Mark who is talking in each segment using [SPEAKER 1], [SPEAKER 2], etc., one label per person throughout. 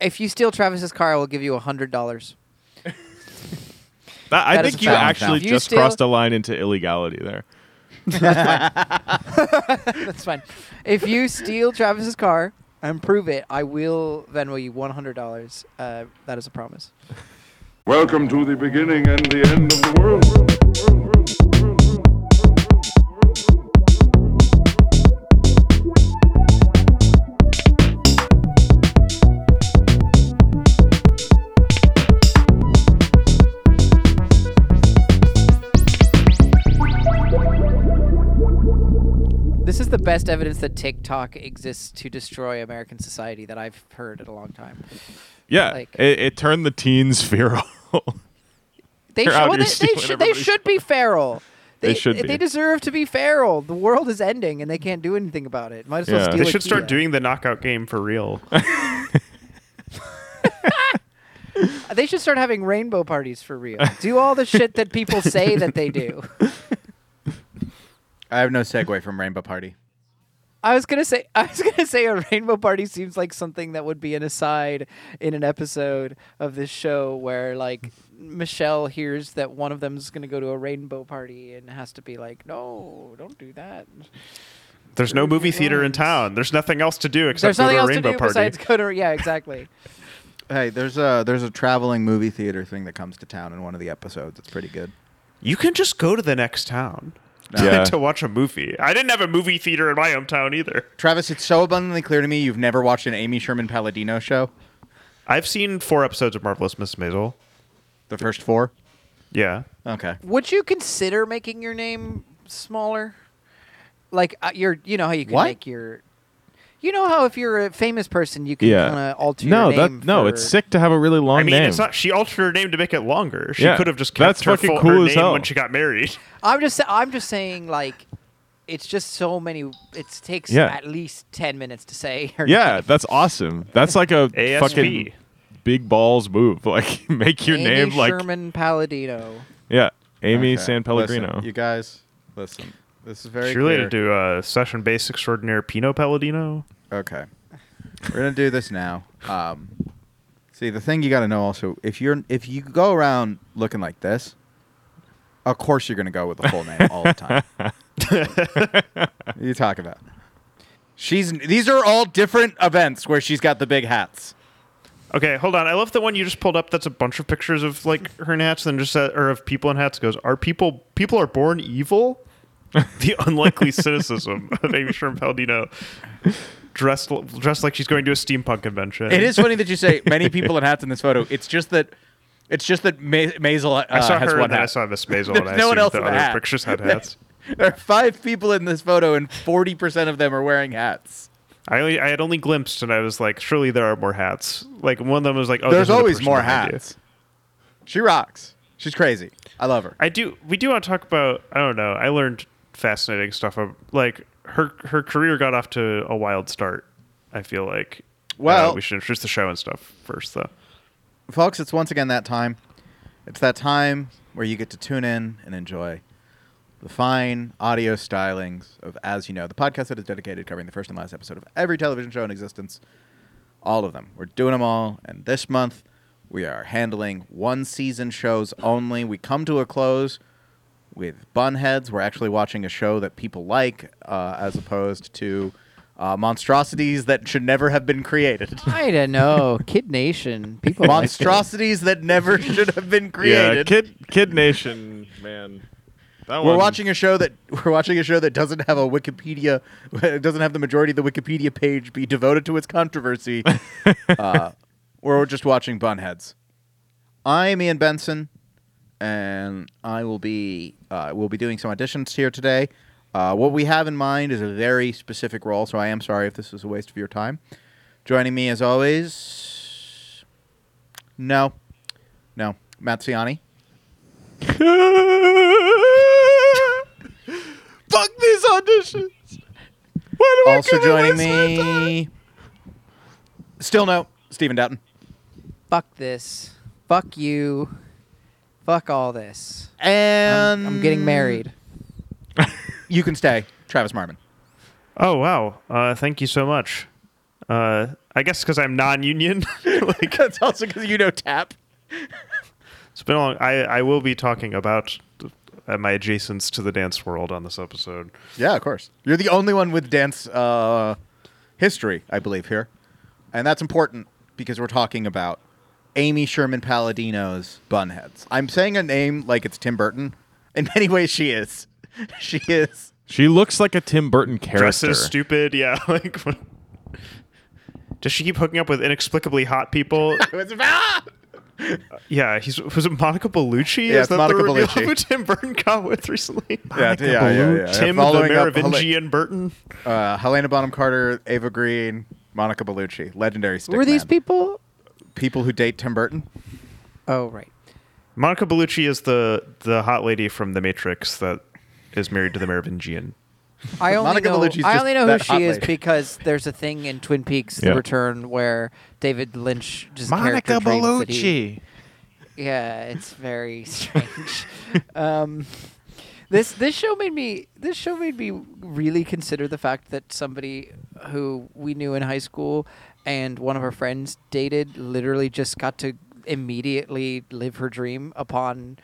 [SPEAKER 1] if you steal Travis's car, I will give you hundred dollars.
[SPEAKER 2] That, I
[SPEAKER 1] That is
[SPEAKER 2] think
[SPEAKER 1] a
[SPEAKER 2] you
[SPEAKER 1] fact.
[SPEAKER 2] actually
[SPEAKER 1] You
[SPEAKER 2] just
[SPEAKER 1] steal-
[SPEAKER 2] crossed a line into illegality there.
[SPEAKER 1] That's fine. If you steal Travis's car and prove it, I will Venmo you one hundred dollars. Uh, that is a promise.
[SPEAKER 3] Welcome to the beginning and the end of the world.
[SPEAKER 1] This is the best evidence that TikTok exists to destroy American society that I've heard in a long time.
[SPEAKER 2] Yeah,
[SPEAKER 1] Like-
[SPEAKER 2] it, it turned the teens feral.
[SPEAKER 1] They
[SPEAKER 2] They're
[SPEAKER 1] should.
[SPEAKER 2] out
[SPEAKER 1] Well,
[SPEAKER 2] here
[SPEAKER 1] they, they
[SPEAKER 2] stealing
[SPEAKER 1] should. They
[SPEAKER 2] everybody's
[SPEAKER 1] should be feral.
[SPEAKER 2] They should be.
[SPEAKER 1] They deserve to be feral. The world is ending, and they can't do anything about it. Might as well
[SPEAKER 2] Yeah.
[SPEAKER 1] steal.
[SPEAKER 2] They
[SPEAKER 4] They
[SPEAKER 1] a
[SPEAKER 4] should start
[SPEAKER 1] Kia.
[SPEAKER 4] doing the knockout game for real.
[SPEAKER 1] They should start having rainbow parties for real. Do all the shit that people say that they do.
[SPEAKER 5] I have no segue from Rainbow Party.
[SPEAKER 1] I was gonna say I was gonna say a rainbow party seems like something that would be an aside in an episode of this show where like Michelle hears that one of them's gonna go to a rainbow party and has to be like, No, don't do that.
[SPEAKER 4] There's no movie theater in town. There's nothing else to do
[SPEAKER 1] There's
[SPEAKER 4] except go
[SPEAKER 1] nothing
[SPEAKER 4] to a
[SPEAKER 1] else to
[SPEAKER 4] rainbow
[SPEAKER 1] do
[SPEAKER 4] party.
[SPEAKER 1] besides go to yeah, exactly.
[SPEAKER 5] Hey, there's a there's a traveling movie theater thing that comes to town in one of the episodes. It's pretty good.
[SPEAKER 4] You can just go to the next town
[SPEAKER 2] Yeah.
[SPEAKER 4] to watch a movie. I didn't have a movie theater in my hometown either.
[SPEAKER 5] Travis, it's so abundantly clear to me you've never watched an Amy Sherman Palladino show.
[SPEAKER 4] I've seen four episodes of Marvelous Miss Maisel.
[SPEAKER 5] The first four.
[SPEAKER 4] Yeah.
[SPEAKER 5] Okay.
[SPEAKER 1] Would you consider making your name smaller? Like uh, your, you know how you can
[SPEAKER 5] What?
[SPEAKER 1] make your, you know how if you're a famous person, you can
[SPEAKER 2] Yeah.
[SPEAKER 1] kind of alter
[SPEAKER 2] no,
[SPEAKER 1] your name.
[SPEAKER 2] that no,
[SPEAKER 1] for-
[SPEAKER 2] it's sick to have a really long
[SPEAKER 4] I mean,
[SPEAKER 2] name.
[SPEAKER 4] it's not. She altered her name to make it longer. She
[SPEAKER 2] Yeah,
[SPEAKER 4] could have just kept
[SPEAKER 2] that's
[SPEAKER 4] her,
[SPEAKER 2] fucking
[SPEAKER 4] full,
[SPEAKER 2] cool
[SPEAKER 4] her
[SPEAKER 2] as
[SPEAKER 4] name
[SPEAKER 2] hell.
[SPEAKER 4] when she got married.
[SPEAKER 1] I'm just, sa- I'm just saying, like, it's just so many. It takes
[SPEAKER 2] Yeah.
[SPEAKER 1] at least ten minutes to say. Her
[SPEAKER 2] yeah,
[SPEAKER 1] name.
[SPEAKER 2] that's awesome. That's like a
[SPEAKER 4] ASP.
[SPEAKER 2] fucking big balls move. Like make your
[SPEAKER 1] Amy
[SPEAKER 2] name like
[SPEAKER 1] Sherman Palladino.
[SPEAKER 2] yeah, Amy
[SPEAKER 5] Okay.
[SPEAKER 2] San Pellegrino.
[SPEAKER 5] Listen, you guys, listen. This is very
[SPEAKER 4] She related
[SPEAKER 5] clear.
[SPEAKER 4] to uh, session base extraordinaire Pino Palladino.
[SPEAKER 5] Okay. We're gonna do this now. Um, see, the thing you got to know also, if you're if you go around looking like this, of course you're gonna go with the full name all the time. What you talk about. She's these are all different events where she's got the big hats.
[SPEAKER 4] Okay, hold on. I love the one you just pulled up. That's a bunch of pictures of like her in hats, and just said, or of people in hats. It Goes, are people people are born evil? the unlikely cynicism of Amy Sherman Palladino, dressed l- dressed like she's going to a steampunk convention.
[SPEAKER 5] It is funny that you say many people in hats in this photo. It's just that it's just that Ma- Maisel uh,
[SPEAKER 4] I saw
[SPEAKER 5] has
[SPEAKER 4] her,
[SPEAKER 5] one
[SPEAKER 4] and then
[SPEAKER 5] hat.
[SPEAKER 4] I saw Miss Maisel,
[SPEAKER 5] There's
[SPEAKER 4] and I
[SPEAKER 5] no
[SPEAKER 4] no
[SPEAKER 5] one else
[SPEAKER 4] the
[SPEAKER 5] with a
[SPEAKER 4] other
[SPEAKER 5] hat.
[SPEAKER 4] pictures had hats.
[SPEAKER 5] There are five people in this photo, and forty percent of them are wearing hats.
[SPEAKER 4] I only, I had only glimpsed, and I was like, surely there are more hats. Like one of them was like, oh,
[SPEAKER 5] There's
[SPEAKER 4] another
[SPEAKER 5] always
[SPEAKER 4] person
[SPEAKER 5] more
[SPEAKER 4] behind you.
[SPEAKER 5] hats. She rocks. She's crazy. I love her.
[SPEAKER 4] I do. We do want to talk about. I don't know. I learned fascinating stuff. ab- Like her her career got off to a wild start. I feel like.
[SPEAKER 5] Well-
[SPEAKER 4] Uh, we should introduce the show and stuff first, though.
[SPEAKER 5] Folks, it's once again that time. It's that time where you get to tune in and enjoy the fine audio stylings of As You Know, the podcast that is dedicated to covering the first and last episode of every television show in existence. All of them. We're doing them all. And this month, we are handling one season shows only. We come to a close with Bunheads. We're actually watching a show that people like uh, as opposed to uh, monstrosities that should never have been created.
[SPEAKER 1] I don't know, Kid Nation. People like it.
[SPEAKER 5] monstrosities that never should have been created.
[SPEAKER 2] yeah, kid Kid Nation, man. That
[SPEAKER 5] We're
[SPEAKER 2] one-
[SPEAKER 5] watching a show that we're watching a show that doesn't have a Wikipedia, doesn't have the majority of the Wikipedia page be devoted to its controversy. uh, we're just watching bunheads. I'm Ian Benson, and I will be uh, will be doing some auditions here today. Uh, what we have in mind is a very specific role, so I am sorry if this is a waste of your time. Joining me as always, no, no, Matt Ciani.
[SPEAKER 2] Fuck these auditions. Why do I
[SPEAKER 5] also
[SPEAKER 2] come in
[SPEAKER 5] joining
[SPEAKER 2] this one time?
[SPEAKER 5] me. Still no, Stephen Doughton.
[SPEAKER 1] Fuck this. Fuck you. Fuck all this.
[SPEAKER 5] And
[SPEAKER 1] I'm, I'm getting married.
[SPEAKER 5] You can stay, Travis Marmon.
[SPEAKER 4] Oh wow! Uh, thank you so much. Uh, I guess because I'm non-union. like
[SPEAKER 5] That's also because you know tap.
[SPEAKER 4] it's been a long. I I will be talking about uh, my adjacents to the dance world on this episode.
[SPEAKER 5] Yeah, of course. You're the only one with dance uh, history, I believe, here. And that's important because we're talking about Amy Sherman Palladino's Bunheads. I'm saying her name like it's Tim Burton. In many ways, she is. She is.
[SPEAKER 2] She looks like a Tim Burton
[SPEAKER 4] Dress
[SPEAKER 2] character.
[SPEAKER 4] is stupid. Yeah. Like. what- Does she keep hooking up with inexplicably hot people?
[SPEAKER 5] It was- ah!
[SPEAKER 4] Yeah, he's was it Monica Bellucci?
[SPEAKER 5] Yeah,
[SPEAKER 4] Is
[SPEAKER 5] it's
[SPEAKER 4] that
[SPEAKER 5] Monica
[SPEAKER 4] the reveal
[SPEAKER 5] Bellucci.
[SPEAKER 4] who Tim Burton got with recently?
[SPEAKER 5] Yeah, yeah, yeah, yeah, yeah.
[SPEAKER 4] Tim the
[SPEAKER 5] Following up Hel-
[SPEAKER 4] Merovingian Burton.
[SPEAKER 5] uh, Helena Bonham Carter, Ava Green, Monica Bellucci, legendary stick
[SPEAKER 1] Were these
[SPEAKER 5] man.
[SPEAKER 1] people?
[SPEAKER 5] people who date Tim Burton?
[SPEAKER 1] Oh, right.
[SPEAKER 4] Monica Bellucci is the the hot lady from The Matrix that is married to the Merovingian.
[SPEAKER 1] I only
[SPEAKER 5] Monica
[SPEAKER 1] know,
[SPEAKER 5] Bellucci's
[SPEAKER 1] I
[SPEAKER 5] just
[SPEAKER 1] only know who
[SPEAKER 5] that hot
[SPEAKER 1] she is
[SPEAKER 5] lady.
[SPEAKER 1] because there's a thing in Twin Peaks: The
[SPEAKER 2] Yeah.
[SPEAKER 1] Return where David Lynch just character dreams that he- yeah, it's very strange. um, this this show made me this show made me really consider the fact that somebody who we knew in high school and one of our friends dated literally just got to immediately live her dream upon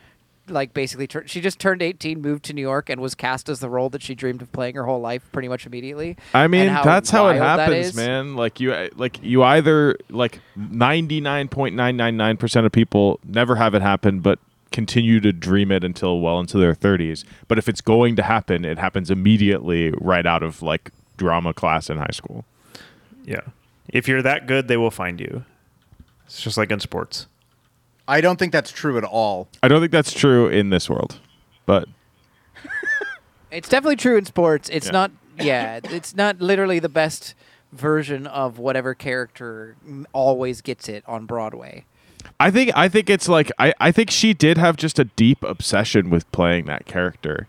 [SPEAKER 1] like basically tur- she just turned 18 moved to new york and was cast as the role that she dreamed of playing her whole life pretty much immediately
[SPEAKER 2] I
[SPEAKER 1] And
[SPEAKER 2] mean, that's how it
[SPEAKER 1] wild that
[SPEAKER 2] happens,
[SPEAKER 1] is.
[SPEAKER 2] man. Like you, like you either like ninety nine point nine nine nine percent of people never have it happen, but continue to dream it until well into their thirties. But if it's going to happen, it happens immediately, right out of like drama class in high school.
[SPEAKER 4] Yeah. If you're that good, they will find you. It's just like in sports.
[SPEAKER 5] I don't think that's true at all.
[SPEAKER 2] I don't think that's true in this world, but
[SPEAKER 1] It's definitely true in sports. It's
[SPEAKER 2] Yeah.
[SPEAKER 1] not. Yeah, it's not literally the best version of whatever character m- always gets it on Broadway.
[SPEAKER 2] I think I think it's like I, I think she did have just a deep obsession with playing that character,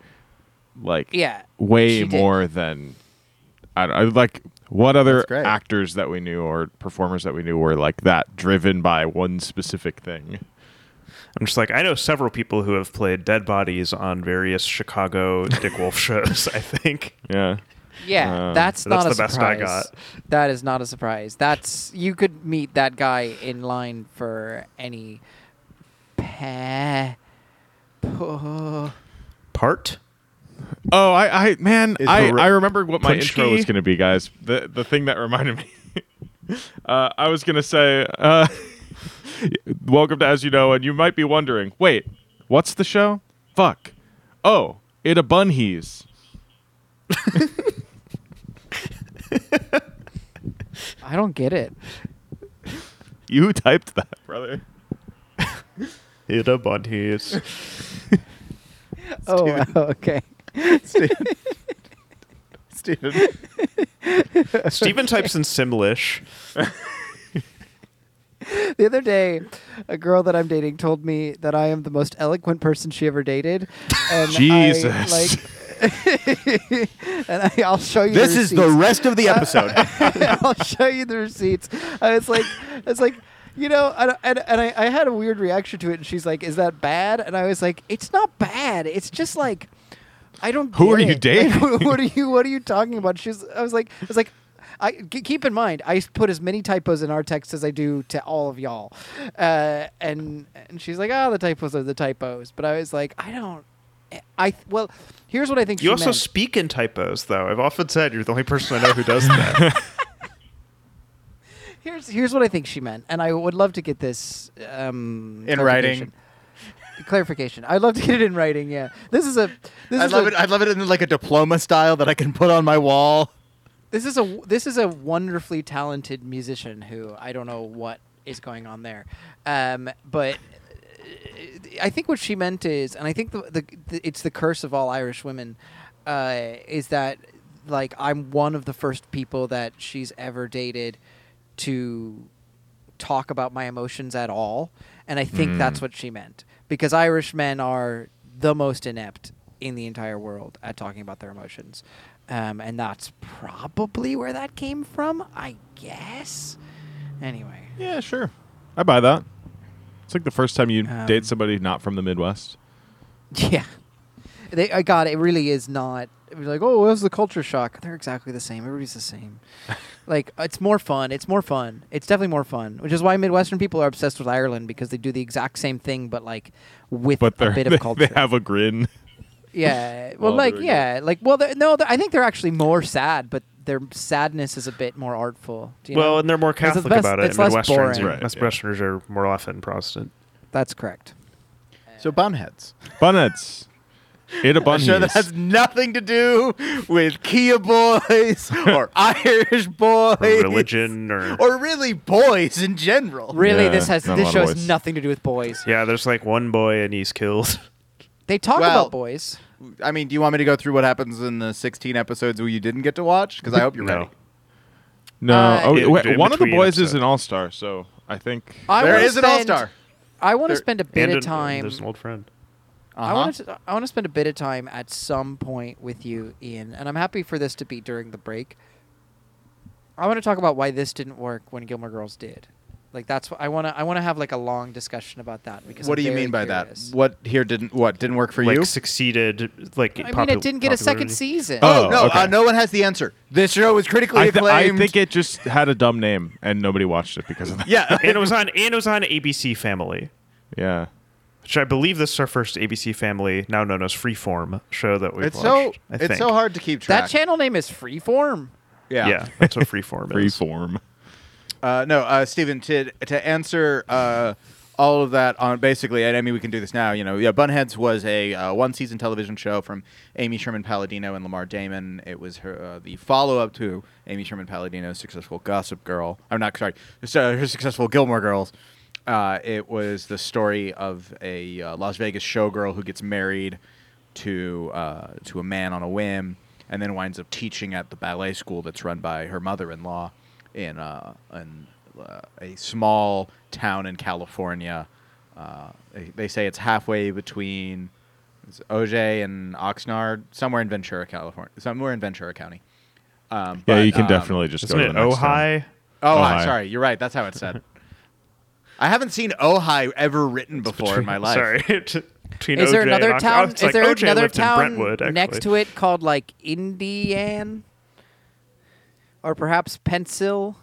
[SPEAKER 2] like
[SPEAKER 1] Yeah,
[SPEAKER 2] way
[SPEAKER 1] she did.
[SPEAKER 2] more than I, don't- I like what other
[SPEAKER 5] That's great.
[SPEAKER 2] actors that we knew or performers that we knew were like that driven by one specific thing.
[SPEAKER 4] I'm just like I know several people who have played dead bodies on various Chicago Dick Wolf shows. I think.
[SPEAKER 2] Yeah,
[SPEAKER 1] Yeah,
[SPEAKER 2] Uh,
[SPEAKER 1] that's
[SPEAKER 4] Um, that's
[SPEAKER 1] not a
[SPEAKER 4] the best I
[SPEAKER 1] surprise.
[SPEAKER 4] got.
[SPEAKER 1] That is not a surprise. That's you could meet that guy in line for any. Pa- po-
[SPEAKER 4] Part.
[SPEAKER 2] Oh, I, I man,
[SPEAKER 5] Is
[SPEAKER 2] I,
[SPEAKER 5] Hor-
[SPEAKER 2] I remembered what my intro
[SPEAKER 4] Punchki?
[SPEAKER 2] was going to be, guys. The the thing that reminded me. uh, I was going to say, uh, welcome to As You Know, and you might be wondering, wait, what's the show? Fuck. Oh, it a bunhees.
[SPEAKER 1] I don't get it.
[SPEAKER 2] You typed that, brother.
[SPEAKER 4] It a bunnies.
[SPEAKER 1] Oh, wow, okay.
[SPEAKER 5] Steven. Steven.
[SPEAKER 4] Steven types in Simlish.
[SPEAKER 1] The other day, a girl that I'm dating told me that I am the most eloquent person she ever dated. And I,
[SPEAKER 2] Jesus.
[SPEAKER 1] like, and I, I'll show you.
[SPEAKER 5] This
[SPEAKER 1] the
[SPEAKER 5] is the
[SPEAKER 1] receipts.
[SPEAKER 5] rest of the episode.
[SPEAKER 1] I'll show you the receipts. I was like, I was like, you know, and, and, and I, I had a weird reaction to it. And she's like, "Is that bad?" And I was like, "It's not bad. It's just like, I don't."
[SPEAKER 2] Who
[SPEAKER 1] get
[SPEAKER 2] are you
[SPEAKER 1] it. Like,
[SPEAKER 2] dating?
[SPEAKER 1] what- what are you? What are you talking about? She's. I was like, I was like. I g- keep in mind, I put as many typos in our text as I do to all of y'all, uh, and and she's like, "Oh, the typos are the typos." But I was like, "I don't, eh, I th- well, here's what I think." she
[SPEAKER 4] You also
[SPEAKER 1] meant.
[SPEAKER 4] speak in typos, though. I've often said you're the only person I know who does that.
[SPEAKER 1] Here's here's what I think she meant, and I would love to get this um,
[SPEAKER 5] In
[SPEAKER 1] clarification. Clarification. I'd love to get it in writing. Yeah, this is a this
[SPEAKER 5] I
[SPEAKER 1] is
[SPEAKER 5] love
[SPEAKER 1] a,
[SPEAKER 5] it. I love it in like a diploma style that I can put on my wall.
[SPEAKER 1] this is a this is a wonderfully talented musician who I don't know what is going on there, um, but I think what she meant is, and I think the, the, the it's the curse of all Irish women, uh, is that like I'm one of the first people that she's ever dated to talk about my emotions at all, and I think that's what she meant because Irish men are the most inept in the entire world at talking about their emotions, um, and that's probably where that came from, I guess. Anyway,
[SPEAKER 2] Yeah, sure. I buy that. It's like the first time you
[SPEAKER 1] Um,
[SPEAKER 2] date somebody not from the Midwest.
[SPEAKER 1] yeah, they, I got it. uh, Really is not it was like, oh, what was the culture shock? They're exactly the same. Everybody's the same. like, it's more fun. It's more fun. It's definitely more fun, which is why Midwestern people are obsessed with Ireland because they do the exact same thing, but like with
[SPEAKER 2] but
[SPEAKER 1] a
[SPEAKER 2] they're,
[SPEAKER 1] bit
[SPEAKER 2] they-
[SPEAKER 1] of culture.
[SPEAKER 2] they have a grin.
[SPEAKER 1] yeah. Well,
[SPEAKER 2] Oh,
[SPEAKER 1] like,
[SPEAKER 2] there we go.
[SPEAKER 1] yeah. Like, well, they're- no, they're- I think they're actually more sad, but their sadness is a bit more artful. Do you
[SPEAKER 4] well,
[SPEAKER 1] know?
[SPEAKER 4] and they're more
[SPEAKER 1] It's
[SPEAKER 4] Catholic
[SPEAKER 1] less-
[SPEAKER 4] about it.
[SPEAKER 1] It's less
[SPEAKER 4] Midwesterners,
[SPEAKER 1] boring.
[SPEAKER 4] are,
[SPEAKER 2] Right, yeah.
[SPEAKER 4] Midwesterners are more often Protestant.
[SPEAKER 1] That's correct.
[SPEAKER 5] So bunheads.
[SPEAKER 2] Bunnets. Ate a
[SPEAKER 5] I'm
[SPEAKER 2] bun.
[SPEAKER 5] sure that has nothing to do with Kia boys or Irish boys
[SPEAKER 4] Or religion, or,
[SPEAKER 5] or really boys in general.
[SPEAKER 1] Really,
[SPEAKER 2] Yeah,
[SPEAKER 1] this has
[SPEAKER 2] not a
[SPEAKER 1] this
[SPEAKER 2] lot of
[SPEAKER 1] show has
[SPEAKER 2] boys.
[SPEAKER 1] nothing to do with boys.
[SPEAKER 4] yeah, there's like one boy and he's killed.
[SPEAKER 1] They talk
[SPEAKER 5] Well-
[SPEAKER 1] about boys.
[SPEAKER 5] I mean, do you want me to go through what happens in the 16 episodes where you didn't get to watch? Because I hope you're
[SPEAKER 4] No.
[SPEAKER 5] ready.
[SPEAKER 2] No,
[SPEAKER 1] Uh,
[SPEAKER 2] oh,
[SPEAKER 4] it-
[SPEAKER 2] wait,
[SPEAKER 4] in
[SPEAKER 2] one of the
[SPEAKER 4] between
[SPEAKER 2] boys is
[SPEAKER 4] episodes.
[SPEAKER 2] an all star, so I think
[SPEAKER 1] I
[SPEAKER 5] there
[SPEAKER 1] wanna
[SPEAKER 5] is an
[SPEAKER 1] spend-
[SPEAKER 5] all-star.
[SPEAKER 1] I want to
[SPEAKER 5] There-
[SPEAKER 1] spend a bit
[SPEAKER 4] and
[SPEAKER 1] of
[SPEAKER 4] an-
[SPEAKER 1] time.
[SPEAKER 4] There's an old friend.
[SPEAKER 1] I
[SPEAKER 5] Uh-huh.
[SPEAKER 1] want to. I want to spend a bit of time at some point with you, Ian, and I'm happy for this to be during the break. I want to talk about why this didn't work when Gilmore Girls did. Like that's what I want to. I want to have like a long discussion about that because.
[SPEAKER 5] what
[SPEAKER 1] I'm
[SPEAKER 5] do you
[SPEAKER 1] very
[SPEAKER 5] mean by
[SPEAKER 1] curious.
[SPEAKER 5] that? What here didn't what didn't work for
[SPEAKER 4] like
[SPEAKER 5] you?
[SPEAKER 4] succeeded. Like
[SPEAKER 1] I mean, it didn't get a second
[SPEAKER 4] season.
[SPEAKER 1] season.
[SPEAKER 2] Oh,
[SPEAKER 5] no,
[SPEAKER 2] okay.
[SPEAKER 5] uh, no one has the answer. This show was critically
[SPEAKER 2] I, th- I
[SPEAKER 5] acclaimed.
[SPEAKER 2] think it just had a dumb name and nobody watched it because of that.
[SPEAKER 5] yeah,
[SPEAKER 4] and it was on and it was on ABC Family,
[SPEAKER 2] Yeah.
[SPEAKER 4] which I believe this is our first ABC Family, now known as Freeform show that we've
[SPEAKER 5] it's so
[SPEAKER 4] watched. I
[SPEAKER 5] it's
[SPEAKER 4] think.
[SPEAKER 5] so hard to keep track.
[SPEAKER 1] that channel name is Freeform.
[SPEAKER 5] yeah.
[SPEAKER 4] Yeah. that's what Freeform is.
[SPEAKER 2] Freeform.
[SPEAKER 5] Uh, no, uh, Stephen, to to answer uh, all of that on basically, and I mean we can do this now. You know, yeah, Bunheads was a uh, one season television show from Amy Sherman Palladino and Lamar Damon. It was her uh, the follow up to Amy Sherman Palladino's successful Gossip Girl. I'm not sorry, it's, uh, her successful Gilmore Girls. Uh, it was the story of a uh, Las Vegas showgirl who gets married to uh, to a man on a whim, and then winds up teaching at the ballet school that's run by her mother-in-law in uh, in uh, a small town in California. Uh, they, they say it's halfway between is it Ojai and Oxnard, somewhere in Ventura, California, somewhere in Ventura County. Um,
[SPEAKER 2] Yeah,
[SPEAKER 5] but,
[SPEAKER 2] you can
[SPEAKER 5] um,
[SPEAKER 2] definitely just
[SPEAKER 4] Isn't
[SPEAKER 2] go
[SPEAKER 4] it
[SPEAKER 2] to the next one.
[SPEAKER 4] Ojai?
[SPEAKER 5] Oh,
[SPEAKER 2] Ojai.
[SPEAKER 5] I'm sorry. You're right. That's how it's said. I haven't seen Ojai ever written before in my life.
[SPEAKER 4] Sorry. Between
[SPEAKER 1] Is there
[SPEAKER 4] OJ and
[SPEAKER 1] another
[SPEAKER 4] Ox-
[SPEAKER 1] town?
[SPEAKER 4] Ox-
[SPEAKER 1] Is
[SPEAKER 4] like,
[SPEAKER 1] there
[SPEAKER 4] OJ
[SPEAKER 1] another
[SPEAKER 4] lived in
[SPEAKER 1] town
[SPEAKER 4] Brentwood, actually.
[SPEAKER 1] next to it called like Indian, or perhaps Pencil?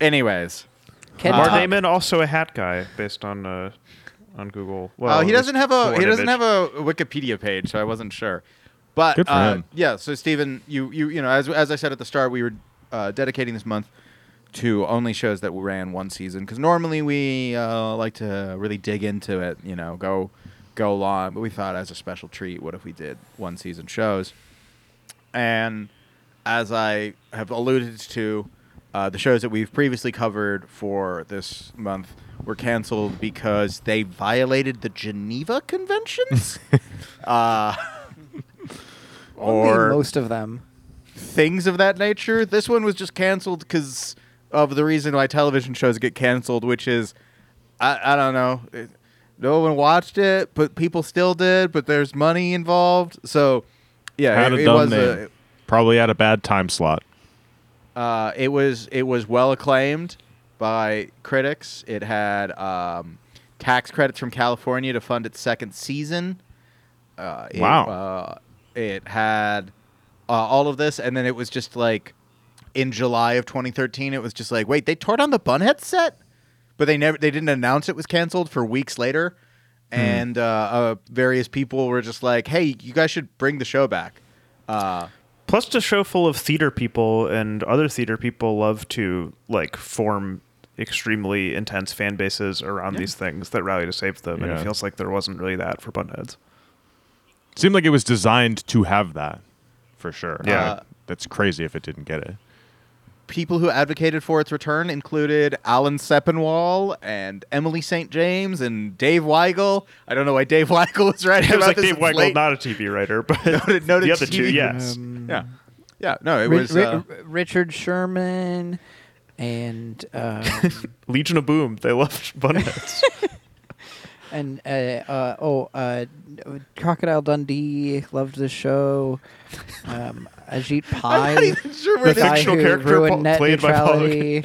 [SPEAKER 5] Anyways,
[SPEAKER 4] Lamar
[SPEAKER 5] Uh,
[SPEAKER 4] Damon also a hat guy based on uh, on Google. Well,
[SPEAKER 5] uh, he
[SPEAKER 4] this
[SPEAKER 5] doesn't have a
[SPEAKER 4] porn
[SPEAKER 5] he doesn't
[SPEAKER 4] image.
[SPEAKER 5] have a Wikipedia page, so I wasn't sure. But
[SPEAKER 2] Good for
[SPEAKER 5] uh,
[SPEAKER 2] him.
[SPEAKER 5] yeah, so Stephen, you you you know, as as I said at the start, we were uh, dedicating this month to only shows that ran one season because normally we uh, like to really dig into it, you know, go go long. But we thought as a special treat, what if we did one season shows? And as I have alluded to, uh, the shows that we've previously covered for this month were canceled because they violated the Geneva Conventions. uh,
[SPEAKER 1] Only
[SPEAKER 5] or
[SPEAKER 1] most of them.
[SPEAKER 5] things of that nature. This one was just canceled because of the reason why television shows get canceled, which is, I, I don't know. It- no one watched it, but people still did, but there's money involved. So, yeah,
[SPEAKER 2] Had
[SPEAKER 5] it,
[SPEAKER 2] a
[SPEAKER 5] it
[SPEAKER 2] dumb
[SPEAKER 5] was
[SPEAKER 2] name.
[SPEAKER 5] a,
[SPEAKER 2] Probably had a bad time slot.
[SPEAKER 5] uh, it was it was well acclaimed by critics. It had um, tax credits from California to fund its second season. Uh, it,
[SPEAKER 2] Wow.
[SPEAKER 5] Uh, it had uh, all of this, and then it was just like in July of 2013. It was just like, wait, they tore down the Bunhead set, but they never they didn't announce it was canceled for weeks later, and uh, uh, various people were just like, hey, you guys should bring the show back. Uh,
[SPEAKER 4] Plus, it's a show full of theater people, and other theater people love to like form extremely intense fan bases around these things that rally to save them. And
[SPEAKER 2] Yeah.
[SPEAKER 4] it feels like there wasn't really that for Bunheads.
[SPEAKER 2] Seemed like it was designed to have that, for sure.
[SPEAKER 4] Yeah.
[SPEAKER 2] Uh, that's crazy if it didn't get it.
[SPEAKER 5] people who advocated for its return included Alan Sepinwall and Emily St. James and Dave Weigel. I don't know why Dave Weigel was writing
[SPEAKER 4] It was
[SPEAKER 5] about
[SPEAKER 4] like
[SPEAKER 5] this.
[SPEAKER 4] Dave
[SPEAKER 5] It's
[SPEAKER 4] Weigel,
[SPEAKER 5] late.
[SPEAKER 4] not a TV writer, but
[SPEAKER 5] Noted- noted
[SPEAKER 4] the other two,
[SPEAKER 5] TV.
[SPEAKER 4] yes.
[SPEAKER 1] Um,
[SPEAKER 5] yeah, yeah. No, it
[SPEAKER 1] Ri-
[SPEAKER 5] was.
[SPEAKER 1] Ri-
[SPEAKER 5] uh,
[SPEAKER 1] R- Richard Sherman and um,
[SPEAKER 4] Legion of Boom, they loved Bunheads.
[SPEAKER 1] and uh, uh, oh, uh, Crocodile Dundee loved the show. Um, Ajit
[SPEAKER 5] I'm
[SPEAKER 1] Pai,
[SPEAKER 5] not even sure
[SPEAKER 1] the
[SPEAKER 5] where
[SPEAKER 1] guy
[SPEAKER 5] this.
[SPEAKER 4] fictional
[SPEAKER 1] who
[SPEAKER 4] character
[SPEAKER 1] ruined
[SPEAKER 4] pa-
[SPEAKER 1] net
[SPEAKER 4] played by Paul
[SPEAKER 1] neutrality.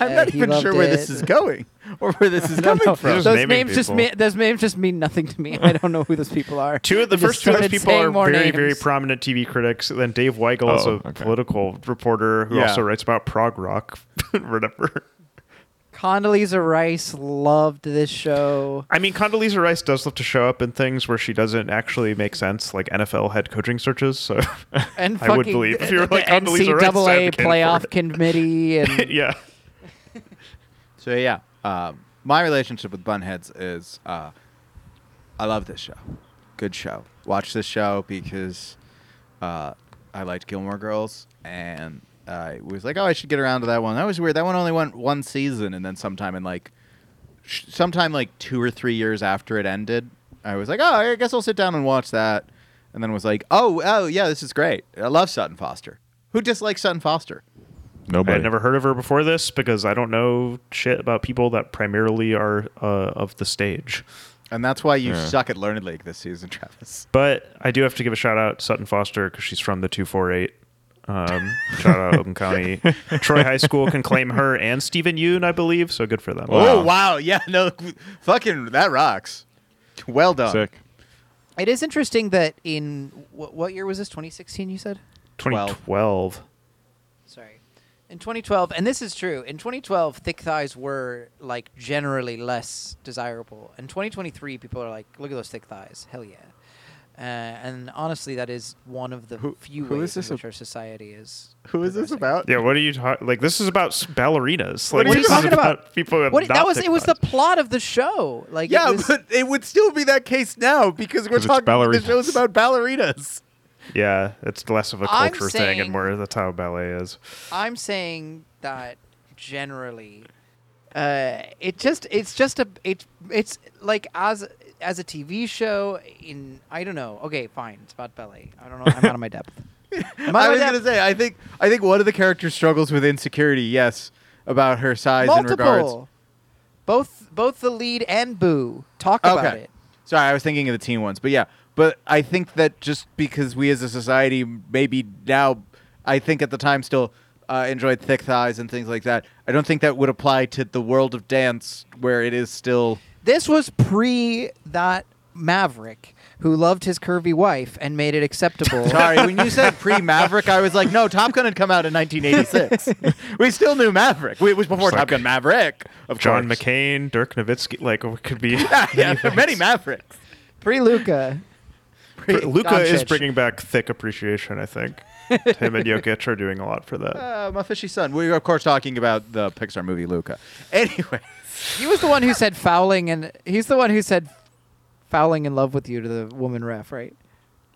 [SPEAKER 5] I'm
[SPEAKER 1] uh,
[SPEAKER 5] not
[SPEAKER 1] he
[SPEAKER 5] even
[SPEAKER 1] loved
[SPEAKER 5] sure where
[SPEAKER 1] it.
[SPEAKER 5] this is going. or where this is
[SPEAKER 1] I don't
[SPEAKER 5] coming
[SPEAKER 1] know.
[SPEAKER 5] from.
[SPEAKER 4] Those
[SPEAKER 1] Those,
[SPEAKER 4] naming
[SPEAKER 1] names just
[SPEAKER 4] people.
[SPEAKER 1] mean those names just mean nothing to me. I don't know who those people are.
[SPEAKER 4] Two of the
[SPEAKER 1] I just
[SPEAKER 4] first two of those
[SPEAKER 1] started
[SPEAKER 4] people
[SPEAKER 1] saying
[SPEAKER 4] are
[SPEAKER 1] more
[SPEAKER 4] very, very
[SPEAKER 1] names.
[SPEAKER 4] prominent TV critics. And then Dave Weigel is
[SPEAKER 2] Oh,
[SPEAKER 4] a
[SPEAKER 2] okay.
[SPEAKER 4] political reporter who
[SPEAKER 5] Yeah.
[SPEAKER 4] also writes about prog rock, or whatever.
[SPEAKER 1] Condoleezza Rice loved this show.
[SPEAKER 4] I mean, Condoleezza Rice does love to show up in things where she doesn't actually make sense, like NFL head coaching searches. So,
[SPEAKER 1] And
[SPEAKER 4] I would
[SPEAKER 1] fucking
[SPEAKER 4] believe if you were
[SPEAKER 1] the
[SPEAKER 4] like Condoleezza Rice, I
[SPEAKER 1] NCAA
[SPEAKER 4] advocate for
[SPEAKER 1] playoff
[SPEAKER 4] it.
[SPEAKER 1] committee and
[SPEAKER 4] yeah.
[SPEAKER 5] So yeah, uh, my relationship with Bunheads is uh, I love this show. Good show. Watch this show because uh, I liked Gilmore Girls and I was like, oh, I should get around to that one. That was weird. That one only went one season, and then sometime in like, sh- sometime like two or three years after it ended, I was like, oh, I guess I'll sit down and watch that. And then was like, oh, oh yeah, this is great. I love Sutton Foster. Who dislikes Sutton Foster?
[SPEAKER 4] I
[SPEAKER 2] Nobody.
[SPEAKER 4] had never heard of her before this because I don't know shit about people that primarily are uh, of the stage.
[SPEAKER 5] And that's why you
[SPEAKER 2] Yeah.
[SPEAKER 5] suck at Learned League this season, Travis.
[SPEAKER 4] But I do have to give a shout out Sutton Foster because she's from the 248. Um, shout out Oakland County. Troy High School can claim her and Stephen Yoon, I believe. So good for them.
[SPEAKER 5] Oh
[SPEAKER 2] Wow.
[SPEAKER 5] wow, yeah, no, fucking that rocks. Well done.
[SPEAKER 2] Sick.
[SPEAKER 1] it is interesting that in what, what year was this? 2016, you said?
[SPEAKER 4] 2012.
[SPEAKER 1] Sorry. In 2012, and this is true. In 2012, thick thighs were like generally less desirable. In 2023, people are like, "Look at those thick thighs, hell yeah!" Uh, and honestly, that is one of the
[SPEAKER 5] Who-
[SPEAKER 1] few
[SPEAKER 5] who
[SPEAKER 1] ways
[SPEAKER 5] is this
[SPEAKER 1] in which
[SPEAKER 5] ab-
[SPEAKER 1] our society is.
[SPEAKER 5] Who is this
[SPEAKER 1] progressing.
[SPEAKER 5] about?
[SPEAKER 4] Yeah, what are you talking? Like this is about s- ballerinas.
[SPEAKER 5] What
[SPEAKER 4] Like
[SPEAKER 5] are you
[SPEAKER 4] this is
[SPEAKER 5] talking
[SPEAKER 1] about?
[SPEAKER 4] People who have
[SPEAKER 1] What, that
[SPEAKER 4] not
[SPEAKER 1] was
[SPEAKER 4] thick
[SPEAKER 1] it. Was the
[SPEAKER 4] thighs.
[SPEAKER 1] plot of the show? Like, it
[SPEAKER 5] Yeah,
[SPEAKER 1] was-
[SPEAKER 5] but it would still be that case now because
[SPEAKER 2] 'Cause
[SPEAKER 5] we're
[SPEAKER 2] it's
[SPEAKER 5] talking. The
[SPEAKER 2] ballerinas.
[SPEAKER 5] show's about ballerinas.
[SPEAKER 4] yeah. It's less of a
[SPEAKER 1] I'm
[SPEAKER 4] culture thing
[SPEAKER 1] saying-
[SPEAKER 4] and more that's how ballet is.
[SPEAKER 1] I'm saying that generally, uh, it just it's just a it it's like as as a TV show in I don't know. Okay, fine, it's about ballet. I don't know. I'm out of my depth. Am
[SPEAKER 5] I
[SPEAKER 1] out of
[SPEAKER 5] was
[SPEAKER 1] my
[SPEAKER 5] gonna
[SPEAKER 1] depth?
[SPEAKER 5] say, I think, I think one of the characters struggles with insecurity. Yes, about her size
[SPEAKER 1] multiple.
[SPEAKER 5] in regards.
[SPEAKER 1] both both the lead and Boo talk about it.
[SPEAKER 5] Sorry, I was thinking of the teen ones, but yeah, but I think that just because we as a society maybe now, I think at the time still uh, enjoyed thick thighs and things like that. I don't think that would apply to the world of dance where it is still.
[SPEAKER 1] This was pre that Maverick who loved his curvy wife and made it acceptable.
[SPEAKER 5] Sorry, when you said pre Maverick, I was like, no, Top Gun had come out in 1986. we still knew Maverick. We, it was before
[SPEAKER 4] It's
[SPEAKER 5] Top
[SPEAKER 4] like
[SPEAKER 5] Gun Maverick, of
[SPEAKER 4] John
[SPEAKER 5] course.
[SPEAKER 4] McCain, Dirk Nowitzki, like it could be.
[SPEAKER 5] yeah, there are many Mavericks.
[SPEAKER 1] Pre Luca.
[SPEAKER 4] Luca is
[SPEAKER 1] Doncic.
[SPEAKER 4] bringing back thick appreciation. I think him and Jokic are doing a lot for that.
[SPEAKER 5] Uh, my fishy son. We are, of course, talking about the Pixar movie Luca. Anyway.
[SPEAKER 1] He was the one who said fouling, and he's the one who said fouling in love with you to the woman ref, right?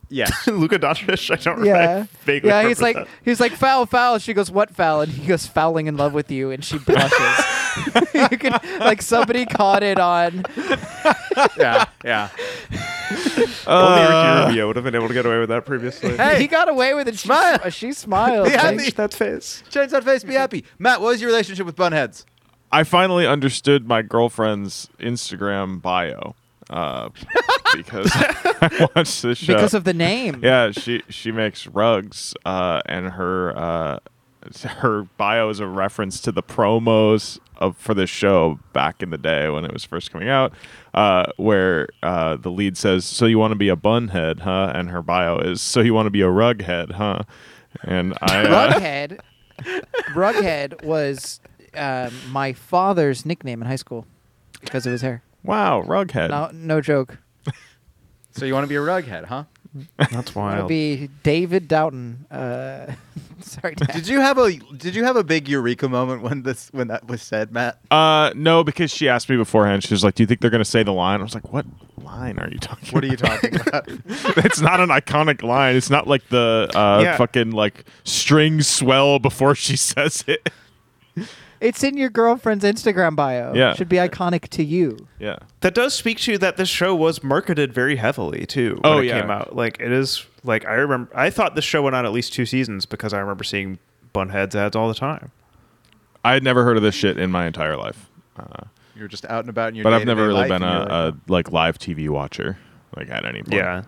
[SPEAKER 5] Yeah.
[SPEAKER 4] Luca Doncic, I don't
[SPEAKER 1] Yeah,
[SPEAKER 4] remember. Vaguely
[SPEAKER 1] yeah. He's like,
[SPEAKER 4] remember
[SPEAKER 1] he's like foul, foul. She goes, what foul? And he goes, fouling in love with you, and she blushes. you can, like somebody caught it on.
[SPEAKER 5] yeah. Yeah.
[SPEAKER 4] that.
[SPEAKER 2] Uh,
[SPEAKER 4] Only Ricky Rubio would have been able to get away with that previously.
[SPEAKER 5] Hey,
[SPEAKER 1] he got away with it. She,
[SPEAKER 5] smile.
[SPEAKER 1] uh, she smiled.
[SPEAKER 5] Yeah,
[SPEAKER 1] like,
[SPEAKER 5] the-
[SPEAKER 4] Change that face.
[SPEAKER 5] Change that face, be happy. Matt, what was your relationship with Bunheads?
[SPEAKER 2] I finally understood my girlfriend's Instagram bio uh, because I watched this show.
[SPEAKER 1] because of the name.
[SPEAKER 2] yeah, she she makes rugs, uh, and her uh, her bio is a reference to the promos of for this show back in the day when it was first coming out, uh, where uh, the lead says, "So you want to be a bun head, huh?" And her bio is, "So you want to be a rug head, huh?" And I uh,
[SPEAKER 1] Rughead. Rughead was um, my father's nickname in high school because of his hair.
[SPEAKER 2] wow, rug head.
[SPEAKER 1] No, no joke.
[SPEAKER 5] So you want to be a rughead, huh?
[SPEAKER 4] That's
[SPEAKER 1] It would
[SPEAKER 4] wild.
[SPEAKER 1] be David Doughton. Uh, sorry, Dad.
[SPEAKER 5] Did you have a Did you have a big eureka moment when this when that was said, Matt?
[SPEAKER 2] Uh, no, because she asked me beforehand. She was like, "Do you think they're gonna say the line?" I was like, "What line are you talking?
[SPEAKER 5] What are you
[SPEAKER 2] about?"
[SPEAKER 5] talking about?
[SPEAKER 2] it's not an iconic line. It's not like the uh
[SPEAKER 4] Yeah.
[SPEAKER 2] fucking like strings swell before she says it.
[SPEAKER 1] It's in your girlfriend's Instagram bio.
[SPEAKER 2] Yeah.
[SPEAKER 1] Should be iconic to you.
[SPEAKER 2] Yeah,
[SPEAKER 4] That does speak to that this show was marketed very heavily too when
[SPEAKER 2] Oh,
[SPEAKER 4] it
[SPEAKER 2] yeah.
[SPEAKER 4] came out. Like it is like I remember I thought this show went on at least two seasons because I remember seeing Bunheads ads all the time.
[SPEAKER 2] I had never heard of this shit in my entire life, uh,
[SPEAKER 5] you were just out and about in your.
[SPEAKER 2] but I've
[SPEAKER 5] day-to-day
[SPEAKER 2] never really
[SPEAKER 5] life
[SPEAKER 2] been
[SPEAKER 5] and you're
[SPEAKER 2] a, a like live TV watcher like at any point.
[SPEAKER 4] Yeah.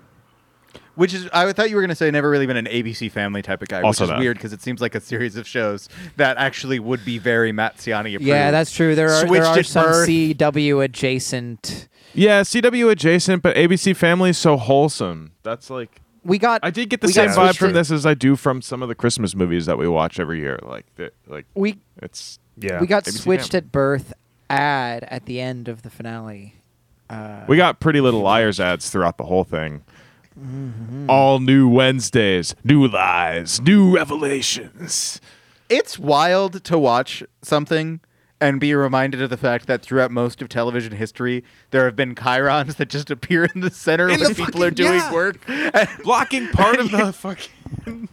[SPEAKER 5] Which is, I thought you were going to say, never really been an ABC Family type of guy,
[SPEAKER 2] Also
[SPEAKER 5] which is
[SPEAKER 2] that.
[SPEAKER 5] weird because it seems like a series of shows that actually would be very Matziani approved.
[SPEAKER 1] Yeah, that's true. There are
[SPEAKER 5] Switched
[SPEAKER 1] there are
[SPEAKER 5] at
[SPEAKER 1] some
[SPEAKER 5] birth.
[SPEAKER 1] CW adjacent.
[SPEAKER 2] Yeah, CW adjacent, but ABC Family is so wholesome. That's like
[SPEAKER 1] We got.
[SPEAKER 2] I did get the
[SPEAKER 1] we
[SPEAKER 2] same
[SPEAKER 1] got
[SPEAKER 4] Yeah,
[SPEAKER 2] vibe
[SPEAKER 1] switched
[SPEAKER 2] from
[SPEAKER 1] to-
[SPEAKER 2] this as I do from some of the Christmas movies that we watch every year. Like that, like
[SPEAKER 1] We
[SPEAKER 2] it's
[SPEAKER 4] Yeah.
[SPEAKER 1] we got
[SPEAKER 2] ABC
[SPEAKER 1] switched
[SPEAKER 2] Family.
[SPEAKER 1] at birth ad at the end of the finale.
[SPEAKER 2] we got Pretty Little Liars ads throughout the whole thing. All new Wednesdays, new lies, new revelations.
[SPEAKER 5] It's wild to watch something and be reminded of the fact that throughout most of television history, there have been chirons that just appear in the center
[SPEAKER 2] In the
[SPEAKER 5] when people are
[SPEAKER 2] fucking-
[SPEAKER 5] doing
[SPEAKER 2] yeah.
[SPEAKER 5] work.
[SPEAKER 2] Blocking part of the fucking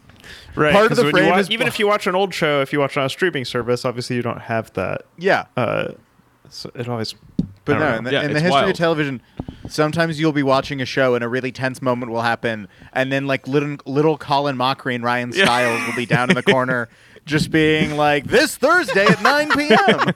[SPEAKER 4] Right.
[SPEAKER 5] Part of
[SPEAKER 4] 'cause
[SPEAKER 5] the
[SPEAKER 4] when you
[SPEAKER 5] frame
[SPEAKER 4] wa-
[SPEAKER 5] is
[SPEAKER 4] even if you watch an old show, if you watch it on a streaming service, obviously you don't have that.
[SPEAKER 5] yeah.
[SPEAKER 4] Uh, so it always.
[SPEAKER 5] But
[SPEAKER 4] I don't
[SPEAKER 5] no,
[SPEAKER 4] know.
[SPEAKER 5] in the,
[SPEAKER 2] Yeah,
[SPEAKER 5] in the
[SPEAKER 2] it's
[SPEAKER 5] history
[SPEAKER 2] wild.
[SPEAKER 5] of television, sometimes you'll be watching a show and a really tense moment will happen, and then like little, little Colin Mockery and Ryan Stiles will be down in the corner, just being like, "This Thursday at 9 p.m."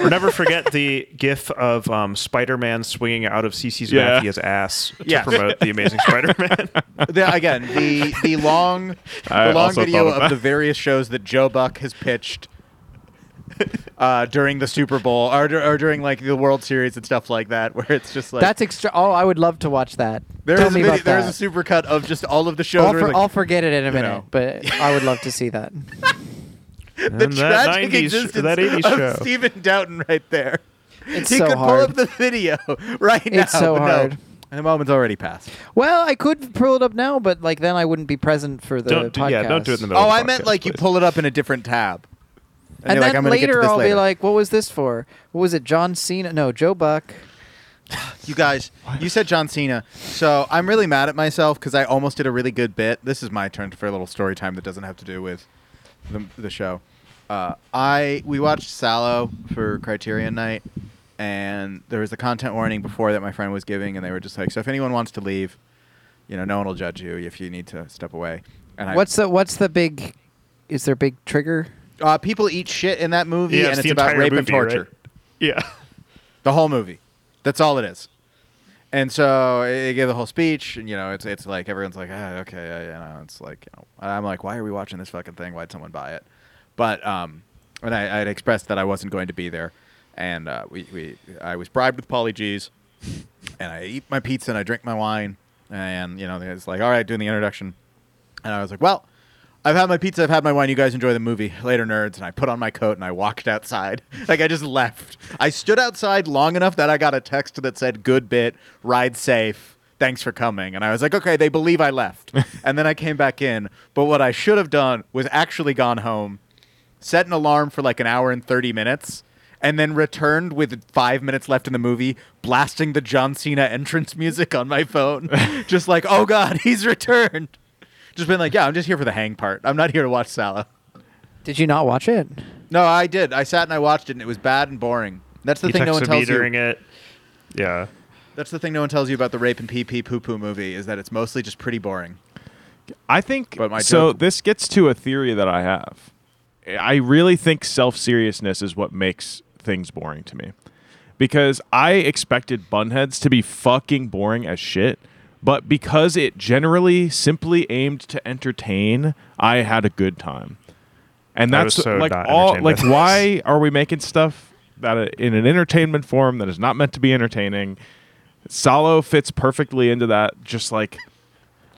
[SPEAKER 4] Or never forget the gif of um, Spider-Man swinging out of CC's
[SPEAKER 2] Yeah.
[SPEAKER 4] Mafia's ass to
[SPEAKER 5] Yeah.
[SPEAKER 4] promote the Amazing Spider-Man.
[SPEAKER 5] the, again, the the long,
[SPEAKER 2] I
[SPEAKER 5] the long
[SPEAKER 2] also
[SPEAKER 5] video
[SPEAKER 2] thought of
[SPEAKER 5] of,
[SPEAKER 2] that.
[SPEAKER 5] the various shows that Joe Buck has pitched uh, during the Super Bowl or, dur- or during like the World Series and stuff like that, where it's just like
[SPEAKER 1] That's extra. Oh, I would love to watch that.
[SPEAKER 5] there
[SPEAKER 1] Tell
[SPEAKER 5] is a
[SPEAKER 1] me
[SPEAKER 5] video-
[SPEAKER 1] about
[SPEAKER 5] there
[SPEAKER 1] that.
[SPEAKER 5] is a supercut of just all of the shows.
[SPEAKER 1] I'll,
[SPEAKER 5] where,
[SPEAKER 1] for-
[SPEAKER 5] like,
[SPEAKER 1] I'll forget it in a minute,
[SPEAKER 5] know.
[SPEAKER 1] but I would love to see that.
[SPEAKER 5] the
[SPEAKER 4] And that
[SPEAKER 5] tragic
[SPEAKER 4] 90s sh-
[SPEAKER 5] existence
[SPEAKER 4] that 80s
[SPEAKER 5] of
[SPEAKER 4] show.
[SPEAKER 5] Stephen Doughton right there.
[SPEAKER 1] It's
[SPEAKER 5] he
[SPEAKER 1] so
[SPEAKER 5] could
[SPEAKER 1] hard.
[SPEAKER 5] pull up the video right now.
[SPEAKER 1] It's so
[SPEAKER 5] but no.
[SPEAKER 1] hard.
[SPEAKER 5] And the moment's already passed.
[SPEAKER 1] Well, I could pull it up now, but like then I wouldn't be present for the
[SPEAKER 4] Don't do-
[SPEAKER 1] podcast.
[SPEAKER 4] yeah, don't do it in the middle.
[SPEAKER 5] Oh,
[SPEAKER 4] of the
[SPEAKER 5] I meant
[SPEAKER 4] podcast,
[SPEAKER 5] like you
[SPEAKER 4] please.
[SPEAKER 5] pull it up in a different tab.
[SPEAKER 1] And,
[SPEAKER 5] you're
[SPEAKER 1] then
[SPEAKER 5] like, I'm gonna get to
[SPEAKER 1] later
[SPEAKER 5] this
[SPEAKER 1] I'll be
[SPEAKER 5] later.
[SPEAKER 1] like, "What was this for? What was it? John Cena? No, Joe Buck."
[SPEAKER 5] You guys, you said John Cena. So I'm really mad at myself because I almost did a really good bit. This is my turn for a little story time that doesn't have to do with the, the show. Uh, I we watched Sallow for Criterion Night, and there was a content warning before that my friend was giving, and they were just like, "So if anyone wants to leave, you know, no one will judge you if you need to step away." And I,
[SPEAKER 1] What's the What's the big? Is there a big trigger?
[SPEAKER 5] uh, people eat shit in that movie, and it's about
[SPEAKER 4] entire
[SPEAKER 5] rape and
[SPEAKER 4] movie, right?
[SPEAKER 5] torture.
[SPEAKER 4] Yeah.
[SPEAKER 5] The whole movie. That's all it is. And so they give the whole speech, and you know, it's it's like everyone's like, ah, okay, uh, you know, it's like, you know, and I'm like, why are we watching this fucking thing? Why'd someone buy it? But um, and I I'd expressed that I wasn't going to be there, and uh, we we I was bribed with polygies, and I eat my pizza and I drink my wine, and you know, it's like, all right, doing the introduction, and I was like, well. I've had my pizza, I've had my wine. You guys enjoy the movie. Later, nerds. And I put on my coat and I walked outside. Like, I just left. I stood outside long enough that I got a text that said, Good bit, ride safe, thanks for coming. And I was like, Okay, they believe I left. and then I came back in. But what I should have done was actually gone home, set an alarm for like an hour and 30 minutes, and then returned with five minutes left in the movie, blasting the John Cena entrance music on my phone. just like, oh God, he's returned. Just been like, yeah, I'm just here for the hang part. I'm not here to watch Salah.
[SPEAKER 1] Did you not watch it?
[SPEAKER 5] No, I did. I sat and I watched it, and it was bad and boring. That's the
[SPEAKER 4] He
[SPEAKER 5] thing no
[SPEAKER 4] texted
[SPEAKER 5] one
[SPEAKER 4] me
[SPEAKER 5] tells you.
[SPEAKER 4] during it. Yeah.
[SPEAKER 5] That's the thing no one tells you about the rape and pee pee poo poo movie is that it's mostly just pretty boring.
[SPEAKER 2] I think
[SPEAKER 5] But my
[SPEAKER 2] so.
[SPEAKER 5] joke-
[SPEAKER 2] This gets to a theory that I have. I really think self seriousness is what makes things boring to me, because I expected bunheads to be fucking boring as shit, but because it generally simply aimed to entertain, I had a good time, and
[SPEAKER 4] I
[SPEAKER 2] that's
[SPEAKER 4] was so
[SPEAKER 2] like
[SPEAKER 4] not
[SPEAKER 2] all
[SPEAKER 4] entertained by
[SPEAKER 2] like
[SPEAKER 4] this.
[SPEAKER 2] why are we making stuff that uh, in an entertainment form that is not meant to be entertaining? Salo fits perfectly into that. Just like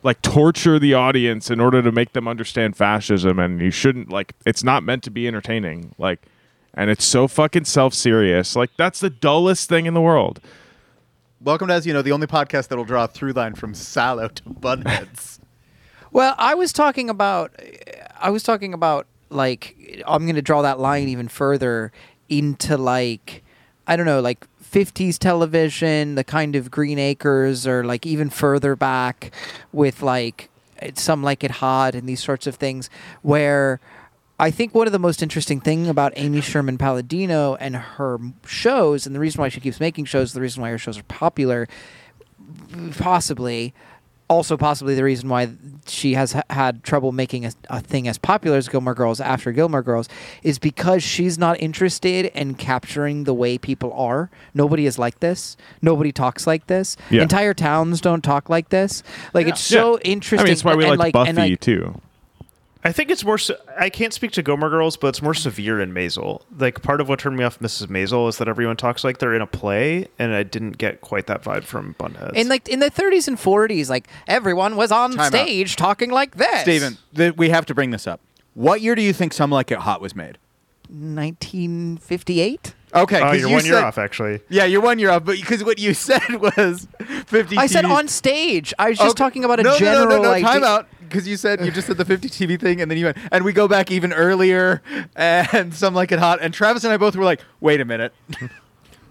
[SPEAKER 2] like torture the audience in order to make them understand fascism and you shouldn't like it's not meant to be entertaining like and it's so fucking self-serious like that's the dullest thing in the world
[SPEAKER 5] Welcome to, as you know, the only podcast that will draw a through line from Sallow to Bunheads.
[SPEAKER 1] Well, I was talking about, I was talking about like I'm going to draw that line even further into like I don't know, like 50s television, the kind of Green Acres, or like even further back with like it's some like it hot and these sorts of things where. I think one of the most interesting thing about Amy Sherman Palladino and her shows, and the reason why she keeps making shows, the reason why her shows are popular, possibly also possibly the reason why she has h- had trouble making a, a thing as popular as Gilmore Girls after Gilmore Girls is because she's not interested in capturing the way people are. Nobody is like this. Nobody talks like this.
[SPEAKER 2] Yeah.
[SPEAKER 1] Entire towns don't talk like this. Like it's so interesting.
[SPEAKER 2] I mean, it's why we
[SPEAKER 1] and,
[SPEAKER 2] like, Buffy
[SPEAKER 1] and, like,
[SPEAKER 2] too.
[SPEAKER 4] I think it's more. Se- I can't speak to Gomer Girls, but it's more severe in Maisel. Like part of what turned me off Mrs. Maisel is that everyone talks like they're in a play, and I didn't get quite that vibe from Bunheads.
[SPEAKER 1] in like in the 30s and 40s, like everyone was on
[SPEAKER 5] Time out.
[SPEAKER 1] stage talking like this.
[SPEAKER 5] Steven, th- we have to bring this up. What year do you think Some Like It Hot was made?
[SPEAKER 1] 1958.
[SPEAKER 5] Okay,
[SPEAKER 4] oh,
[SPEAKER 5] 'cause
[SPEAKER 4] you're
[SPEAKER 5] you
[SPEAKER 4] one year
[SPEAKER 5] said-
[SPEAKER 4] off actually.
[SPEAKER 5] Yeah, you're one year off, but because what you said was 50.
[SPEAKER 1] I said
[SPEAKER 5] TV
[SPEAKER 1] on stage. I was just
[SPEAKER 5] Okay.
[SPEAKER 1] talking about a
[SPEAKER 5] no, no,
[SPEAKER 1] general
[SPEAKER 5] No, no, no,
[SPEAKER 1] idea.
[SPEAKER 5] time out. Because you said you just said the 50 TV thing, and then you went, and we go back even earlier, and some like it hot. And Travis and I both were like, wait a minute.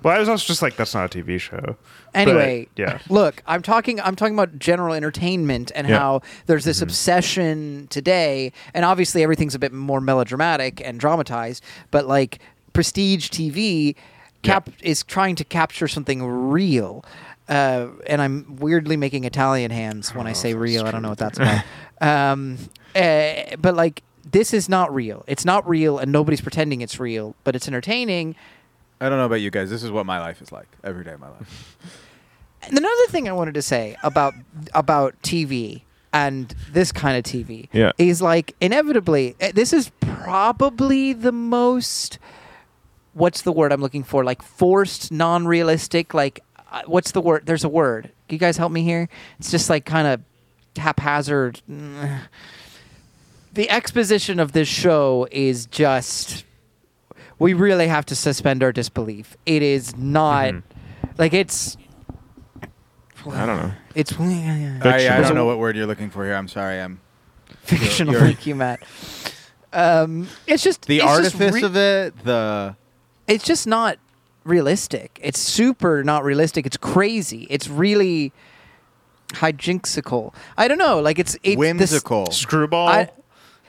[SPEAKER 4] Well, I was also just like, that's not a TV show. But,
[SPEAKER 1] Anyway,
[SPEAKER 4] yeah.
[SPEAKER 1] Look, I'm talking. I'm talking about general entertainment and
[SPEAKER 2] Yeah.
[SPEAKER 1] how there's this obsession today, and obviously everything's a bit more melodramatic and dramatized. But like prestige TV, cap is trying to capture something real. Uh, and I'm weirdly making Italian hands when I say real. I don't know what that's about. um, uh, but like, this is not real. It's not real, and nobody's pretending it's real. But it's entertaining.
[SPEAKER 5] I don't know about you guys. This is what my life is like every day of my life.
[SPEAKER 1] And another thing I wanted to say about about TV and this kind of TV
[SPEAKER 2] Yeah.
[SPEAKER 1] is like inevitably eh, this is probably the most what's the word I'm looking for like forced non-realistic like uh, what's the word there's a word Can you guys help me here it's just like kind of haphazard mm. the exposition of this show is just we really have to suspend our disbelief it is not like it's
[SPEAKER 2] Mm-hmm. I don't know.
[SPEAKER 1] it's
[SPEAKER 5] I, I
[SPEAKER 2] Fictional.
[SPEAKER 5] don't know what word you're looking for here. I'm sorry. I'm
[SPEAKER 1] fictional.
[SPEAKER 5] You're-
[SPEAKER 1] Thank you, Matt. Um, it's just
[SPEAKER 5] the
[SPEAKER 1] it's just
[SPEAKER 5] artifice
[SPEAKER 1] re-
[SPEAKER 5] of it. The
[SPEAKER 1] It's just not realistic. It's super not realistic. It's crazy. It's really hijinxical. I don't know. Like it's it's
[SPEAKER 5] whimsical.
[SPEAKER 4] Screwball.
[SPEAKER 1] This, I,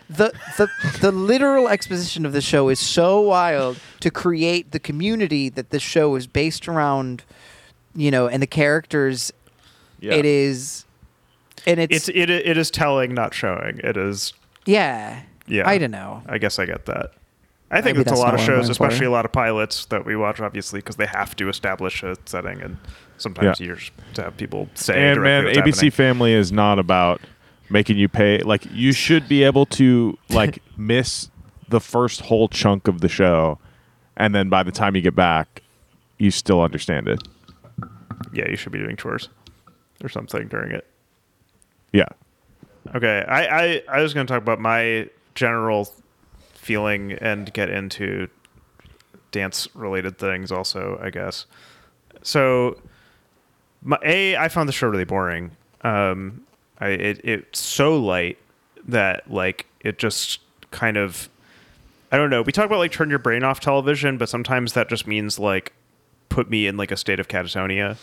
[SPEAKER 4] Oh.
[SPEAKER 1] the the the literal exposition of the show is so wild to create the community that the show is based around, you know, and the characters.
[SPEAKER 2] Yeah.
[SPEAKER 1] It is, and
[SPEAKER 4] it's it it is telling, not showing. It is.
[SPEAKER 1] Yeah.
[SPEAKER 4] Yeah.
[SPEAKER 1] I don't know.
[SPEAKER 4] I guess I get that. I think
[SPEAKER 1] Maybe
[SPEAKER 4] it's a
[SPEAKER 1] that's
[SPEAKER 4] lot
[SPEAKER 1] not what
[SPEAKER 4] of
[SPEAKER 1] I'm
[SPEAKER 4] shows,
[SPEAKER 1] going for.
[SPEAKER 4] especially a lot of pilots that we watch, obviously, because they have to establish a setting, and sometimes
[SPEAKER 2] Yeah.
[SPEAKER 4] years to have people say.
[SPEAKER 2] And man,
[SPEAKER 4] directly
[SPEAKER 2] ABC
[SPEAKER 4] what's happening.
[SPEAKER 2] Family is not about making you pay. Like you should be able to like miss the first whole chunk of the show, and then by the time you get back, you still understand it.
[SPEAKER 4] yeah, you should be doing chores or something during it.
[SPEAKER 2] Yeah.
[SPEAKER 4] Okay, I I, I was going to talk about my general feeling and get into dance related things also, I guess. So, my, a I found the show really boring. Um, I it it's so light that like it just kind of I don't know. We talk about like turn your brain off television, but sometimes that just means like put me in like a state of catatonia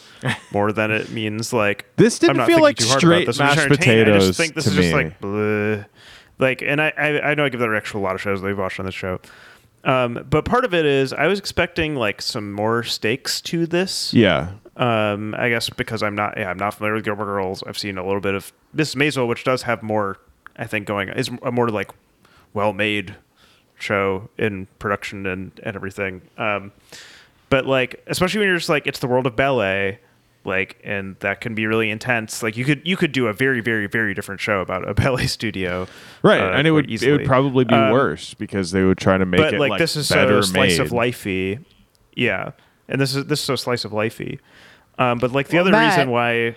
[SPEAKER 4] more than it means like
[SPEAKER 2] This didn't
[SPEAKER 4] I'm not
[SPEAKER 2] feel
[SPEAKER 4] thinking
[SPEAKER 2] like
[SPEAKER 4] too hard about
[SPEAKER 2] straight
[SPEAKER 4] this. I'm just
[SPEAKER 2] mashed
[SPEAKER 4] entertained. I just
[SPEAKER 2] potatoes
[SPEAKER 4] think this
[SPEAKER 2] to
[SPEAKER 4] is just
[SPEAKER 2] me.
[SPEAKER 4] like bleh. like and I, I I know I give that a extra a lot of shows that we've watched on this show. Um, but part of it is I was expecting like some more stakes to this.
[SPEAKER 2] Yeah.
[SPEAKER 4] Um, I guess because I'm not yeah, I'm not familiar with Gilmore Girls. I've seen a little bit of Miss Maisel, which does have more I think going is a more like well made show in production and, and everything. Um, but like especially when you're just like it's the world of ballet, like and that can be really intense. Like you could you could do a very very very different show about a ballet studio,
[SPEAKER 2] Right,
[SPEAKER 4] uh,
[SPEAKER 2] and it
[SPEAKER 4] quite
[SPEAKER 2] would it
[SPEAKER 4] easily.
[SPEAKER 2] would probably be
[SPEAKER 4] Um,
[SPEAKER 2] worse because they would try to make
[SPEAKER 4] but
[SPEAKER 2] it
[SPEAKER 4] like,
[SPEAKER 2] like
[SPEAKER 4] this is so
[SPEAKER 2] better
[SPEAKER 4] slice of
[SPEAKER 2] made.
[SPEAKER 4] lifey, yeah. And this is this is so slice of lifey. Um, but like the other
[SPEAKER 1] Matt-
[SPEAKER 4] reason why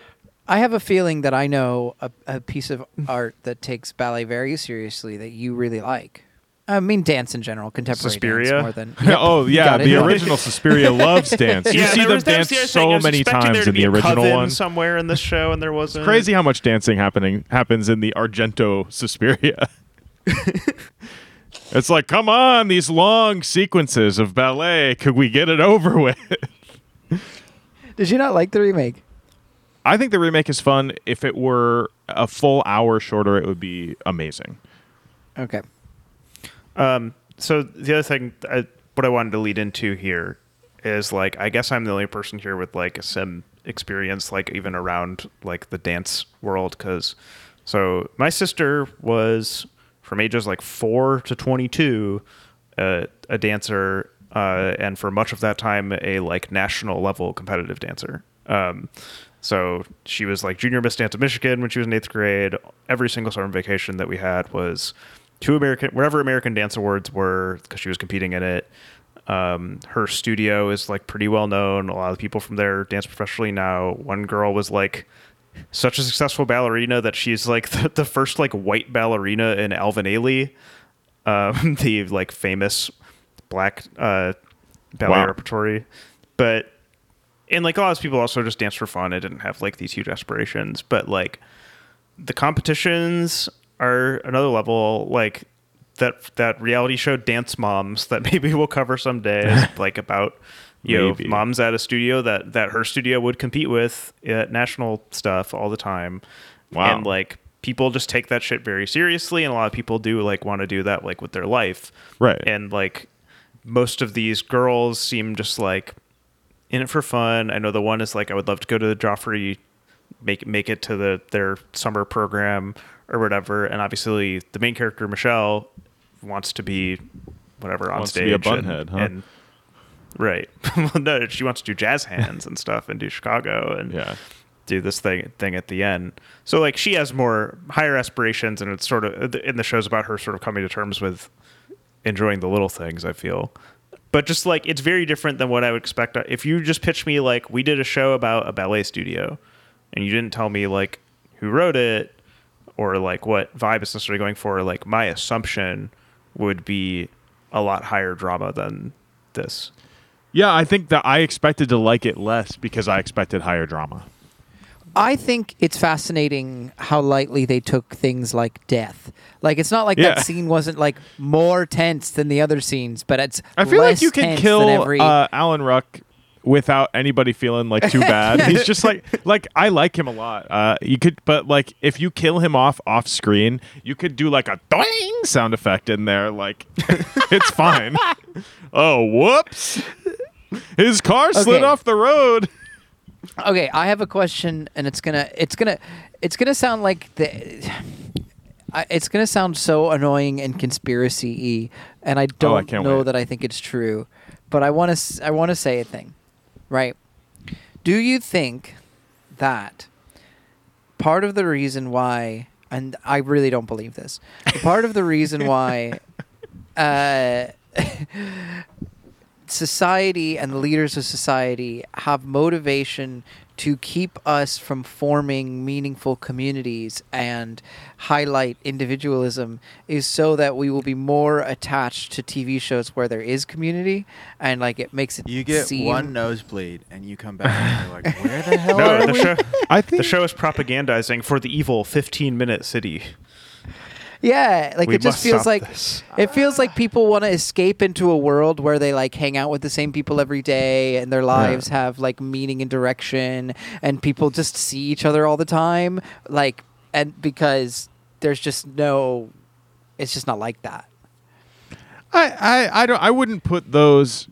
[SPEAKER 1] I have a feeling that I know a, a piece of art that takes ballet very seriously that you really like. I mean, dance in general, contemporary
[SPEAKER 4] Suspiria?
[SPEAKER 1] dance more than.
[SPEAKER 2] oh
[SPEAKER 1] you
[SPEAKER 2] yeah,
[SPEAKER 1] got it.
[SPEAKER 2] the original Suspiria loves dance. You
[SPEAKER 4] Yeah,
[SPEAKER 2] see
[SPEAKER 4] there
[SPEAKER 2] them
[SPEAKER 4] was- that was
[SPEAKER 2] dance
[SPEAKER 4] the other thing. I
[SPEAKER 2] so
[SPEAKER 4] was
[SPEAKER 2] many
[SPEAKER 4] expecting there
[SPEAKER 2] times
[SPEAKER 4] to
[SPEAKER 2] in
[SPEAKER 4] be
[SPEAKER 2] the
[SPEAKER 4] a
[SPEAKER 2] original
[SPEAKER 4] coven
[SPEAKER 2] one.
[SPEAKER 4] somewhere in this show, and there wasn't.
[SPEAKER 2] Crazy how much dancing happening happens in the Argento Suspiria. it's like, come on, these long sequences of ballet. Could we get it over with?
[SPEAKER 1] Did you not like the remake?
[SPEAKER 2] I think the remake is fun. If it were a full hour shorter, it would be amazing.
[SPEAKER 1] Okay.
[SPEAKER 4] Um, so the other thing, I, what I wanted to lead into here is like, I guess I'm the only person here with like a sim experience, like even around like the dance world. Because so my sister was from ages like four to twenty two, uh, a dancer, uh, and for much of that time, a like national level competitive dancer. Um, so she was like junior Miss Dance of Michigan when she was in eighth grade. Every single summer vacation that we had was two American, wherever American Dance Awards were, because she was competing in it. Um, her studio is like pretty well known. A lot of people from there dance professionally now. One girl was like such a successful ballerina that she's like the, the first like white ballerina in Alvin Ailey, um, the like famous black uh, ballet
[SPEAKER 2] Wow.
[SPEAKER 4] repertory. But and like a lot of people also just dance for fun. I didn't have like these huge aspirations, but like the competitions are another level. Like that that reality show Dance Moms that maybe we'll cover someday, is, like about you
[SPEAKER 2] Maybe.
[SPEAKER 4] know moms at a studio that that her studio would compete with at national stuff all the time.
[SPEAKER 2] Wow.
[SPEAKER 4] And like people just take that shit very seriously, and a lot of people do like want to do that like with their life,
[SPEAKER 2] Right.
[SPEAKER 4] And like most of these girls seem just like in it for fun. I know the one is like, I would love to go to the Joffrey, make make it to the their summer program or whatever. And obviously, the main character Michelle wants to be whatever on
[SPEAKER 2] Wants to
[SPEAKER 4] stage.
[SPEAKER 2] be a
[SPEAKER 4] and-
[SPEAKER 2] bunhead, huh?
[SPEAKER 4] and- right. well, no, she wants to do jazz hands and stuff and do Chicago and
[SPEAKER 2] Yeah.
[SPEAKER 4] do this thing thing at the end. So like she has more higher aspirations, and it's sort of in the show's about her sort of coming to terms with enjoying the little things. I feel, but just like it's very different than what I would expect. Uh, If you just pitch me like we did a show about a ballet studio, and you didn't tell me like who wrote it or like what vibe it's necessarily going for, like my assumption would be a lot higher drama than this.
[SPEAKER 2] Yeah, I think that I expected to like it less because I expected higher drama.
[SPEAKER 1] I think it's fascinating how lightly they took things like death. Like it's not like
[SPEAKER 2] Yeah.
[SPEAKER 1] that scene wasn't like more tense than the other scenes, but it's
[SPEAKER 2] I feel
[SPEAKER 1] less
[SPEAKER 2] like you can
[SPEAKER 1] tense
[SPEAKER 2] kill
[SPEAKER 1] than every
[SPEAKER 2] uh, Alan Ruck without anybody feeling like too bad. He's just like like I like him a lot. Uh, you could, but like if you kill him off off screen, you could do like a doing sound effect in there. Like it's fine. oh whoops! His car slid
[SPEAKER 1] Okay.
[SPEAKER 2] off the road.
[SPEAKER 1] Okay, I have a question, and it's gonna, it's gonna, it's gonna sound like the, I, it's gonna sound so annoying and conspiracy-y, and I don't
[SPEAKER 2] Oh, can't
[SPEAKER 1] know
[SPEAKER 2] wait.
[SPEAKER 1] that I think it's true, but I want to, I want to say a thing, right? Do you think that part of the reason why, and I really don't believe this, but part of the reason why, uh. society and the leaders of society have motivation to keep us from forming meaningful communities and highlight individualism is so that we will be more attached to TV shows where there is community and like it makes it
[SPEAKER 5] You get
[SPEAKER 1] seem
[SPEAKER 5] one nosebleed and you come back and you're like, where the hell
[SPEAKER 4] No,
[SPEAKER 5] are
[SPEAKER 4] the
[SPEAKER 5] we?
[SPEAKER 4] show
[SPEAKER 2] I
[SPEAKER 4] the
[SPEAKER 2] think
[SPEAKER 4] show is propagandizing for the evil 15 minute city.
[SPEAKER 1] Yeah, like
[SPEAKER 4] We
[SPEAKER 1] it just
[SPEAKER 4] must
[SPEAKER 1] feels
[SPEAKER 4] stop
[SPEAKER 1] like
[SPEAKER 4] this.
[SPEAKER 1] it feels like people want to escape into a world where they like hang out with the same people every day and their lives have like meaning and direction and people just see each other all the time like and because there's just no it's just not like that.
[SPEAKER 2] I, I, I don't I wouldn't put those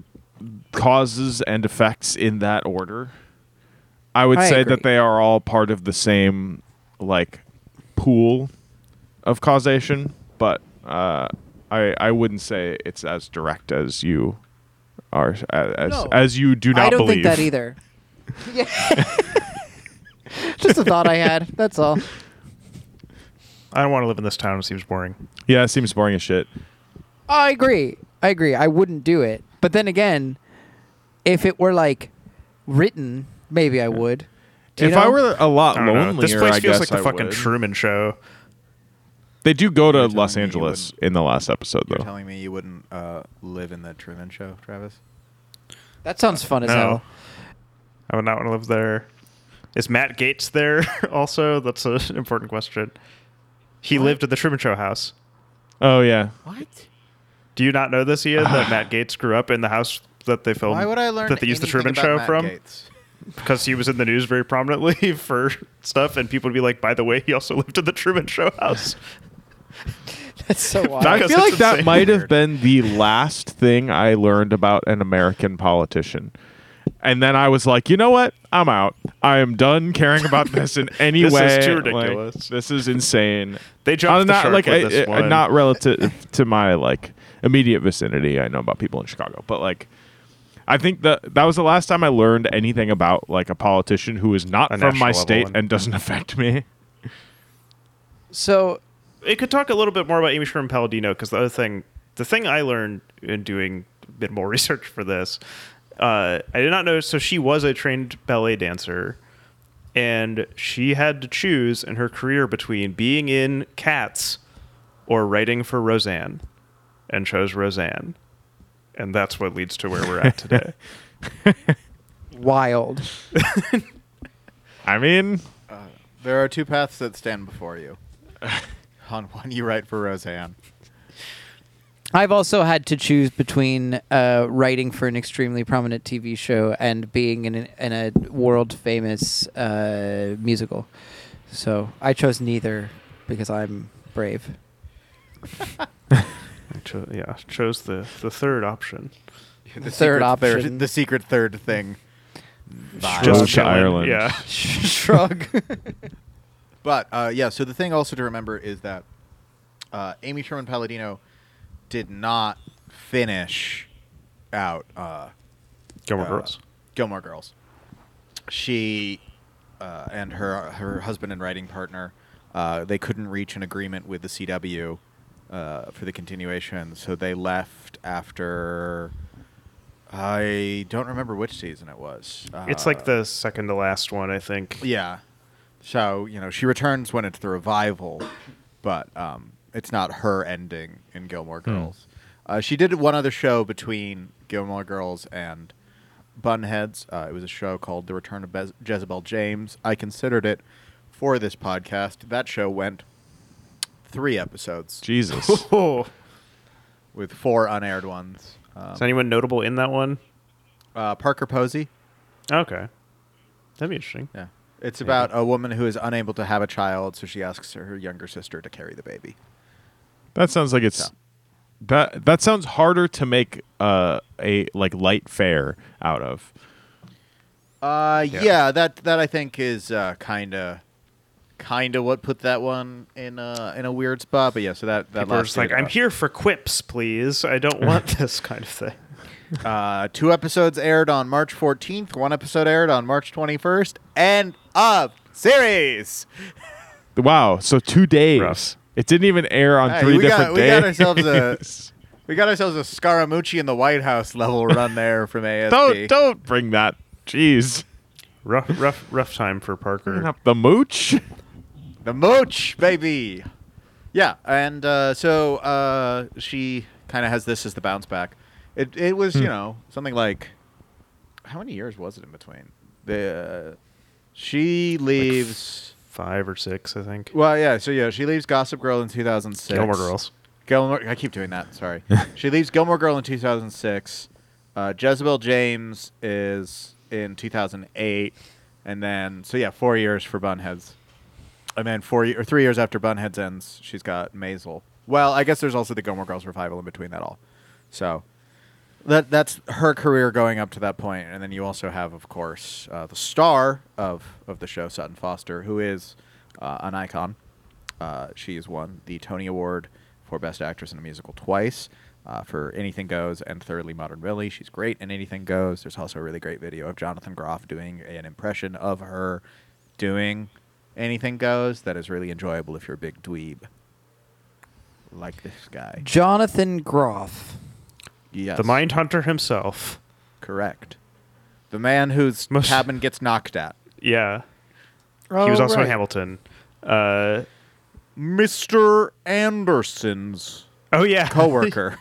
[SPEAKER 2] causes and effects in that order. I would
[SPEAKER 1] I
[SPEAKER 2] say
[SPEAKER 1] agree.
[SPEAKER 2] that they are all part of the same like pool of causation, but uh, I I wouldn't say it's as direct as you are as
[SPEAKER 1] No.
[SPEAKER 2] as you do not
[SPEAKER 1] I don't
[SPEAKER 2] believe.
[SPEAKER 1] think that either. Yeah. just a thought I had. That's all.
[SPEAKER 4] I don't want to live in this town. It seems boring.
[SPEAKER 2] Yeah, it seems boring as shit.
[SPEAKER 1] Oh, I agree. I agree. I wouldn't do it. But then again, if it were like written, maybe I would. Do you
[SPEAKER 2] If
[SPEAKER 1] know?
[SPEAKER 2] I were a lot
[SPEAKER 4] I don't know.
[SPEAKER 2] lonelier,
[SPEAKER 4] This place
[SPEAKER 2] I
[SPEAKER 4] feels
[SPEAKER 2] guess
[SPEAKER 4] like the
[SPEAKER 2] I
[SPEAKER 4] fucking
[SPEAKER 2] would.
[SPEAKER 4] Truman Show.
[SPEAKER 2] They do go to
[SPEAKER 5] You're telling
[SPEAKER 2] Los
[SPEAKER 5] me you
[SPEAKER 2] Angeles
[SPEAKER 5] wouldn't-
[SPEAKER 2] in the last episode,
[SPEAKER 5] You're
[SPEAKER 2] though.
[SPEAKER 5] telling me you wouldn't uh, live in the Truman Show, Travis?
[SPEAKER 1] That sounds fun as
[SPEAKER 4] no.
[SPEAKER 1] hell.
[SPEAKER 4] I would not want to live there. Is Matt Gates there also? That's an important question. He lived at the Truman Show house.
[SPEAKER 2] Oh yeah,
[SPEAKER 5] What?
[SPEAKER 4] Do you not know this, Ian? that Matt Gates grew up in the house that they filmed.
[SPEAKER 5] Why would I learn
[SPEAKER 4] Um, that they used the
[SPEAKER 5] anything
[SPEAKER 4] Truman
[SPEAKER 5] about
[SPEAKER 4] Show
[SPEAKER 5] Matt
[SPEAKER 4] from?
[SPEAKER 5] Gates?
[SPEAKER 4] Because he was in the news very prominently for stuff, and people would be like, "By the way, he also lived at the Truman Show house."
[SPEAKER 1] That's so wild.
[SPEAKER 2] I
[SPEAKER 4] Because
[SPEAKER 2] feel
[SPEAKER 4] it's
[SPEAKER 2] like that
[SPEAKER 4] insane.
[SPEAKER 2] might have been the last thing I learned about an American politician. And then I was like, you know what? I'm out. I am done caring about this in any
[SPEAKER 4] This is
[SPEAKER 2] way.
[SPEAKER 4] too
[SPEAKER 2] Like,
[SPEAKER 4] ridiculous.
[SPEAKER 2] this is insane.
[SPEAKER 4] They jumped
[SPEAKER 2] Uh,
[SPEAKER 4] the
[SPEAKER 2] not,
[SPEAKER 4] shark
[SPEAKER 2] like,
[SPEAKER 4] with
[SPEAKER 2] I-
[SPEAKER 4] this
[SPEAKER 2] I-
[SPEAKER 4] one.
[SPEAKER 2] Not relative to my like immediate vicinity. I know about people in Chicago, but like, I think that that was the last time I learned anything about like a politician who is not
[SPEAKER 4] A
[SPEAKER 2] from
[SPEAKER 4] national
[SPEAKER 2] my
[SPEAKER 4] level
[SPEAKER 2] state
[SPEAKER 4] one.
[SPEAKER 2] and doesn't affect me.
[SPEAKER 1] So
[SPEAKER 4] it could talk a little bit more about Amy Sherman Palladino because the other thing, the thing I learned in doing a bit more research for this, uh, I did not know. So she was a trained ballet dancer, and she had to choose in her career between being in Cats or writing for Roseanne, and chose Roseanne, and that's what leads to where we're at today.
[SPEAKER 1] wild.
[SPEAKER 2] I mean,
[SPEAKER 5] Uh, There are two paths that stand before you. On one, you write for Roseanne.
[SPEAKER 1] I've also had to choose between uh, writing for an extremely prominent TV show and being in, an, in a world famous uh, musical. So I chose neither because I'm brave.
[SPEAKER 4] I cho- yeah, chose the the third option.
[SPEAKER 5] The
[SPEAKER 1] Third
[SPEAKER 5] secret
[SPEAKER 1] option.
[SPEAKER 5] the secret third thing. Vibe.
[SPEAKER 2] Just- Road to
[SPEAKER 4] chilling,
[SPEAKER 2] Ireland.
[SPEAKER 4] Yeah.
[SPEAKER 1] Shrug.
[SPEAKER 5] But uh, yeah, so the thing also to remember is that uh, Amy Sherman Palladino did not finish out uh,
[SPEAKER 4] Gilmore
[SPEAKER 5] uh,
[SPEAKER 4] Girls.
[SPEAKER 5] Gilmore Girls. She uh, and her her husband and writing partner uh, they couldn't reach an agreement with the CW uh, for the continuation, so they left after. I don't remember which season it was. Uh,
[SPEAKER 4] It's like the second to last one, I think.
[SPEAKER 5] yeah. So you know she returns when it's the revival, but um, it's not her ending in Gilmore Girls. Uh, she did one other show between Gilmore Girls and Bunheads. Uh, it was a show called The Return of Bez- Jezebel James. I considered it for this podcast. That show went three episodes
[SPEAKER 2] Jesus.
[SPEAKER 5] Um,
[SPEAKER 4] Oh.
[SPEAKER 5] with four unaired ones. Um,
[SPEAKER 4] Is anyone notable in that one?
[SPEAKER 5] uh, Parker Posey.
[SPEAKER 4] Okay. That'd be interesting.
[SPEAKER 5] Yeah. It's about a woman who is unable to have a child, so she asks her younger sister to carry the baby.
[SPEAKER 2] That sounds like it's
[SPEAKER 5] Yeah.
[SPEAKER 2] that that sounds harder to make uh, a like light fare out of.
[SPEAKER 5] Uh,
[SPEAKER 4] Yeah.
[SPEAKER 5] yeah. that that I think is uh, kind of kind of what put that one in uh, in a weird spot. But yeah, so that that
[SPEAKER 4] People are
[SPEAKER 5] last
[SPEAKER 4] just like,
[SPEAKER 5] season-
[SPEAKER 4] I'm here for quips, please. I don't want this kind of thing.
[SPEAKER 5] Uh, two episodes aired on March 14th. One episode aired on March 21st. End of series.
[SPEAKER 2] Wow. So two days.
[SPEAKER 4] Rough.
[SPEAKER 2] It didn't even air on
[SPEAKER 5] Hey,
[SPEAKER 2] three
[SPEAKER 5] we
[SPEAKER 2] different
[SPEAKER 5] got- we
[SPEAKER 2] days.
[SPEAKER 5] got ourselves a- We got ourselves a Scaramucci in the White House level run there from ASP.
[SPEAKER 2] don't don't bring that. Jeez.
[SPEAKER 4] Rough, rough, rough time for Parker.
[SPEAKER 2] Up the mooch.
[SPEAKER 5] The mooch, baby. Yeah, and uh, so uh, she kind of has this as the bounce back. It it was
[SPEAKER 4] Hmm.
[SPEAKER 5] you know something like how many years was it in between? The uh, she leaves.
[SPEAKER 4] Five or six, I think.
[SPEAKER 5] well, yeah. So yeah, she leaves Gossip Girl in 2006.
[SPEAKER 4] Gilmore Girls.
[SPEAKER 5] Gilmore. I keep doing that. Sorry. she leaves Gilmore Girl in 2006. Uh, Jezebel James is in 2008, and then so yeah, four years for Bunheads, and then four ye- or three years after Bunheads ends, she's got Maisel. Well, I guess there's also the Gilmore Girls revival in between that all. So that that's her career going up to that point, and then you also have, of course, uh, the star of of the show, Sutton Foster, who is uh, an icon. Uh, she has won the Tony Award for Best Actress in a Musical twice uh, for Anything Goes and Thoroughly Modern Millie. She's great in Anything Goes. There's also a really great video of Jonathan Groff doing an impression of her doing Anything Goes that is really enjoyable if you're a big dweeb like this guy.
[SPEAKER 1] Jonathan Groff.
[SPEAKER 5] Yes.
[SPEAKER 4] The Mind Hunter himself.
[SPEAKER 5] Correct. The man whose
[SPEAKER 4] Most-
[SPEAKER 5] cabin gets knocked at.
[SPEAKER 4] Yeah. he was
[SPEAKER 1] Oh,
[SPEAKER 4] also in
[SPEAKER 1] right.
[SPEAKER 4] Hamilton. Uh,
[SPEAKER 5] Mr. Anderson's
[SPEAKER 4] oh, yeah.
[SPEAKER 5] coworker.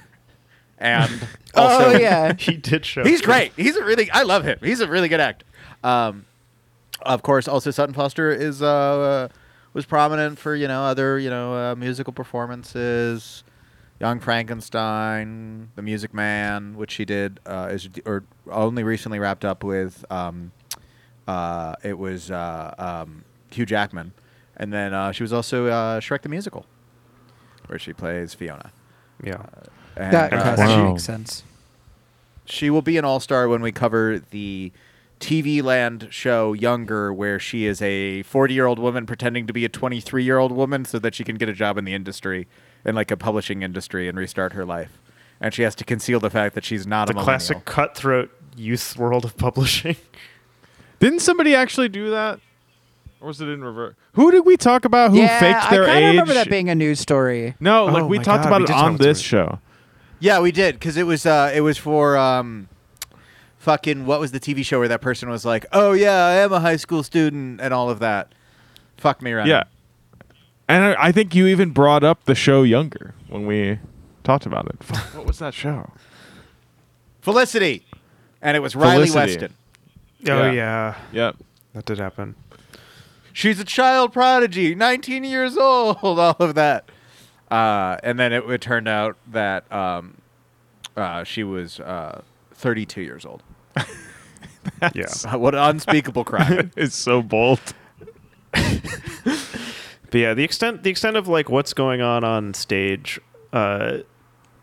[SPEAKER 5] and
[SPEAKER 1] Oh
[SPEAKER 5] also
[SPEAKER 1] yeah.
[SPEAKER 4] he did show.
[SPEAKER 5] He's great. He's a really I love him. He's a really good actor. Um, of course, also Sutton Foster is uh, was prominent for you know other you know uh, musical performances, Young Frankenstein, The Music Man, which she did uh, is or only recently wrapped up with. Um, uh, it was uh, um, Hugh Jackman, and then uh, she was also uh, Shrek the Musical, where she plays Fiona.
[SPEAKER 4] Yeah.
[SPEAKER 5] And,
[SPEAKER 1] That
[SPEAKER 5] uh,
[SPEAKER 1] actually
[SPEAKER 2] Wow.
[SPEAKER 1] makes sense.
[SPEAKER 5] She will be an all star when we cover the TV land show Younger, where she is a 40 year old woman pretending to be a 23 year old woman so that she can get a job in the industry, in like a publishing industry, and restart her life. And she has to conceal the fact that she's not
[SPEAKER 4] the
[SPEAKER 5] a millennial.
[SPEAKER 4] classic cutthroat youth world of publishing.
[SPEAKER 2] Didn't somebody actually do that? Or was it in reverse? Who did we talk about who
[SPEAKER 1] yeah,
[SPEAKER 2] faked their
[SPEAKER 1] I kinda
[SPEAKER 2] age?
[SPEAKER 1] remember that being a news story.
[SPEAKER 2] no,
[SPEAKER 4] Oh
[SPEAKER 2] like we
[SPEAKER 4] my
[SPEAKER 2] talked
[SPEAKER 4] God,
[SPEAKER 2] about
[SPEAKER 4] we
[SPEAKER 2] it
[SPEAKER 4] did
[SPEAKER 2] on
[SPEAKER 4] talk about
[SPEAKER 2] this
[SPEAKER 4] it.
[SPEAKER 2] show.
[SPEAKER 5] Yeah, we did because it was uh, it was for um, fucking what was the TV show where that person was like, "Oh yeah, I am a high school student" and all of that. Fuck me around.
[SPEAKER 2] Yeah. And I, I think you even brought up the show Younger when we talked about it. Fuck, what was that show?
[SPEAKER 5] Felicity, and it was Riley
[SPEAKER 2] Felicity.
[SPEAKER 5] Weston.
[SPEAKER 2] Yeah.
[SPEAKER 4] Oh yeah,
[SPEAKER 2] Yep.
[SPEAKER 4] that did happen.
[SPEAKER 5] She's a child prodigy, 19 years old, all of that. Uh, and then it, it turned out that um, uh, she was uh, 32 years old.
[SPEAKER 4] Yeah,
[SPEAKER 5] What an unspeakable crime.
[SPEAKER 2] It's so bold.
[SPEAKER 4] but yeah, the extent the extent of like what's going on on stage, uh,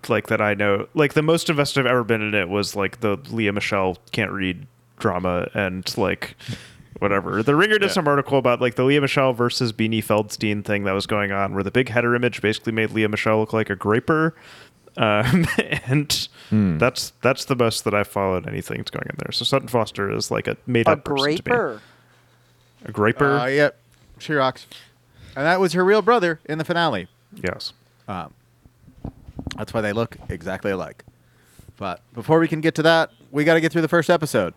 [SPEAKER 4] like that I know, like the most invested I've ever been in it was like the Leah Michelle can't read drama and like whatever. The Ringer did
[SPEAKER 2] Yeah.
[SPEAKER 4] some article about like the Leah Michelle versus Beanie Feldstein thing that was going on, where the big header image basically made Leah Michelle look like a graper. Um, and
[SPEAKER 2] Hmm.
[SPEAKER 4] that's that's the most that I've followed anything that's going on there. So Sutton Foster is like a made
[SPEAKER 1] A
[SPEAKER 4] up person to me.
[SPEAKER 1] graper.
[SPEAKER 4] A graper.
[SPEAKER 5] Uh, yep. She rocks. And that was her real brother in the finale.
[SPEAKER 4] yes.
[SPEAKER 5] Um, that's why they look exactly alike. But before we can get to that, we got to get through the first episode.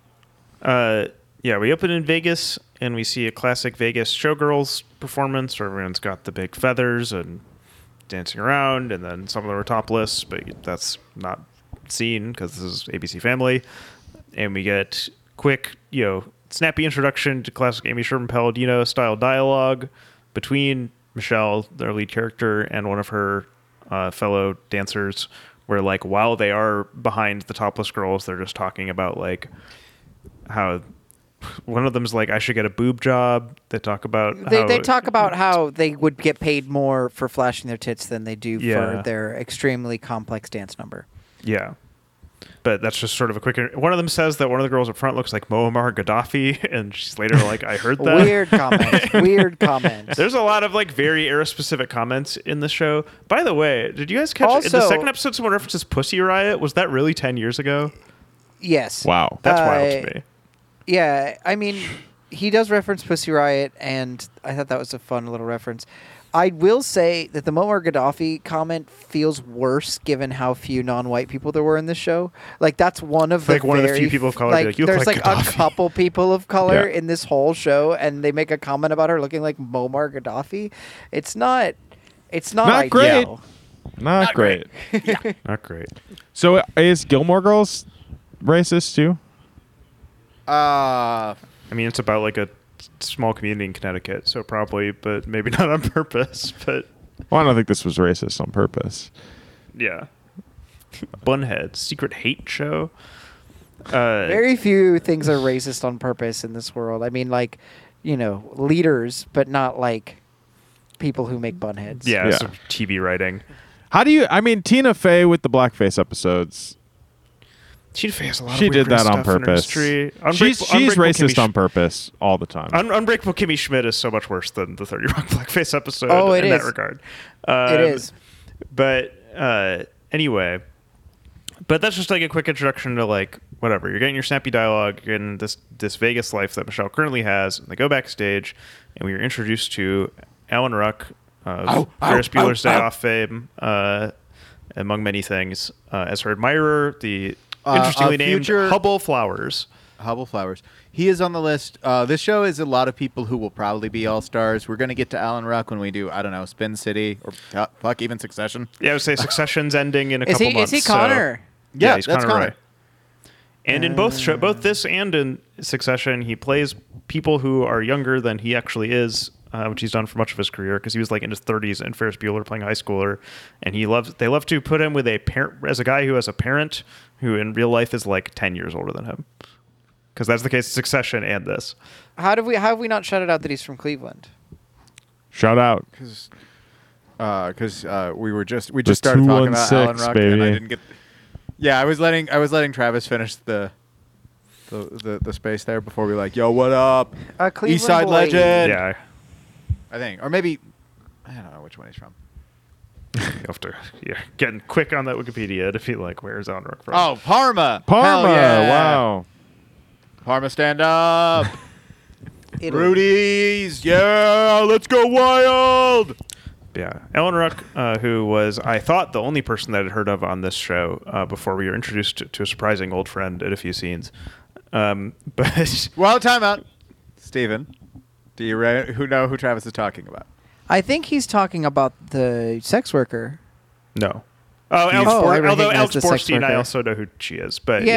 [SPEAKER 4] Uh, yeah, we open in Vegas and we see a classic Vegas showgirls performance where everyone's got the big feathers and dancing around, and then some of them are topless, but that's not seen because this is ABC Family. And we get quick, you know, snappy introduction to classic Amy Sherman Palladino style dialogue between Michelle, their lead character, and one of her uh, fellow dancers. Where like while they are behind the topless girls, they're just talking about like how one of them's like I should get a boob job. They talk about
[SPEAKER 1] They,
[SPEAKER 4] how,
[SPEAKER 1] they talk about how they would get paid more for flashing their tits than they do
[SPEAKER 4] Yeah.
[SPEAKER 1] for their extremely complex dance number.
[SPEAKER 4] yeah. But that's just sort of a quick. One of them says that one of the girls up front looks like Muammar Gaddafi, and she's later like, "I heard that."
[SPEAKER 1] Weird comment. Weird comment.
[SPEAKER 4] There's a lot of like very era specific comments in the show. By the way, did you guys catch in the
[SPEAKER 1] Also-
[SPEAKER 4] second episode someone references Pussy Riot? Was that really ten years ago?
[SPEAKER 1] Yes.
[SPEAKER 2] Wow.
[SPEAKER 4] That's wild
[SPEAKER 1] Uh,
[SPEAKER 4] to me.
[SPEAKER 1] Yeah, I mean, he does reference Pussy Riot, and I thought that was a fun little reference. I will say that the Muammar Gaddafi comment feels worse given how few non-white people there were in this show. Like that's one of the
[SPEAKER 4] Like, one of the
[SPEAKER 1] very-
[SPEAKER 4] few people of color be like, "You look
[SPEAKER 1] there's
[SPEAKER 4] like
[SPEAKER 1] like, a
[SPEAKER 4] Gaddafi."
[SPEAKER 1] couple people of color
[SPEAKER 2] Yeah.
[SPEAKER 1] in this whole show, and they make a comment about her looking like Muammar Gaddafi. It's not. It's not,
[SPEAKER 2] Not great.
[SPEAKER 1] ideal.
[SPEAKER 2] Not, great.
[SPEAKER 4] Not great.
[SPEAKER 2] So uh, is Gilmore Girls racist too?
[SPEAKER 5] Uh,
[SPEAKER 4] I mean, it's about like a s- small community in Connecticut, so probably, but maybe not on purpose. But
[SPEAKER 2] Well, I don't think this was racist on purpose.
[SPEAKER 4] Yeah. Bunhead, secret hate show. Uh,
[SPEAKER 1] Very few things are racist on purpose in this world. I mean, like, you know, leaders, but not like people who make bunheads.
[SPEAKER 4] yeah,
[SPEAKER 2] Yeah.
[SPEAKER 4] some TV writing.
[SPEAKER 2] How do you? I mean, Tina Fey with the blackface episodes.
[SPEAKER 4] She has a lot
[SPEAKER 2] She
[SPEAKER 4] of
[SPEAKER 2] did
[SPEAKER 4] weird
[SPEAKER 2] that on
[SPEAKER 4] stuff in her
[SPEAKER 2] purpose.
[SPEAKER 4] history.
[SPEAKER 2] she's
[SPEAKER 4] Unbreakable-
[SPEAKER 2] she's
[SPEAKER 4] Unbreakable
[SPEAKER 2] racist
[SPEAKER 4] Kimmy
[SPEAKER 2] on
[SPEAKER 4] Sch-
[SPEAKER 2] purpose all the time.
[SPEAKER 4] Un- Unbreakable Kimmy Schmidt is so much worse than the 30 Rock Blackface episode
[SPEAKER 1] Oh, it
[SPEAKER 4] in that
[SPEAKER 1] is.
[SPEAKER 4] regard.
[SPEAKER 1] It
[SPEAKER 4] Um,
[SPEAKER 1] is.
[SPEAKER 4] But uh, anyway, but that's just like a quick introduction to like whatever you're getting your snappy dialogue you're getting this this Vegas life that Michelle currently has. And they go backstage, and we are introduced to Alan Ruck of Ferris Bueller's Day Off fame, uh, among many things, uh, as her admirer. The
[SPEAKER 5] Uh,
[SPEAKER 4] interestingly
[SPEAKER 5] a
[SPEAKER 4] named
[SPEAKER 5] future-
[SPEAKER 4] Hubble Flowers.
[SPEAKER 5] Hubble Flowers. He is on the list. Uh, this show is a lot of people who will probably be all stars. We're going to get to Alan Ruck when we do, I don't know, Spin City or uh, fuck, even Succession.
[SPEAKER 4] Yeah, I would say Succession's ending in a
[SPEAKER 1] Is
[SPEAKER 4] couple
[SPEAKER 1] he? Is
[SPEAKER 4] months.
[SPEAKER 1] he
[SPEAKER 4] so-
[SPEAKER 1] Connor?
[SPEAKER 4] Yeah,
[SPEAKER 5] Yeah,
[SPEAKER 4] he's
[SPEAKER 5] that's
[SPEAKER 4] Connor, Roy.
[SPEAKER 5] Connor.
[SPEAKER 4] And in both show, both this and in Succession, he plays people who are younger than he actually is, uh, which he's done for much of his career because he was like in his 30s and Ferris Bueller playing a high schooler, and he loves. They love to put him with a parent as a guy who has a parent who in real life is like 10 years older than him, because that's the case in Succession and this.
[SPEAKER 1] How do we? How have we not shouted out that he's from Cleveland?
[SPEAKER 2] Shout out.
[SPEAKER 5] Because uh, we were uh, just we just started talking about Alan
[SPEAKER 2] 216,
[SPEAKER 5] Ruck and I
[SPEAKER 2] baby.
[SPEAKER 5] didn't get. Yeah, I was letting I was letting Travis finish the the, the, the space there before we were like, yo, what up?
[SPEAKER 1] Uh, Cleveland
[SPEAKER 5] East Side
[SPEAKER 1] boy.
[SPEAKER 5] Legend.
[SPEAKER 4] Yeah,
[SPEAKER 5] I think. Or maybe I don't know which one he's from.
[SPEAKER 4] you have to. Yeah, getting quick on that Wikipedia to be like, where's Onrock from?
[SPEAKER 5] Oh, Parma.
[SPEAKER 2] Parma.
[SPEAKER 5] Hell yeah.
[SPEAKER 2] Wow.
[SPEAKER 5] Parma stand up.
[SPEAKER 1] Italy.
[SPEAKER 5] Rudy's. Yeah, let's go wild.
[SPEAKER 4] Yeah, Ellen Ruck, uh, who was I thought the only person that I'd heard of on this show uh, before we were introduced to, to a surprising old friend at a few scenes, um, but
[SPEAKER 5] Well, timeout. Steven, do you re- who know who Travis is talking about?
[SPEAKER 1] I think he's talking about the sex worker.
[SPEAKER 4] no. Oh, El
[SPEAKER 1] Oh, I
[SPEAKER 4] Spor- although El
[SPEAKER 1] recognize the sex
[SPEAKER 4] Sporstein, I
[SPEAKER 1] worker.
[SPEAKER 4] also know who she is, but Uh, yeah.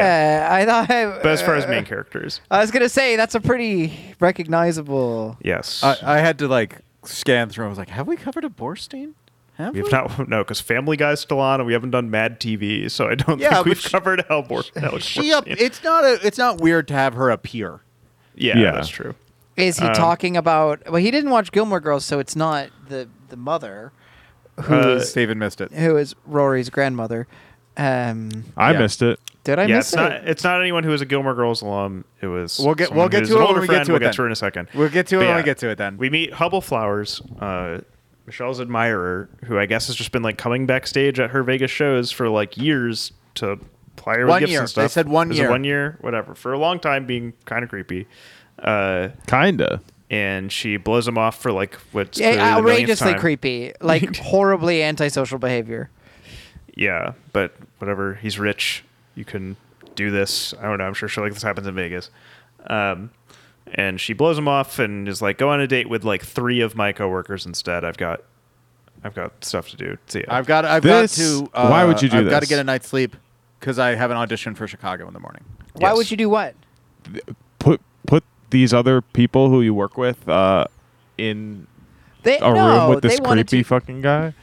[SPEAKER 1] Yeah, I thought. I,
[SPEAKER 4] But as far as
[SPEAKER 1] uh,
[SPEAKER 4] main characters,
[SPEAKER 1] I was gonna say that's a pretty recognizable.
[SPEAKER 4] yes,
[SPEAKER 5] I, I had to like scan through. I was like, have we covered a Borstein? Have
[SPEAKER 4] we have not no because Family Guy's still on, and we haven't done Mad TV, so I don't
[SPEAKER 5] Yeah,
[SPEAKER 4] think
[SPEAKER 5] but
[SPEAKER 4] we've
[SPEAKER 5] she-
[SPEAKER 4] covered El Bor- El
[SPEAKER 5] She up,
[SPEAKER 4] Sporstein.
[SPEAKER 5] it's not a, it's not weird to have her appear.
[SPEAKER 4] yeah,
[SPEAKER 2] Yeah.
[SPEAKER 4] that's true.
[SPEAKER 1] Is he
[SPEAKER 4] Um,
[SPEAKER 1] talking about? Well, he didn't watch Gilmore Girls, so it's not the the mother, who
[SPEAKER 4] Uh,
[SPEAKER 1] is
[SPEAKER 5] Steven missed it.
[SPEAKER 1] who is Rory's grandmother. Um,
[SPEAKER 2] I
[SPEAKER 5] Yeah.
[SPEAKER 2] missed it.
[SPEAKER 1] did I
[SPEAKER 4] yeah,
[SPEAKER 1] miss
[SPEAKER 4] it's
[SPEAKER 1] it?
[SPEAKER 4] not it's not anyone who is a Gilmore Girls alum. It was
[SPEAKER 5] We'll get-
[SPEAKER 4] someone
[SPEAKER 5] we'll get
[SPEAKER 4] who's
[SPEAKER 5] to
[SPEAKER 4] an
[SPEAKER 5] it when
[SPEAKER 4] older
[SPEAKER 5] we get
[SPEAKER 4] friend.
[SPEAKER 5] to
[SPEAKER 4] we'll
[SPEAKER 5] it
[SPEAKER 4] get to
[SPEAKER 5] then.
[SPEAKER 4] her in a second.
[SPEAKER 5] We'll get to it
[SPEAKER 4] But
[SPEAKER 5] when
[SPEAKER 4] yeah,
[SPEAKER 5] we get to it then.
[SPEAKER 4] We meet Hubble Flowers, uh, Michelle's admirer, who I guess has just been like coming backstage at her Vegas shows for like years to play her with
[SPEAKER 5] One
[SPEAKER 4] gifts
[SPEAKER 5] year.
[SPEAKER 4] and
[SPEAKER 5] They
[SPEAKER 4] stuff.
[SPEAKER 5] said one
[SPEAKER 4] Is it
[SPEAKER 5] year.
[SPEAKER 4] one year, whatever, for a long time, being kind of creepy. Uh,
[SPEAKER 2] Kinda.
[SPEAKER 4] and she blows him off for like what's clearly
[SPEAKER 1] Yeah,
[SPEAKER 4] the millionth
[SPEAKER 1] outrageously
[SPEAKER 4] time.
[SPEAKER 1] creepy, like horribly antisocial behavior.
[SPEAKER 4] Yeah, but whatever. He's rich. You can do this. I don't know. I'm sure shit like this happens in Vegas. Um, and she blows him off and is like, "Go on a date with like three of my coworkers instead. I've got, I've got stuff to do." See ya.
[SPEAKER 5] I've got I've
[SPEAKER 2] This-
[SPEAKER 5] got to. Uh,
[SPEAKER 2] why would you do
[SPEAKER 5] I've got to
[SPEAKER 2] this?
[SPEAKER 5] get a night's sleep because I have an audition for Chicago in the morning.
[SPEAKER 1] Why
[SPEAKER 4] Yes.
[SPEAKER 1] would you do what?
[SPEAKER 2] Put put these other people who you work with uh, in
[SPEAKER 1] They,
[SPEAKER 2] a
[SPEAKER 1] no,
[SPEAKER 2] room with this
[SPEAKER 1] they wanted
[SPEAKER 2] creepy
[SPEAKER 1] To,
[SPEAKER 2] fucking guy.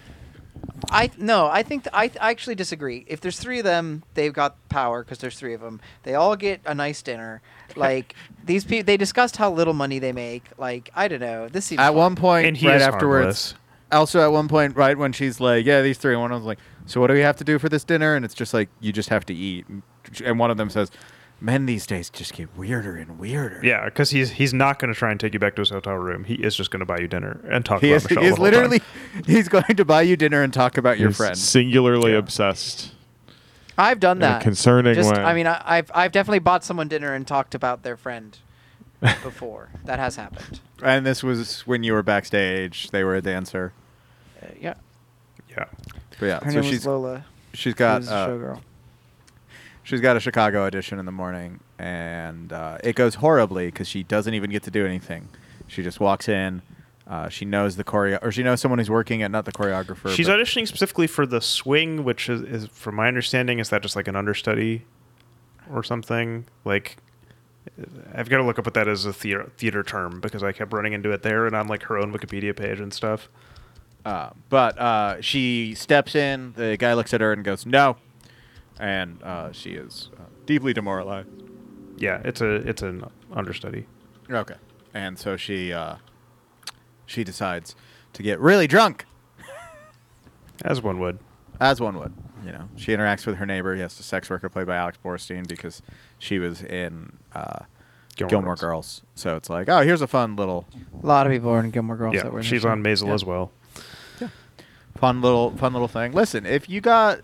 [SPEAKER 1] I no, I think th- I, I actually disagree. If there's three of them, they've got power because there's three of them. They all get a nice dinner. Like these people, they discussed how little money they make. Like I don't know. This seems
[SPEAKER 5] At
[SPEAKER 1] fun.
[SPEAKER 5] one point,
[SPEAKER 4] And he
[SPEAKER 5] right
[SPEAKER 4] is
[SPEAKER 5] afterwards.
[SPEAKER 4] harmless.
[SPEAKER 5] Also, at one point, right when she's like, "Yeah, these three, and one of them's like, "So what do we have to do for this dinner?" And it's just like, "You just have to eat." And- And one of them says, "Men these days just get weirder and weirder."
[SPEAKER 4] yeah, because he's he's not going to try and take you back to his hotel room. He is just going to buy you dinner and talk
[SPEAKER 5] he
[SPEAKER 4] about
[SPEAKER 5] is,
[SPEAKER 4] Michelle.
[SPEAKER 5] he
[SPEAKER 4] the
[SPEAKER 5] is
[SPEAKER 4] whole time.
[SPEAKER 5] literally he's going to buy you dinner and talk about your
[SPEAKER 2] He's
[SPEAKER 5] friend.
[SPEAKER 2] Singularly obsessed.
[SPEAKER 1] I've done
[SPEAKER 2] in a
[SPEAKER 1] that.
[SPEAKER 2] concerning
[SPEAKER 1] Just,
[SPEAKER 2] way.
[SPEAKER 1] I mean, I, I've I've definitely bought someone dinner and talked about their friend before. that has happened.
[SPEAKER 5] And this was when you were backstage. They were a dancer.
[SPEAKER 1] Uh, yeah,
[SPEAKER 4] yeah.
[SPEAKER 5] But yeah,
[SPEAKER 1] her
[SPEAKER 5] so
[SPEAKER 1] name
[SPEAKER 5] she's
[SPEAKER 1] was Lola.
[SPEAKER 5] she's
[SPEAKER 1] She
[SPEAKER 5] got
[SPEAKER 1] was a
[SPEAKER 5] uh,
[SPEAKER 1] showgirl.
[SPEAKER 5] She's got a Chicago audition in the morning, and uh, it goes horribly because she doesn't even get to do anything. She just walks in. Uh, she knows the choreo, or she knows someone who's working at not the choreographer.
[SPEAKER 4] She's
[SPEAKER 5] but-
[SPEAKER 4] auditioning specifically for the swing, which is, is, from my understanding, is that just like an understudy or something? Like, I've got to look up what that is as a theater, theater term because I kept running into it there and on like her own Wikipedia page and stuff.
[SPEAKER 5] Uh, but uh, she steps in. The guy looks at her and goes, "No," and uh, she is uh, deeply demoralized.
[SPEAKER 4] Yeah, it's a it's an understudy.
[SPEAKER 5] Okay, and so she uh, she decides to get really drunk,
[SPEAKER 4] As one would.
[SPEAKER 5] as one would. You know, she interacts with her neighbor. Yes, a sex worker played by Alex Borstein because she was in. Uh, Gilmore, Girls. So it's like, oh, here's a fun little,
[SPEAKER 1] A lot of people are in Gilmore Girls. that were
[SPEAKER 4] Yeah,
[SPEAKER 1] in
[SPEAKER 4] she's
[SPEAKER 1] the show.
[SPEAKER 4] on Maisel
[SPEAKER 5] Yeah.
[SPEAKER 4] as well.
[SPEAKER 5] fun little, fun little thing. Listen, if you got,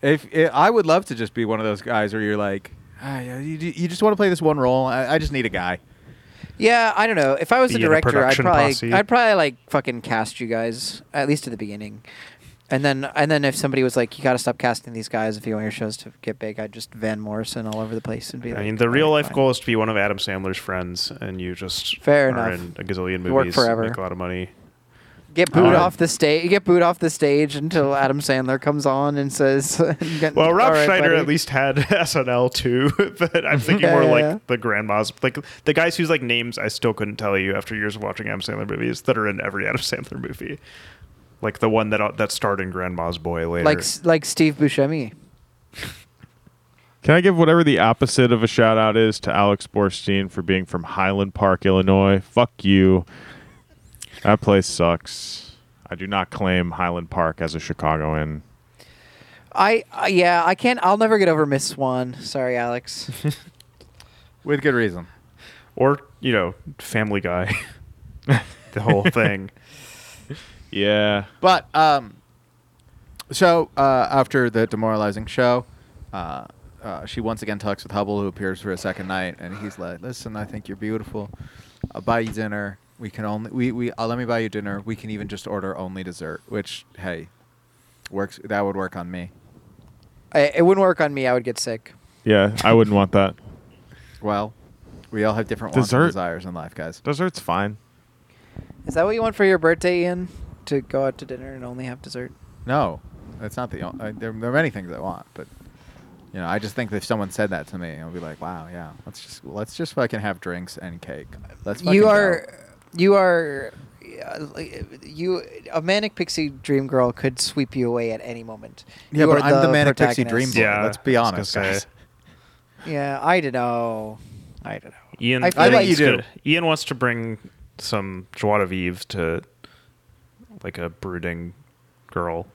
[SPEAKER 5] if i I would love to just be one of those guys where you're like, ah, yeah, you, you just want to play this one role. I, I just need a guy.
[SPEAKER 1] Yeah, I don't know. If I was
[SPEAKER 4] Be
[SPEAKER 1] a
[SPEAKER 4] in a
[SPEAKER 1] director, I'd
[SPEAKER 4] production
[SPEAKER 1] probably
[SPEAKER 4] posse.
[SPEAKER 1] I'd probably like fucking cast you guys at least at the beginning. And then and then if somebody was like you got to stop casting these guys if you want your shows to get big, I'd just Van Morrison all over the place and be like
[SPEAKER 4] I mean, the
[SPEAKER 1] "All
[SPEAKER 4] real
[SPEAKER 1] right,
[SPEAKER 4] life
[SPEAKER 1] fine."
[SPEAKER 4] goal is to be one of Adam Sandler's friends, and you just
[SPEAKER 1] Fair
[SPEAKER 4] are
[SPEAKER 1] enough.
[SPEAKER 4] in a gazillion movies,
[SPEAKER 1] You work forever.
[SPEAKER 4] make a lot of money.
[SPEAKER 1] Get booed
[SPEAKER 4] Uh,
[SPEAKER 1] off the stage. Get booed off the stage until Adam Sandler comes on and says.
[SPEAKER 4] Well, Rob Schneider
[SPEAKER 1] buddy.
[SPEAKER 4] at least had SNL too, but I'm thinking
[SPEAKER 1] Yeah,
[SPEAKER 4] more
[SPEAKER 1] yeah,
[SPEAKER 4] like
[SPEAKER 1] yeah.
[SPEAKER 4] the grandmas, like the guys whose like names I still couldn't tell you after years of watching Adam Sandler movies that are in every Adam Sandler movie, like the one that that starred in Grandma's Boy later.
[SPEAKER 1] like s- like Steve Buscemi.
[SPEAKER 2] Can I give whatever the opposite of a shout out is to Alex Borstein for being from Highland Park, Illinois? Fuck you. That place sucks. I do not claim Highland Park as a Chicagoan.
[SPEAKER 1] I uh, yeah, I can't. I'll never get over Miss Swan. Sorry, Alex.
[SPEAKER 5] With good reason.
[SPEAKER 4] or you know, Family Guy, the whole thing.
[SPEAKER 2] Yeah.
[SPEAKER 5] But um, so uh, after the demoralizing show, uh, uh, she once again talks with Hubble, who appears for a second night, and he's like, "Listen, I think you're beautiful. I'll buy you dinner. We can only we we uh, let me buy you dinner. We can even just order only dessert, which hey, works. That would work on me.
[SPEAKER 1] I, it wouldn't work on me. I would get sick.
[SPEAKER 2] Yeah. I wouldn't want that.
[SPEAKER 5] Well, we all have different wants and
[SPEAKER 2] Dessert?
[SPEAKER 5] desires in life, guys.
[SPEAKER 2] Desert's fine.
[SPEAKER 1] Is that what you want for your birthday, Ian? To go out to dinner and only have dessert?
[SPEAKER 5] No, that's not the only. Uh, there, there are many things I want, but you know, I just think that if someone said that to me, I'll be like, "Wow, yeah, let's just let's just fucking have drinks and cake." Let's. fucking
[SPEAKER 1] you
[SPEAKER 5] go."
[SPEAKER 1] are, you are, uh, you a manic pixie dream girl could sweep you away at any moment.
[SPEAKER 5] Yeah,
[SPEAKER 1] You
[SPEAKER 5] but
[SPEAKER 1] are
[SPEAKER 5] I'm the manic pixie dream
[SPEAKER 1] protagonist.
[SPEAKER 5] boy.
[SPEAKER 4] Yeah,
[SPEAKER 5] let's be
[SPEAKER 4] I was gonna
[SPEAKER 5] honest, guys.
[SPEAKER 4] say.
[SPEAKER 1] Yeah, I don't know. I don't know.
[SPEAKER 4] Ian,
[SPEAKER 1] I feel I
[SPEAKER 5] think like- you do.
[SPEAKER 4] gonna- Ian wants to bring some joie de vivre to like a brooding girl.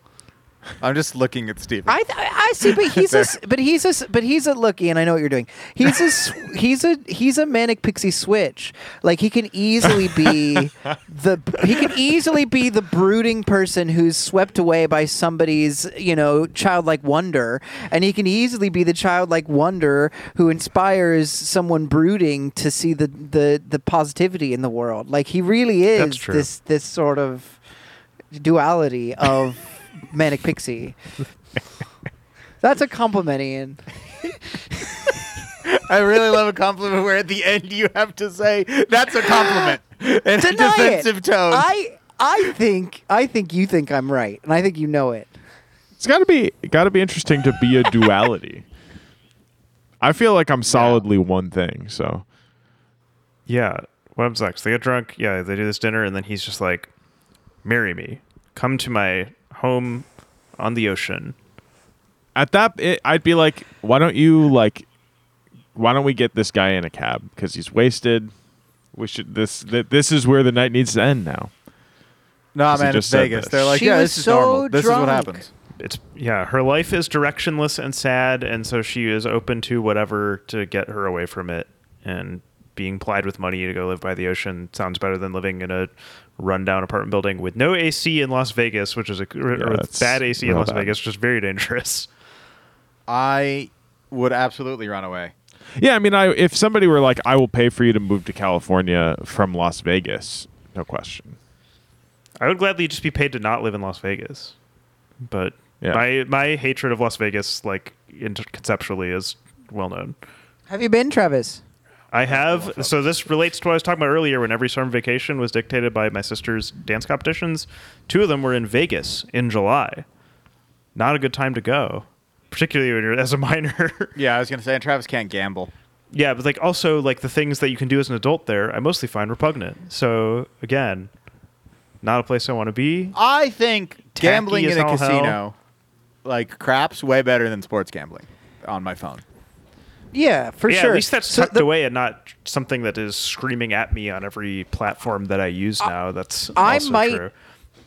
[SPEAKER 5] I'm just looking at Steven.
[SPEAKER 1] I, th- I see, but he's a, s- but he's a, s- but he's a look, Ian. I know what you're doing. He's a, s- he's a, he's a manic pixie switch. Like he can easily be the, he can easily be the brooding person who's swept away by somebody's, you know, childlike wonder, and he can easily be the childlike wonder who inspires someone brooding to see the the the positivity in the world. Like he really
[SPEAKER 4] That's
[SPEAKER 1] is
[SPEAKER 4] true.
[SPEAKER 1] this this sort of duality of manic pixie. That's a compliment, Ian.
[SPEAKER 5] I really love a compliment where at the end you have to say that's a compliment in
[SPEAKER 1] Deny
[SPEAKER 5] a
[SPEAKER 1] it.
[SPEAKER 5] defensive tone.
[SPEAKER 1] I I think I think you think I'm right, and I think you know it.
[SPEAKER 2] It's gotta be gotta be interesting to be a duality. I feel like I'm solidly one thing, so
[SPEAKER 4] Yeah. What happens next? They get drunk. Yeah, they do this dinner, and then he's just like, "Marry me. Come to my home on the ocean."
[SPEAKER 2] at that it, I'd be like, why don't you like why don't we get this guy in a cab because he's wasted. We should this th- this is where the night needs to end now.
[SPEAKER 5] no,
[SPEAKER 2] he
[SPEAKER 5] man, it's
[SPEAKER 2] just said
[SPEAKER 5] Vegas.
[SPEAKER 2] this.
[SPEAKER 5] They're like,
[SPEAKER 1] She
[SPEAKER 5] yeah,
[SPEAKER 1] was
[SPEAKER 5] this is
[SPEAKER 1] so
[SPEAKER 5] normal. This is what
[SPEAKER 1] drunk.
[SPEAKER 5] happens.
[SPEAKER 4] It's yeah, her life is directionless and sad, and so she is open to whatever to get her away from it. And being plied with money to go live by the ocean sounds better than living in a rundown apartment building with no AC in Las Vegas, which is a or
[SPEAKER 2] Yeah,
[SPEAKER 4] with
[SPEAKER 2] that's
[SPEAKER 4] bad AC in
[SPEAKER 2] real
[SPEAKER 4] Las
[SPEAKER 2] bad.
[SPEAKER 4] Vegas, which is very dangerous.
[SPEAKER 5] I would absolutely run away.
[SPEAKER 2] Yeah, I mean, I if somebody were like, I will pay for you to move to California from Las Vegas, no question.
[SPEAKER 4] I would gladly just be paid to not live in Las Vegas, but
[SPEAKER 2] Yeah.
[SPEAKER 4] my my hatred of Las Vegas, like in- conceptually, is well known.
[SPEAKER 1] Have you been, Travis?
[SPEAKER 4] I have so this relates to what I was talking about earlier. When every summer vacation was dictated by my sister's dance competitions, two of them were in Vegas in July. Not a good time to go, particularly when you're as a minor.
[SPEAKER 5] Yeah, I was gonna say, and Travis can't gamble.
[SPEAKER 4] yeah, but like also like the things that you can do as an adult there, I mostly find repugnant. So again, not a place I want to be.
[SPEAKER 5] I think
[SPEAKER 4] Tacky
[SPEAKER 5] gambling
[SPEAKER 4] as
[SPEAKER 5] in a
[SPEAKER 4] all hell.
[SPEAKER 5] casino, like craps, way better than sports gambling on my phone.
[SPEAKER 1] Yeah, for
[SPEAKER 4] yeah,
[SPEAKER 1] sure.
[SPEAKER 4] at least that's
[SPEAKER 1] So
[SPEAKER 4] tucked
[SPEAKER 1] the-
[SPEAKER 4] away and not something that is screaming at me on every platform that I use now. That's
[SPEAKER 1] I
[SPEAKER 4] also
[SPEAKER 1] might-
[SPEAKER 4] true.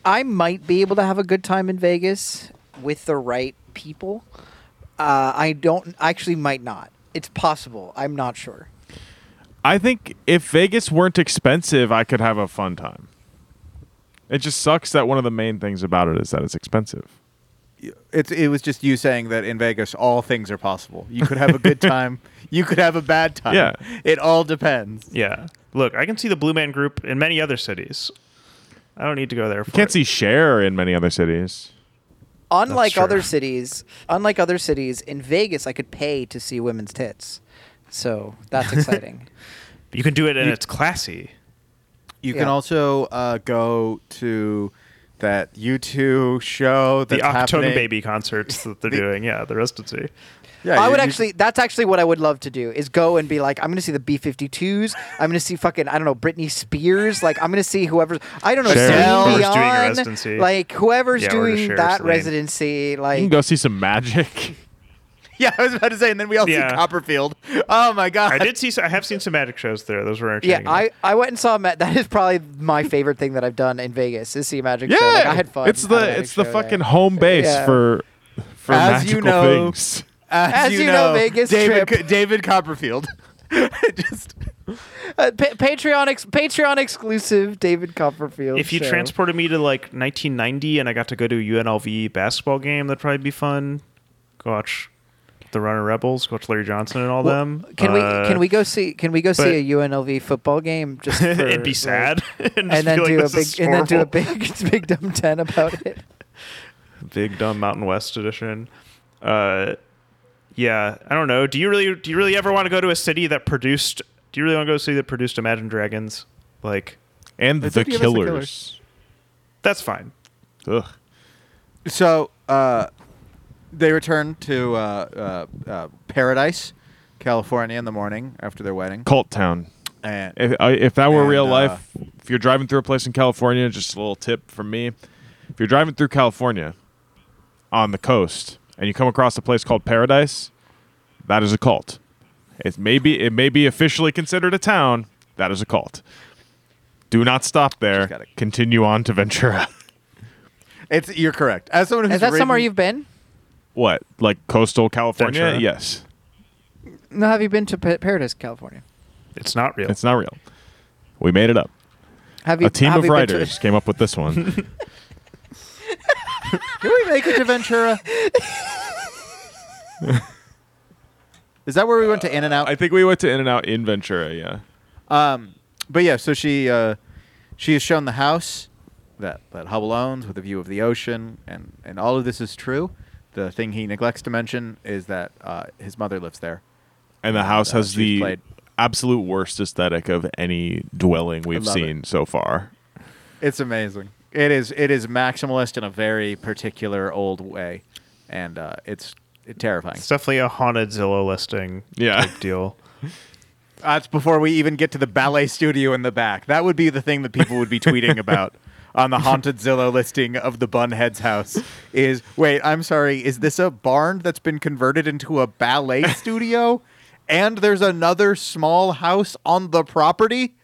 [SPEAKER 1] I might be able to have a good time in Vegas with the right people. Uh, I don't I actually might not. It's possible. I'm not sure.
[SPEAKER 2] I think if Vegas weren't expensive, I could have a fun time. It just sucks that one of the main things about it is that it's expensive.
[SPEAKER 5] It's it was just you saying that in Vegas all things are possible. You could have a good time, you could have a bad time.
[SPEAKER 2] Yeah.
[SPEAKER 5] It all depends.
[SPEAKER 4] Yeah. Look, I can see the Blue Man Group in many other cities. I don't need to go there. For
[SPEAKER 2] You can't
[SPEAKER 4] it.
[SPEAKER 2] see Cher in many other cities.
[SPEAKER 1] Unlike
[SPEAKER 4] true.
[SPEAKER 1] other cities, unlike other cities in Vegas, I could pay to see women's tits. So that's exciting.
[SPEAKER 4] You can do it, and it's classy.
[SPEAKER 5] You
[SPEAKER 1] Yeah.
[SPEAKER 5] can also uh, go to that U2 show
[SPEAKER 4] The
[SPEAKER 5] that's
[SPEAKER 4] October
[SPEAKER 5] happening.
[SPEAKER 4] Baby concerts that they're doing. Yeah, the residency.
[SPEAKER 5] Yeah,
[SPEAKER 1] I
[SPEAKER 5] you-
[SPEAKER 1] would
[SPEAKER 5] you-
[SPEAKER 1] actually. That's actually what I would love to do is go and be like, I'm gonna see the B52s. I'm gonna see fucking I don't know Britney Spears. Like I'm gonna see whoever's I don't know
[SPEAKER 2] Cher.
[SPEAKER 1] Celine
[SPEAKER 4] Whoever's doing a
[SPEAKER 1] Dion,
[SPEAKER 4] residency.
[SPEAKER 1] Like whoever's
[SPEAKER 4] Yeah, or to
[SPEAKER 1] doing
[SPEAKER 4] Cher or
[SPEAKER 1] that
[SPEAKER 4] Celine.
[SPEAKER 1] residency.
[SPEAKER 2] You can
[SPEAKER 1] Like
[SPEAKER 2] go see some magic.
[SPEAKER 5] Yeah, I was about to say, and then we all
[SPEAKER 4] Yeah.
[SPEAKER 5] see Copperfield. Oh my god!
[SPEAKER 4] I did see. I have seen some magic shows there. Those were
[SPEAKER 1] yeah,
[SPEAKER 4] entertaining.
[SPEAKER 1] I, I went and saw Matt. That is probably my favorite thing that I've done in Vegas is see a magic
[SPEAKER 2] Yeah,
[SPEAKER 1] show. Like, I had fun.
[SPEAKER 2] It's
[SPEAKER 1] at a
[SPEAKER 2] the
[SPEAKER 1] magic
[SPEAKER 2] it's the
[SPEAKER 1] show, yeah.
[SPEAKER 2] fucking home base
[SPEAKER 1] Yeah.
[SPEAKER 2] for for
[SPEAKER 5] As you
[SPEAKER 2] magical
[SPEAKER 5] know-
[SPEAKER 2] things.
[SPEAKER 5] As,
[SPEAKER 1] As you know, Vegas trip.
[SPEAKER 5] David, Co- David Copperfield. Just
[SPEAKER 1] Uh, pa- Patreon ex- Patreon exclusive David Copperfield.
[SPEAKER 4] If you
[SPEAKER 1] show.
[SPEAKER 4] transported me to like 1990 and I got to go to a UNLV basketball game, that'd probably be fun. Go watch the Runner Rebels, go watch Larry Johnson and all
[SPEAKER 1] Well,
[SPEAKER 4] them.
[SPEAKER 1] Can we
[SPEAKER 4] Uh,
[SPEAKER 1] can we go see can we go
[SPEAKER 4] but-
[SPEAKER 1] see a UNLV football game just for,
[SPEAKER 4] and be
[SPEAKER 1] like,
[SPEAKER 4] sad and,
[SPEAKER 1] and then do a big and then do a
[SPEAKER 4] big,
[SPEAKER 1] big big dumb ten about it.
[SPEAKER 4] big dumb Mountain West edition. Uh, yeah, I don't know. Do you really do you really ever want to go to a city that produced? Do you really want to go to a city that produced Imagine Dragons? Like
[SPEAKER 2] and
[SPEAKER 5] They
[SPEAKER 2] the
[SPEAKER 5] did give us The
[SPEAKER 2] killers.
[SPEAKER 4] that's fine.
[SPEAKER 2] Ugh.
[SPEAKER 5] so uh, they return to uh, uh, uh, Paradise, California, in the morning after their wedding.
[SPEAKER 2] Cult town.
[SPEAKER 5] And
[SPEAKER 2] If, I, if that were
[SPEAKER 5] And,
[SPEAKER 2] real
[SPEAKER 5] uh,
[SPEAKER 2] life, if you're driving through a place in California, just a little tip from me. If you're driving through California on the coast and you come across a place called Paradise, that is a cult. It may be, it may be officially considered a town. That is a cult. Do not stop there.
[SPEAKER 5] Just gotta-
[SPEAKER 2] Continue on to Ventura.
[SPEAKER 5] it's you're correct. As someone who's
[SPEAKER 1] Is that somewhere
[SPEAKER 5] ridden-
[SPEAKER 1] you've been?
[SPEAKER 2] what? Like coastal California?
[SPEAKER 4] Ventura.
[SPEAKER 2] Yes.
[SPEAKER 1] No, have you been to pa- Paradise, California?
[SPEAKER 4] It's not real.
[SPEAKER 2] It's not real. We made it up.
[SPEAKER 1] Have you
[SPEAKER 2] A team
[SPEAKER 1] have
[SPEAKER 2] of
[SPEAKER 1] you been to-
[SPEAKER 2] writers came up with this one.
[SPEAKER 5] Can we make it to Ventura? Is that where we went to In and Out?
[SPEAKER 2] I think we went to In and Out in Ventura. Yeah.
[SPEAKER 5] Um, but yeah, so she uh, she is shown the house that that Hubble owns with a view of the ocean, and and all of this is true. The thing he neglects to mention is that uh, his mother lives there.
[SPEAKER 2] And the house
[SPEAKER 5] Uh,
[SPEAKER 2] has
[SPEAKER 5] she's
[SPEAKER 2] the
[SPEAKER 5] played-
[SPEAKER 2] absolute worst aesthetic of any dwelling we've
[SPEAKER 5] love
[SPEAKER 2] seen so far.
[SPEAKER 5] It's amazing. It is it is maximalist in a very particular old way, and uh, it's terrifying.
[SPEAKER 4] It's definitely a haunted Zillow listing
[SPEAKER 2] Yeah.
[SPEAKER 4] type deal.
[SPEAKER 5] That's before we even get to the ballet studio in the back. That would be the thing that people would be tweeting about on the haunted Zillow listing of the Bunhead's house. Is wait, I'm sorry, is this a barn that's been converted into a ballet studio? And there's another small house on the property,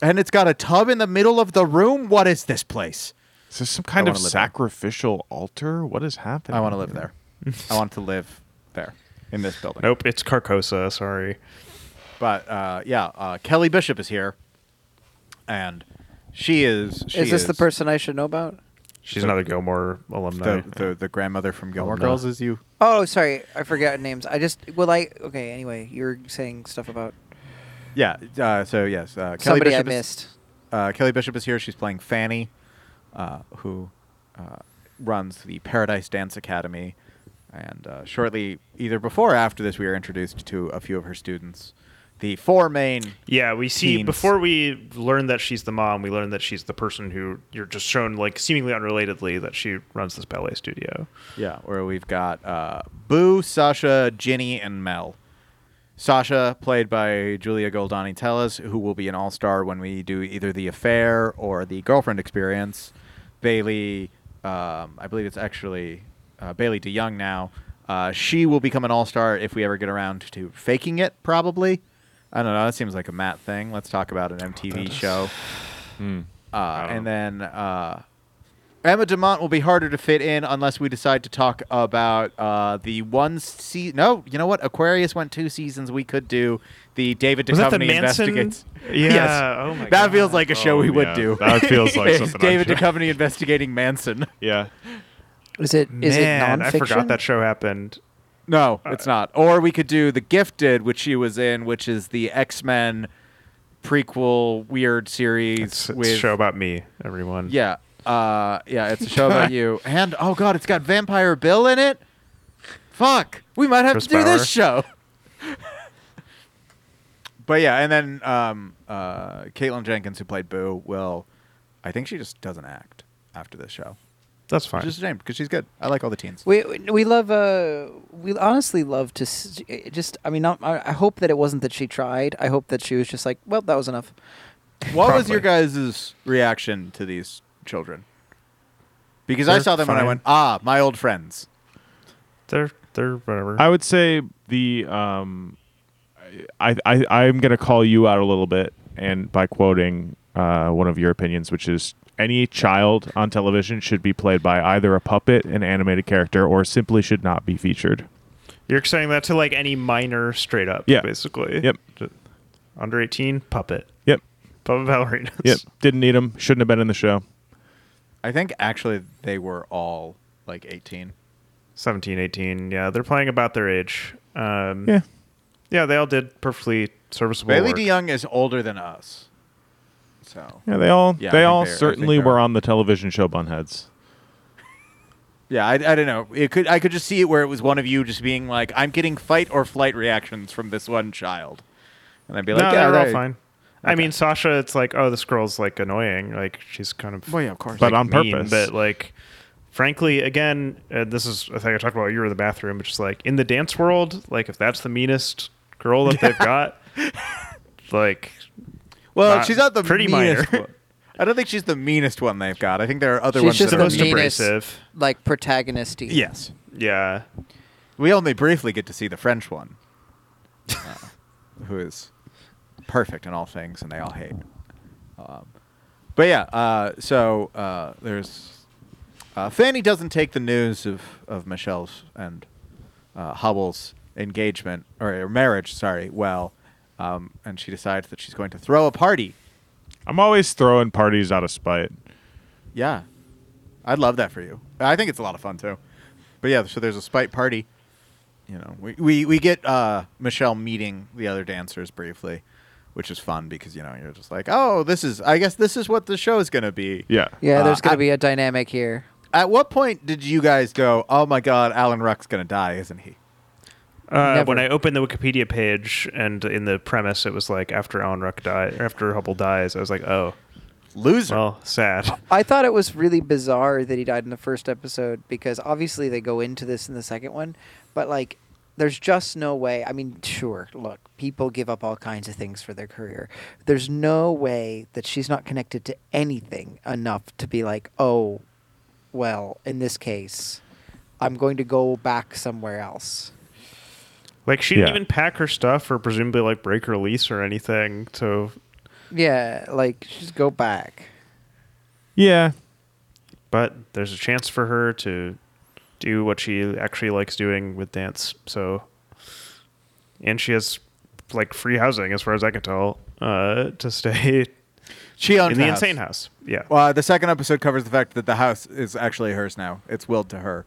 [SPEAKER 5] and it's got a tub in the middle of the room. What is this place?
[SPEAKER 2] Is this some kind of
[SPEAKER 5] wanna live there.
[SPEAKER 2] sacrificial altar? What is happening?
[SPEAKER 5] I want to live there. I want to live there in this building.
[SPEAKER 4] Nope, it's Carcosa. Sorry.
[SPEAKER 5] But uh, yeah, uh, Kelly Bishop is here, and she is. She
[SPEAKER 1] Is this the
[SPEAKER 5] is-
[SPEAKER 1] person I should know about?
[SPEAKER 4] She's another Gilmore alumni.
[SPEAKER 5] the, the, the grandmother from Gilmore
[SPEAKER 4] no.
[SPEAKER 5] Girls is you.
[SPEAKER 1] Oh, sorry, I forgot names. I just well, I okay. Anyway, you were saying stuff about
[SPEAKER 5] Yeah. Uh, so yes, uh, Kelly
[SPEAKER 1] somebody
[SPEAKER 5] Bishop
[SPEAKER 1] I
[SPEAKER 5] is-
[SPEAKER 1] missed.
[SPEAKER 5] uh, Kelly Bishop is here. She's playing Fanny, uh, who uh, runs the Paradise Dance Academy. And uh, shortly, either before or after this, we are introduced to a few of her students. The four main.
[SPEAKER 4] Yeah, we see
[SPEAKER 5] Teens.
[SPEAKER 4] before we learn that she's the mom, we learn that she's the person who you're just shown like seemingly unrelatedly that she runs this ballet studio.
[SPEAKER 5] Yeah, where we've got uh, Boo, Sasha, Ginny, and Mel. Sasha, played by Julia Goldani Tellis, who will be an all star when we do either The Affair or The Girlfriend Experience. Bailey, um, I believe it's actually uh, Bailey DeYoung now. Uh, she will become an all star if we ever get around to faking it, probably. I don't know. That seems like a Matt thing. Let's talk about an MTV show.
[SPEAKER 4] Oh.
[SPEAKER 5] Uh, and then uh, Emma Demont will be harder to fit in unless we decide to talk about uh, the one season. No, you know what? Aquarius went two seasons. We could do the David
[SPEAKER 4] Was that the
[SPEAKER 5] Duchovny
[SPEAKER 4] Manson?
[SPEAKER 5] investigates.
[SPEAKER 4] Yeah.
[SPEAKER 5] Yes.
[SPEAKER 4] Oh my
[SPEAKER 5] that feels like a show
[SPEAKER 2] Oh,
[SPEAKER 5] we would
[SPEAKER 2] yeah.
[SPEAKER 5] do.
[SPEAKER 2] That feels like
[SPEAKER 5] It's
[SPEAKER 2] something I'd
[SPEAKER 5] David
[SPEAKER 2] do.
[SPEAKER 5] Duchovny investigating Manson.
[SPEAKER 2] Yeah.
[SPEAKER 1] Is it is
[SPEAKER 4] Man,
[SPEAKER 1] it
[SPEAKER 4] I
[SPEAKER 1] nonfiction?
[SPEAKER 4] forgot that show happened.
[SPEAKER 5] No,
[SPEAKER 4] Uh,
[SPEAKER 5] it's not. Or we could do The Gifted, which she was in, which is the X Men prequel weird series
[SPEAKER 4] It's, it's
[SPEAKER 5] with
[SPEAKER 4] a show about me, everyone.
[SPEAKER 5] Yeah. Uh, yeah, it's a show about you. And oh god, it's got Vampire Bill in it. Fuck. We might have
[SPEAKER 4] Chris
[SPEAKER 5] to do
[SPEAKER 4] Bauer.
[SPEAKER 5] this show. but yeah, and then um, uh, Caitlin Jenkins, who played Boo, will I think she just doesn't act after this show.
[SPEAKER 4] That's fine.
[SPEAKER 5] Which is a shame because she's good. I like all the teens.
[SPEAKER 1] We we love uh we honestly love to s- it just I mean not, I, I hope that it wasn't that she tried. I hope that she was just like well that was enough.
[SPEAKER 5] What was your
[SPEAKER 4] Probably.
[SPEAKER 5] guys' reaction to these children? Because I
[SPEAKER 4] They're
[SPEAKER 5] saw them and I
[SPEAKER 4] fine.
[SPEAKER 5] went, ah, my old friends.
[SPEAKER 4] they're they're whatever.
[SPEAKER 2] I would say the um, I I I'm gonna call you out a little bit, and by quoting uh, one of your opinions, which is any child on television should be played by either a puppet, an animated character, or simply should not be featured.
[SPEAKER 4] You're extending that to like any minor straight up,
[SPEAKER 2] Yeah.
[SPEAKER 4] basically.
[SPEAKER 2] Yep.
[SPEAKER 4] Ju- Under 18, puppet.
[SPEAKER 2] Yep.
[SPEAKER 4] Puppet ballerinas.
[SPEAKER 2] Yep. Didn't need them. Shouldn't have been in the show.
[SPEAKER 5] I think actually they were all like 18.
[SPEAKER 4] 17, 18. Yeah, they're playing about their age. Um,
[SPEAKER 2] Yeah.
[SPEAKER 4] yeah, they all did perfectly serviceable
[SPEAKER 5] Bailey
[SPEAKER 4] work.
[SPEAKER 5] DeYoung is older than us. So
[SPEAKER 2] Yeah, they all
[SPEAKER 5] Yeah, I
[SPEAKER 2] they
[SPEAKER 5] think
[SPEAKER 2] all
[SPEAKER 5] they're- I think
[SPEAKER 2] certainly
[SPEAKER 5] they're-
[SPEAKER 2] were on the television show Bunheads.
[SPEAKER 5] yeah, I, I don't know. It could I could just see it where it was one of you just being like, "I'm getting fight or flight reactions from this one child," and I'd be like,
[SPEAKER 4] no,
[SPEAKER 5] "Yeah,
[SPEAKER 4] they're all
[SPEAKER 5] right."
[SPEAKER 4] fine. I mean, Sasha, it's like, oh, this girl's like annoying. Like she's kind of
[SPEAKER 5] Well, yeah, of course.
[SPEAKER 2] But on
[SPEAKER 4] mean,
[SPEAKER 2] purpose.
[SPEAKER 4] But like, frankly, again, uh, this is I think I talked about. You were in the bathroom, which is like in the dance world. Like if that's the meanest girl that they've got, like
[SPEAKER 5] well,
[SPEAKER 4] not-
[SPEAKER 5] she's not the
[SPEAKER 4] pretty
[SPEAKER 5] meanest
[SPEAKER 4] minor.
[SPEAKER 5] one. I don't think she's the meanest one they've got. I think there are other
[SPEAKER 1] She's
[SPEAKER 5] ones
[SPEAKER 1] just
[SPEAKER 5] that
[SPEAKER 4] the
[SPEAKER 5] are
[SPEAKER 4] most
[SPEAKER 5] mean.
[SPEAKER 1] meanest.
[SPEAKER 4] abrasive.
[SPEAKER 1] like protagonisty.
[SPEAKER 5] Yes,
[SPEAKER 4] Yeah,
[SPEAKER 5] we only briefly get to see the French one, uh, who is perfect in all things, and they all hate. Um, but yeah, uh, so uh, there's uh, Fanny doesn't take the news of of Michelle's and uh, Hubble's engagement or, or marriage, sorry, well, um, and she decides that she's going to throw a party.
[SPEAKER 2] I'm always throwing parties out of spite.
[SPEAKER 5] Yeah. I'd love that for you. I think it's a lot of fun too. But yeah, so there's a spite party. You know, we, we, we get uh, Michelle meeting the other dancers briefly, which is fun because, you know, you're just like, oh, this is, I guess this is what the show is going to be.
[SPEAKER 2] Yeah.
[SPEAKER 1] Yeah,
[SPEAKER 5] Uh,
[SPEAKER 1] there's going
[SPEAKER 5] I-
[SPEAKER 1] to be a dynamic here.
[SPEAKER 5] At what point did you guys go, oh my God, Alan Ruck's going to die, isn't he?
[SPEAKER 4] uh, when
[SPEAKER 1] Never.
[SPEAKER 4] I opened the Wikipedia page and in the premise, it was like after Alan Ruck died, or after Hubble dies, I was like, oh,
[SPEAKER 5] Loser.
[SPEAKER 4] well, sad.
[SPEAKER 1] I thought it was really bizarre that he died in the first episode because obviously they go into this in the second one, but like there's just no way. I mean, sure, look, people give up all kinds of things for their career. There's no way that she's not connected to anything enough to be like, "Oh, well, in this case, I'm going to go back somewhere else."
[SPEAKER 4] Like she didn't
[SPEAKER 2] Yeah.
[SPEAKER 4] even pack her stuff or presumably like break her lease or anything. So,
[SPEAKER 1] Yeah, like just go back.
[SPEAKER 2] Yeah.
[SPEAKER 4] but there's a chance for her to do what she actually likes doing with dance. So, and she has like free housing as far as I can tell uh, to stay
[SPEAKER 5] She owns
[SPEAKER 4] in the
[SPEAKER 5] house.
[SPEAKER 4] insane house. Yeah.
[SPEAKER 5] Well, the second episode covers the fact that the house is actually hers now. It's willed to her.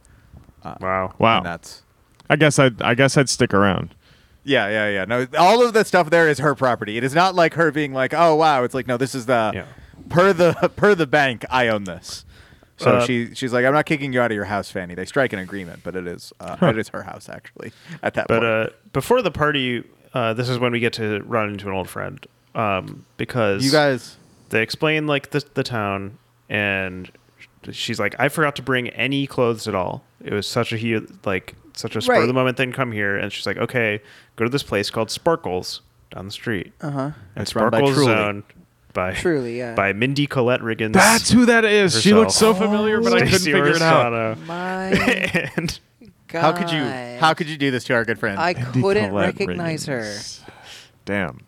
[SPEAKER 4] wow.
[SPEAKER 2] Wow.
[SPEAKER 5] And that's,
[SPEAKER 2] I guess I I guess I'd stick around.
[SPEAKER 5] Yeah, yeah, yeah. No, all of the stuff there is her property. It is not like her being like, "Oh wow." It's like, no, this is the
[SPEAKER 4] Yeah.
[SPEAKER 5] per the per the bank. I own this. So
[SPEAKER 4] Uh,
[SPEAKER 5] she she's like, "I'm not kicking you out of your house, Fanny." They strike an agreement, but it is uh, it is her house actually at that
[SPEAKER 4] But
[SPEAKER 5] point.
[SPEAKER 4] uh, before the party, uh, this is when we get to run into an old friend um, because
[SPEAKER 5] you guys,
[SPEAKER 4] they explain like the, the town and sh- she's like i forgot to bring any clothes at all it was such a hu- like such a spur of the
[SPEAKER 1] Right.
[SPEAKER 4] moment thing come here and she's like okay go to this place called sparkles down the street
[SPEAKER 1] Uh huh.
[SPEAKER 4] and
[SPEAKER 5] It's run by
[SPEAKER 4] sparkles
[SPEAKER 5] Truly.
[SPEAKER 4] owned by
[SPEAKER 1] Truly, yeah.
[SPEAKER 4] by mindy colette riggins
[SPEAKER 2] That's who that is. She
[SPEAKER 4] Herself.
[SPEAKER 2] looked so familiar, but I couldn't
[SPEAKER 4] Stacey
[SPEAKER 2] figure it out.
[SPEAKER 4] Orsano.
[SPEAKER 1] My
[SPEAKER 4] and
[SPEAKER 1] God.
[SPEAKER 5] how could you how could you do this to our good friend?
[SPEAKER 1] I couldn't
[SPEAKER 2] Colette
[SPEAKER 1] recognize her.
[SPEAKER 2] Riggins. Damn.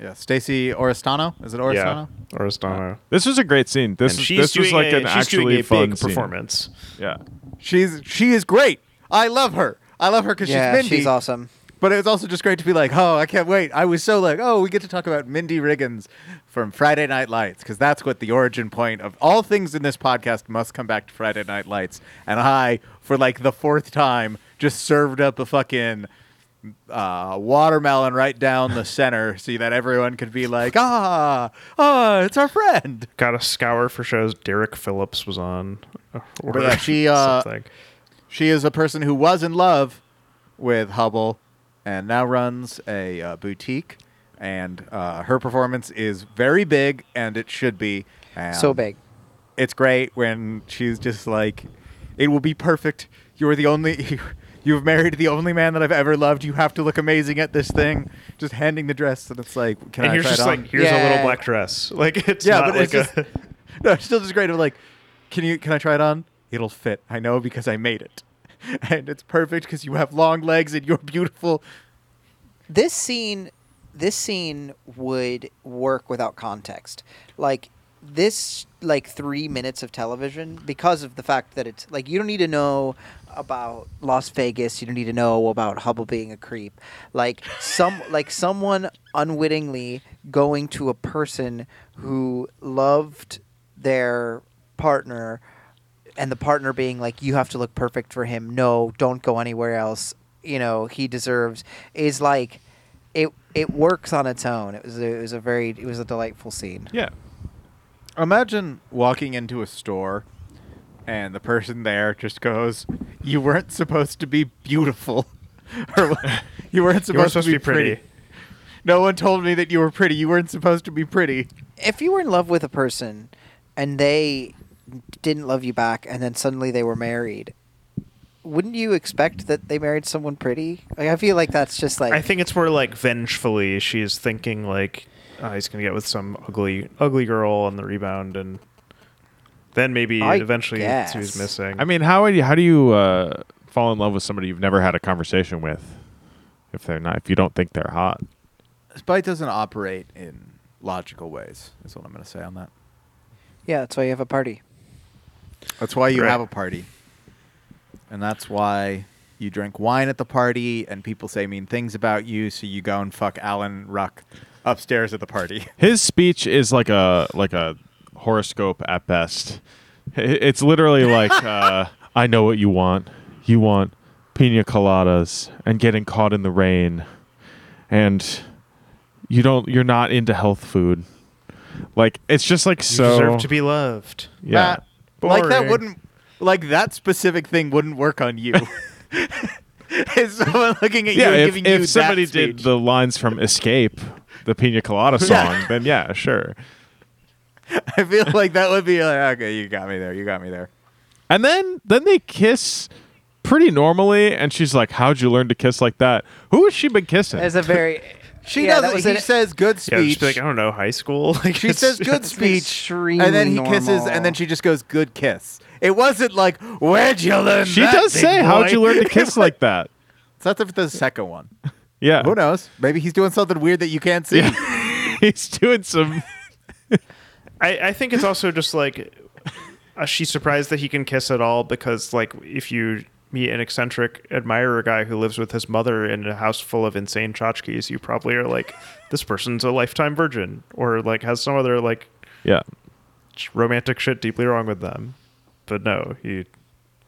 [SPEAKER 5] yeah, Stacy Oristano. Is it
[SPEAKER 4] yeah
[SPEAKER 5] Oristano?
[SPEAKER 4] Oristano.
[SPEAKER 2] This was a great scene. This
[SPEAKER 4] And
[SPEAKER 2] is-
[SPEAKER 4] she's
[SPEAKER 2] this was
[SPEAKER 4] doing
[SPEAKER 2] like
[SPEAKER 4] a,
[SPEAKER 2] an
[SPEAKER 4] she's
[SPEAKER 2] actually
[SPEAKER 4] doing a
[SPEAKER 2] fun
[SPEAKER 4] big
[SPEAKER 2] scene.
[SPEAKER 4] performance
[SPEAKER 2] Yeah.
[SPEAKER 5] She's she is great. I love her. I love her because
[SPEAKER 1] Yeah,
[SPEAKER 5] she's Mindy.
[SPEAKER 1] she's awesome.
[SPEAKER 5] But it was also just great to be like, oh, I can't wait. I was so like, oh, we get to talk about Mindy Riggins from Friday Night Lights because that's what the origin point of all things in this podcast must come back to Friday Night Lights. And I, for like the fourth time, just served up a fucking uh, watermelon right down the center so that everyone could be like, ah, ah, it's our friend.
[SPEAKER 4] got a scour for shows derek phillips was on or
[SPEAKER 5] But yeah, she, uh,
[SPEAKER 4] something
[SPEAKER 5] She is a person who was in love with Hubble and now runs a uh, boutique. And uh, her performance is very big, and it should be. And
[SPEAKER 1] So big.
[SPEAKER 5] It's great when she's just like, it will be perfect. You are the only, you've married the only man that I've ever loved. You have to look amazing at this thing. Just handing the dress, and it's like, can
[SPEAKER 4] and
[SPEAKER 5] I
[SPEAKER 4] here's
[SPEAKER 5] try
[SPEAKER 4] just
[SPEAKER 5] it on?
[SPEAKER 4] like here's a
[SPEAKER 1] Yeah.
[SPEAKER 4] little black dress. Like it's
[SPEAKER 5] yeah,
[SPEAKER 4] not
[SPEAKER 5] but it's
[SPEAKER 4] like
[SPEAKER 5] just,
[SPEAKER 4] a
[SPEAKER 5] no, it's still just great. Of like, can you can I try it on? It'll fit. I know because I made it, and it's perfect because you have long legs and you're beautiful.
[SPEAKER 1] this scene this scene would work without context like this like three minutes of television because of the fact that it's like you don't need to know about Las Vegas, you don't need to know about Hubble being a creep. Like some like someone unwittingly going to a person who loved their partner and the partner being like you have to look perfect for him no don't go anywhere else you know he deserves is like it it works on its own it was a, it was a very it was a delightful scene
[SPEAKER 2] Yeah.
[SPEAKER 5] Imagine walking into a store and the person there just goes, "You weren't supposed to be beautiful." or you weren't supposed,
[SPEAKER 4] supposed
[SPEAKER 5] to be pretty. No one told me that you were pretty. You weren't supposed to be pretty.
[SPEAKER 1] if you were in love with a person and they didn't love you back and then suddenly they were married wouldn't you expect that they married someone pretty like, i feel like that's just like
[SPEAKER 4] I think it's more like vengefully she's thinking like oh, he's gonna get with some ugly ugly girl on the rebound and then maybe
[SPEAKER 1] I
[SPEAKER 4] eventually
[SPEAKER 1] guess.
[SPEAKER 4] see who's missing.
[SPEAKER 2] I mean, how do you, how do you uh, fall in love with somebody you've never had a conversation with if they're not if you don't think they're hot?
[SPEAKER 5] Spite doesn't operate in logical ways. Is what I'm going to say on that.
[SPEAKER 1] yeah that's why you have a party
[SPEAKER 5] That's why you
[SPEAKER 4] Right.
[SPEAKER 5] have a party. And that's why you drink wine at the party and people say mean things about you, so you go and fuck Alan Ruck upstairs at the party.
[SPEAKER 2] His speech is like a like a horoscope at best. I- It's literally like uh, I know what you want. You want pina coladas and getting caught in the rain, and you don't. You're not into health food. Like it's just like
[SPEAKER 4] you
[SPEAKER 2] so.
[SPEAKER 4] deserve to be loved.
[SPEAKER 2] yeah.
[SPEAKER 5] Matt, like that
[SPEAKER 4] Boring.
[SPEAKER 5] wouldn't like that specific thing wouldn't work on you. Is someone looking at you
[SPEAKER 2] yeah,
[SPEAKER 5] and
[SPEAKER 2] if,
[SPEAKER 5] giving you
[SPEAKER 2] if
[SPEAKER 5] that
[SPEAKER 2] somebody did
[SPEAKER 5] speech.
[SPEAKER 2] the lines from Escape, the Pina Colada song, then yeah, sure.
[SPEAKER 5] I feel like that would be like, okay, you got me there, you got me there.
[SPEAKER 2] And then then they kiss pretty normally, and she's like, "How'd you learn to kiss like that? Who has she been kissing?"
[SPEAKER 6] As a very
[SPEAKER 5] She
[SPEAKER 6] yeah,
[SPEAKER 5] does.
[SPEAKER 6] That was
[SPEAKER 5] He
[SPEAKER 6] an-
[SPEAKER 5] says good
[SPEAKER 4] Yeah,
[SPEAKER 5] speech.
[SPEAKER 4] just be like,
[SPEAKER 2] oh,
[SPEAKER 4] I don't know, high school. Like
[SPEAKER 5] She
[SPEAKER 4] it's-
[SPEAKER 5] says good
[SPEAKER 1] That's
[SPEAKER 5] speech, and then he
[SPEAKER 1] extremely
[SPEAKER 5] kisses, and then
[SPEAKER 1] normal.
[SPEAKER 5] she just goes good kiss. It wasn't like where'd you learn?
[SPEAKER 2] she
[SPEAKER 5] that,
[SPEAKER 2] does
[SPEAKER 5] big
[SPEAKER 2] say,
[SPEAKER 5] boy?"
[SPEAKER 2] "How'd you learn to kiss like that?"
[SPEAKER 5] So that's the second one.
[SPEAKER 2] Yeah,
[SPEAKER 5] Who knows? Maybe he's doing something weird that you can't see.
[SPEAKER 2] Yeah. he's doing some.
[SPEAKER 4] I, I think it's also just like uh, she's surprised that he can kiss at all because like if you meet an eccentric admirer guy who lives with his mother in a house full of insane tchotchkes, you probably are like, this person's a lifetime virgin or like has some other like
[SPEAKER 2] Yeah,
[SPEAKER 4] romantic shit deeply wrong with them. But no, he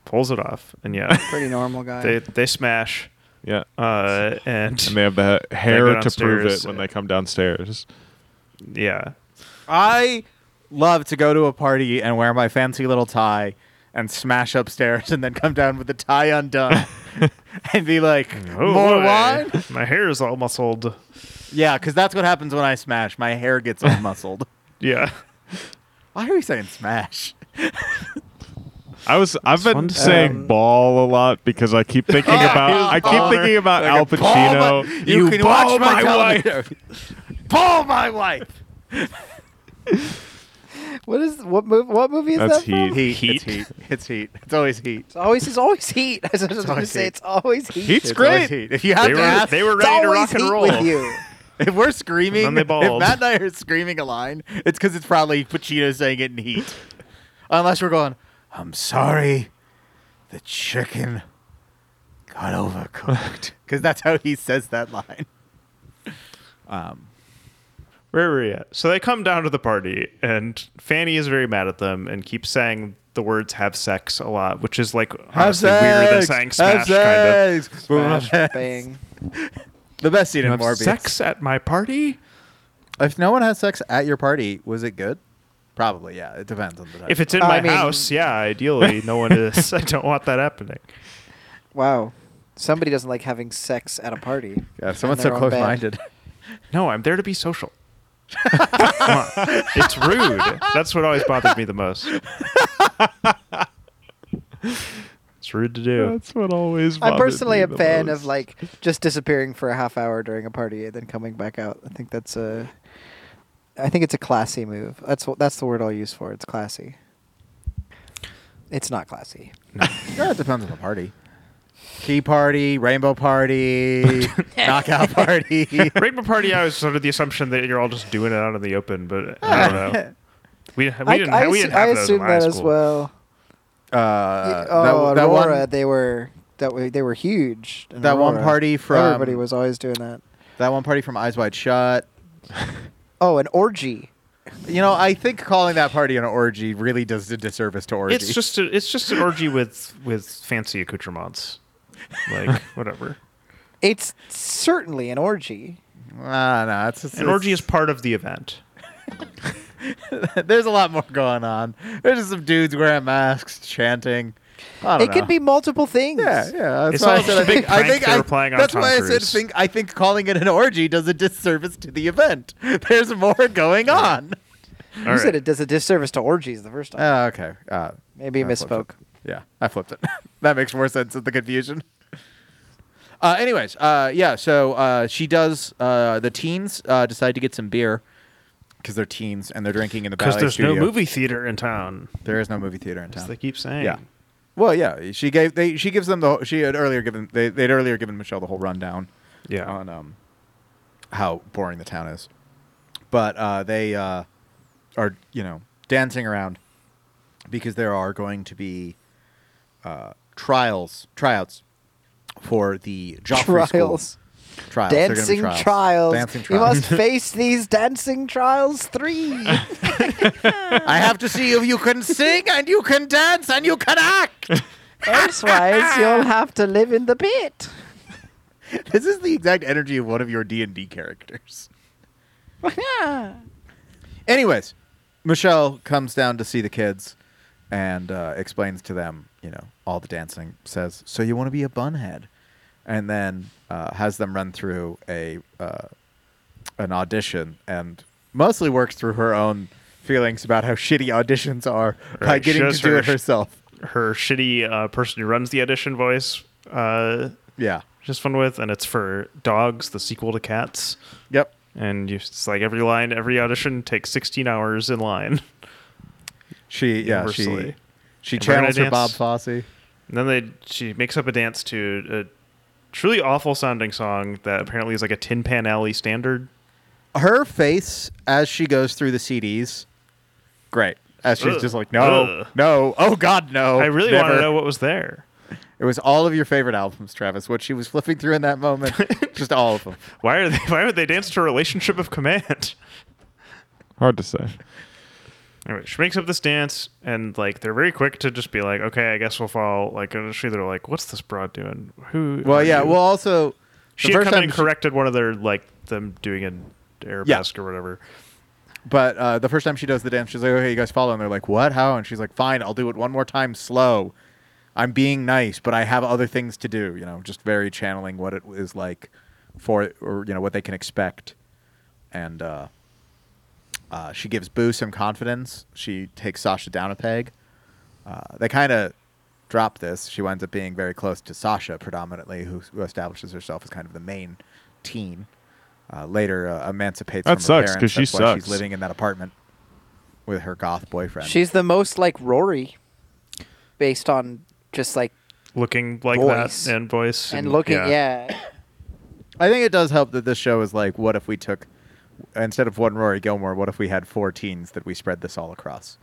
[SPEAKER 4] pulls it off, and yeah,
[SPEAKER 1] pretty normal guy
[SPEAKER 4] they they smash.
[SPEAKER 2] yeah,
[SPEAKER 4] Uh, and
[SPEAKER 2] and they have the hair
[SPEAKER 4] go
[SPEAKER 2] to prove it
[SPEAKER 4] downstairs.
[SPEAKER 2] when they come downstairs.
[SPEAKER 4] yeah,
[SPEAKER 5] I love to go to a party and wear my fancy little tie and smash upstairs, and then come down with the tie undone and be like,
[SPEAKER 4] Oh,
[SPEAKER 5] "More
[SPEAKER 4] boy.
[SPEAKER 5] wine."
[SPEAKER 4] My hair is all muscled.
[SPEAKER 5] Yeah, because that's what happens when I smash. My hair gets all muscled.
[SPEAKER 4] Yeah,
[SPEAKER 5] Why are we saying smash?
[SPEAKER 2] I was I've been
[SPEAKER 4] fun to
[SPEAKER 2] saying
[SPEAKER 6] Um,
[SPEAKER 2] ball a lot because I keep thinking about I keep
[SPEAKER 5] baller.
[SPEAKER 2] thinking about Al
[SPEAKER 5] Like a ball
[SPEAKER 2] Pacino.
[SPEAKER 5] my- you, can watch my, wife. Ball my wife.
[SPEAKER 6] what is what mov What movie is
[SPEAKER 2] That's
[SPEAKER 6] that? from?
[SPEAKER 2] Heat.
[SPEAKER 5] Heat. It's heat. It's heat. It's always heat.
[SPEAKER 6] It's always it's always heat. I was just going to
[SPEAKER 5] always
[SPEAKER 6] say
[SPEAKER 5] heat.
[SPEAKER 6] it's always heat.
[SPEAKER 2] Heat's
[SPEAKER 5] It's
[SPEAKER 2] great.
[SPEAKER 5] always heat. If you have
[SPEAKER 4] they
[SPEAKER 5] to
[SPEAKER 4] were
[SPEAKER 5] ask,
[SPEAKER 4] they were
[SPEAKER 1] it's
[SPEAKER 4] ready to
[SPEAKER 1] always
[SPEAKER 4] rock and
[SPEAKER 1] heat
[SPEAKER 4] roll.
[SPEAKER 1] with you
[SPEAKER 5] if we're
[SPEAKER 4] And
[SPEAKER 5] screaming,
[SPEAKER 4] then
[SPEAKER 5] if
[SPEAKER 4] they balled.
[SPEAKER 5] Matt and I are screaming a line, it's because it's probably Pacino saying it in heat. Unless we're going, I'm sorry, the chicken got overcooked. Because that's how he says that line. Um,
[SPEAKER 4] Where were we at? So they come down to the party, and Fanny is very mad at them and keeps saying the words "have sex" a lot, which is like honestly weirder than saying "smash." Kind of
[SPEAKER 5] Smash.
[SPEAKER 1] Smash, bang
[SPEAKER 5] The best scene in
[SPEAKER 4] "Have
[SPEAKER 5] Morbius.
[SPEAKER 4] sex at my party.
[SPEAKER 5] If no one has sex at your party, was it good? Probably, yeah. It depends on the type.
[SPEAKER 4] If it's in
[SPEAKER 1] I
[SPEAKER 4] my
[SPEAKER 1] mean-
[SPEAKER 4] house, yeah, ideally, no one is. I don't want that happening.
[SPEAKER 1] wow somebody doesn't like having sex at a party
[SPEAKER 5] yeah,
[SPEAKER 1] in
[SPEAKER 5] if someone's so
[SPEAKER 1] their own bed.
[SPEAKER 5] close-minded.
[SPEAKER 4] No, I'm there to be social. Come on. It's rude. That's what always bothered me the most. It's rude to do.
[SPEAKER 2] That's what always.
[SPEAKER 1] I'm
[SPEAKER 2] bothered
[SPEAKER 1] personally
[SPEAKER 2] me
[SPEAKER 1] a
[SPEAKER 2] the
[SPEAKER 1] fan
[SPEAKER 2] most.
[SPEAKER 1] of like just disappearing for a half hour during a party and then coming back out. I think that's a, I think it's a classy move. That's what that's the word I'll use for. it. It's classy. It's not classy.
[SPEAKER 5] Yeah, it depends on the party. Key party, rainbow party, knockout party.
[SPEAKER 4] Rainbow party. I was under the assumption that you're all just doing it out in the open, but I don't know. We, we
[SPEAKER 1] I,
[SPEAKER 4] didn't.
[SPEAKER 1] I,
[SPEAKER 4] ha- we
[SPEAKER 1] assu-
[SPEAKER 4] didn't
[SPEAKER 1] I
[SPEAKER 4] have those in
[SPEAKER 1] assume
[SPEAKER 4] high
[SPEAKER 1] that as
[SPEAKER 4] school.
[SPEAKER 1] well.
[SPEAKER 5] Uh,
[SPEAKER 1] Yeah,
[SPEAKER 5] that,
[SPEAKER 1] oh,
[SPEAKER 5] that
[SPEAKER 1] Aurora,
[SPEAKER 5] one,
[SPEAKER 1] they were that were, they were huge. in
[SPEAKER 5] That one
[SPEAKER 1] Aurora.
[SPEAKER 5] party from-
[SPEAKER 1] everybody was always doing that.
[SPEAKER 5] that one party from Eyes Wide Shut.
[SPEAKER 1] Oh, an orgy.
[SPEAKER 5] You know, I think calling that party an orgy really does a disservice to orgy.
[SPEAKER 4] It's just a, it's just an orgy with with fancy accoutrements, like whatever.
[SPEAKER 1] It's certainly an orgy.
[SPEAKER 5] Ah, no, it's just,
[SPEAKER 4] An orgy is part of the event.
[SPEAKER 5] There's a lot more going on. There's just some dudes wearing masks, chanting. I don't
[SPEAKER 1] It could
[SPEAKER 5] know.
[SPEAKER 1] be multiple things.
[SPEAKER 5] Yeah, yeah. That's
[SPEAKER 4] It's
[SPEAKER 5] why I
[SPEAKER 4] all
[SPEAKER 5] said
[SPEAKER 4] just
[SPEAKER 5] I
[SPEAKER 4] a big
[SPEAKER 5] think, I
[SPEAKER 4] prank
[SPEAKER 5] think
[SPEAKER 4] they
[SPEAKER 5] I-
[SPEAKER 4] were playing on
[SPEAKER 5] that's
[SPEAKER 4] Tom
[SPEAKER 5] why I said
[SPEAKER 4] Cruise.
[SPEAKER 5] think I think calling it an orgy does a disservice to the event. There's more going on.
[SPEAKER 1] You
[SPEAKER 4] All
[SPEAKER 1] said
[SPEAKER 4] right.
[SPEAKER 1] it does a disservice to orgies the first time.
[SPEAKER 5] Oh, okay. Uh,
[SPEAKER 1] Maybe you
[SPEAKER 5] I flipped
[SPEAKER 1] misspoke.
[SPEAKER 5] it. Yeah, I flipped it. that makes more sense than the confusion. Uh, anyways, uh, yeah. So uh, she does. Uh, the teens uh, decide to get some beer because they're teens and they're drinking in the
[SPEAKER 4] Because
[SPEAKER 5] ballet
[SPEAKER 4] there's
[SPEAKER 5] studio.
[SPEAKER 4] no movie theater in town,
[SPEAKER 5] There is no movie theater in
[SPEAKER 4] as
[SPEAKER 5] town.
[SPEAKER 4] they keep saying.
[SPEAKER 5] Yeah. Well, yeah. She gave they she gives them the she had earlier given they they'd earlier given Michelle the whole rundown.
[SPEAKER 4] Yeah.
[SPEAKER 5] On um, how boring the town is, but uh, they uh, are you know dancing around because there are going to be uh, trials tryouts for the Joffrey
[SPEAKER 1] Trials.
[SPEAKER 5] School. Trials. They're gonna be
[SPEAKER 1] Dancing
[SPEAKER 5] trials.
[SPEAKER 1] trials.
[SPEAKER 5] Dancing
[SPEAKER 1] You
[SPEAKER 5] trials.
[SPEAKER 1] must face these dancing trials three.
[SPEAKER 5] I have to see if you can sing and you can dance and you can act.
[SPEAKER 1] Elsewise, you'll have to live in the pit.
[SPEAKER 5] this is the exact energy of one of your D and D characters. Anyways, Michelle comes down to see the kids and uh, explains to them, you know, all the dancing. Says, "So you want to be a bunhead?" And then uh, has them run through a uh, an audition and mostly works through her own feelings about how shitty auditions are by
[SPEAKER 4] Right, she
[SPEAKER 5] getting to
[SPEAKER 4] has
[SPEAKER 5] do
[SPEAKER 4] her
[SPEAKER 5] it
[SPEAKER 4] sh-
[SPEAKER 5] herself.
[SPEAKER 4] Her shitty uh, person who runs the audition voice, uh,
[SPEAKER 5] Yeah.
[SPEAKER 4] just fun with, and it's for Dogs, the sequel to Cats.
[SPEAKER 5] Yep.
[SPEAKER 4] And you, it's like every line, every audition takes 16 hours in line.
[SPEAKER 5] She yeah she
[SPEAKER 4] Universally.
[SPEAKER 5] she
[SPEAKER 4] And we're gonna
[SPEAKER 5] channels her
[SPEAKER 4] dance.
[SPEAKER 5] Bob Fosse.
[SPEAKER 4] And then they she makes up a dance to a truly awful sounding song that apparently is like a Tin Pan Alley standard.
[SPEAKER 5] her face as she goes through the CDs, great. As she's
[SPEAKER 4] Ugh.
[SPEAKER 5] just like, no,
[SPEAKER 4] Ugh.
[SPEAKER 5] no, oh God, no.
[SPEAKER 4] I really want
[SPEAKER 5] never."
[SPEAKER 4] to know what was there.
[SPEAKER 5] It was all of your favorite albums, Travis. What she was flipping through in that moment, just all of them.
[SPEAKER 4] Why are they? Why would they dance to Relationship of Command?
[SPEAKER 2] Hard to say.
[SPEAKER 4] Anyway, she makes up this dance, and like they're very quick to just be like, "Okay, I guess we'll fall." Like initially, they're like, "What's this broad doing? Who?"
[SPEAKER 5] Well,
[SPEAKER 4] are
[SPEAKER 5] yeah.
[SPEAKER 4] you?"
[SPEAKER 5] Well, also, the
[SPEAKER 4] she had
[SPEAKER 5] first
[SPEAKER 4] come in
[SPEAKER 5] time,
[SPEAKER 4] and
[SPEAKER 5] she-
[SPEAKER 4] corrected one of their like them doing an arabesque or whatever.
[SPEAKER 5] but uh, the first time she does the dance, she's like, "Okay, you guys follow," and they're like, "What? How?" And she's like, "Fine, I'll do it one more time, slow. I'm being nice, but I have other things to do." You know, just very channeling what it is like for, or you know, what they can expect, and uh, uh, she gives Boo some confidence. She takes Sasha down a peg. Uh, they kind of drop this. She winds up being very close to Sasha predominantly, who, who establishes herself as kind of the main teen. Uh, later, uh, emancipates.
[SPEAKER 2] That
[SPEAKER 5] from
[SPEAKER 2] sucks,
[SPEAKER 5] her
[SPEAKER 2] 'cause
[SPEAKER 5] parents.
[SPEAKER 2] she
[SPEAKER 5] That's why
[SPEAKER 2] sucks.
[SPEAKER 5] She's living in that apartment with her goth boyfriend.
[SPEAKER 1] She's the most like Rory, based on just like
[SPEAKER 4] Looking like
[SPEAKER 1] Voice.
[SPEAKER 4] that and voice
[SPEAKER 1] and looking. Yeah,
[SPEAKER 5] I think it does help that this show is like, what if we took instead of one Rory Gilmore, what if we had four teens that we spread this all across?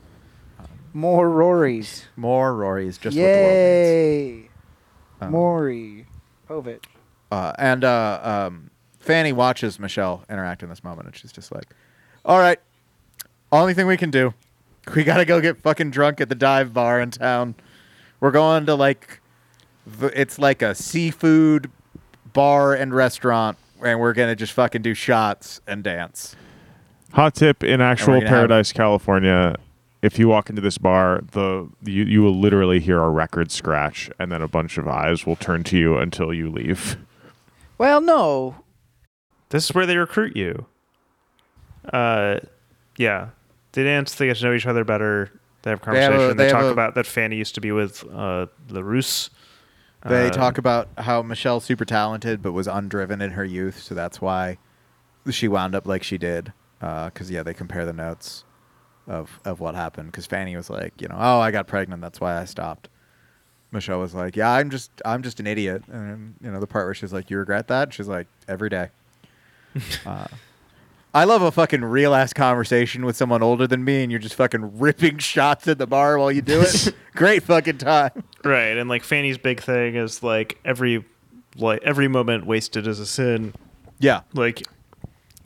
[SPEAKER 1] more Rorys.
[SPEAKER 5] More Rorys, just what the world needs.
[SPEAKER 1] Yay,
[SPEAKER 5] Um,
[SPEAKER 1] Maury, Povich.
[SPEAKER 5] Uh, and uh, um, Fanny watches Michelle interact in this moment, and she's just like, "All right, only thing we can do, we gotta go get fucking drunk at the dive bar in town. We're going to like, the, it's like a seafood bar and restaurant, and we're gonna just fucking do shots and dance."
[SPEAKER 2] Hot tip in actual
[SPEAKER 5] gonna have-
[SPEAKER 2] Paradise, California. If you walk into this bar, the you, you will literally hear a record scratch, and then a bunch of eyes will turn to you until you leave.
[SPEAKER 1] Well, no,
[SPEAKER 4] This is where they recruit you. Uh, yeah. They dance. They get to know each other better. They have
[SPEAKER 5] have a-
[SPEAKER 4] conversation. they,
[SPEAKER 5] they have
[SPEAKER 4] talk
[SPEAKER 5] a-
[SPEAKER 4] about that Fanny used to be with uh, LaRousse.
[SPEAKER 5] They
[SPEAKER 4] Uh,
[SPEAKER 5] talk about how Michelle's super talented but was undriven in her youth, so that's why she wound up like she did. Because yeah, they compare the notes of of what happened. Because Fanny was like, you know, oh, I got pregnant, that's why I stopped. Michelle was like, yeah, I'm just I'm just an idiot. And you know the part where she's like, you regret that? She's like, every day. uh, I love a fucking real ass conversation with someone older than me, and you're just fucking ripping shots at the bar while you do it. Great fucking time.
[SPEAKER 4] Right, and like Fanny's big thing is like every like every moment wasted is a sin.
[SPEAKER 5] Yeah.
[SPEAKER 4] Like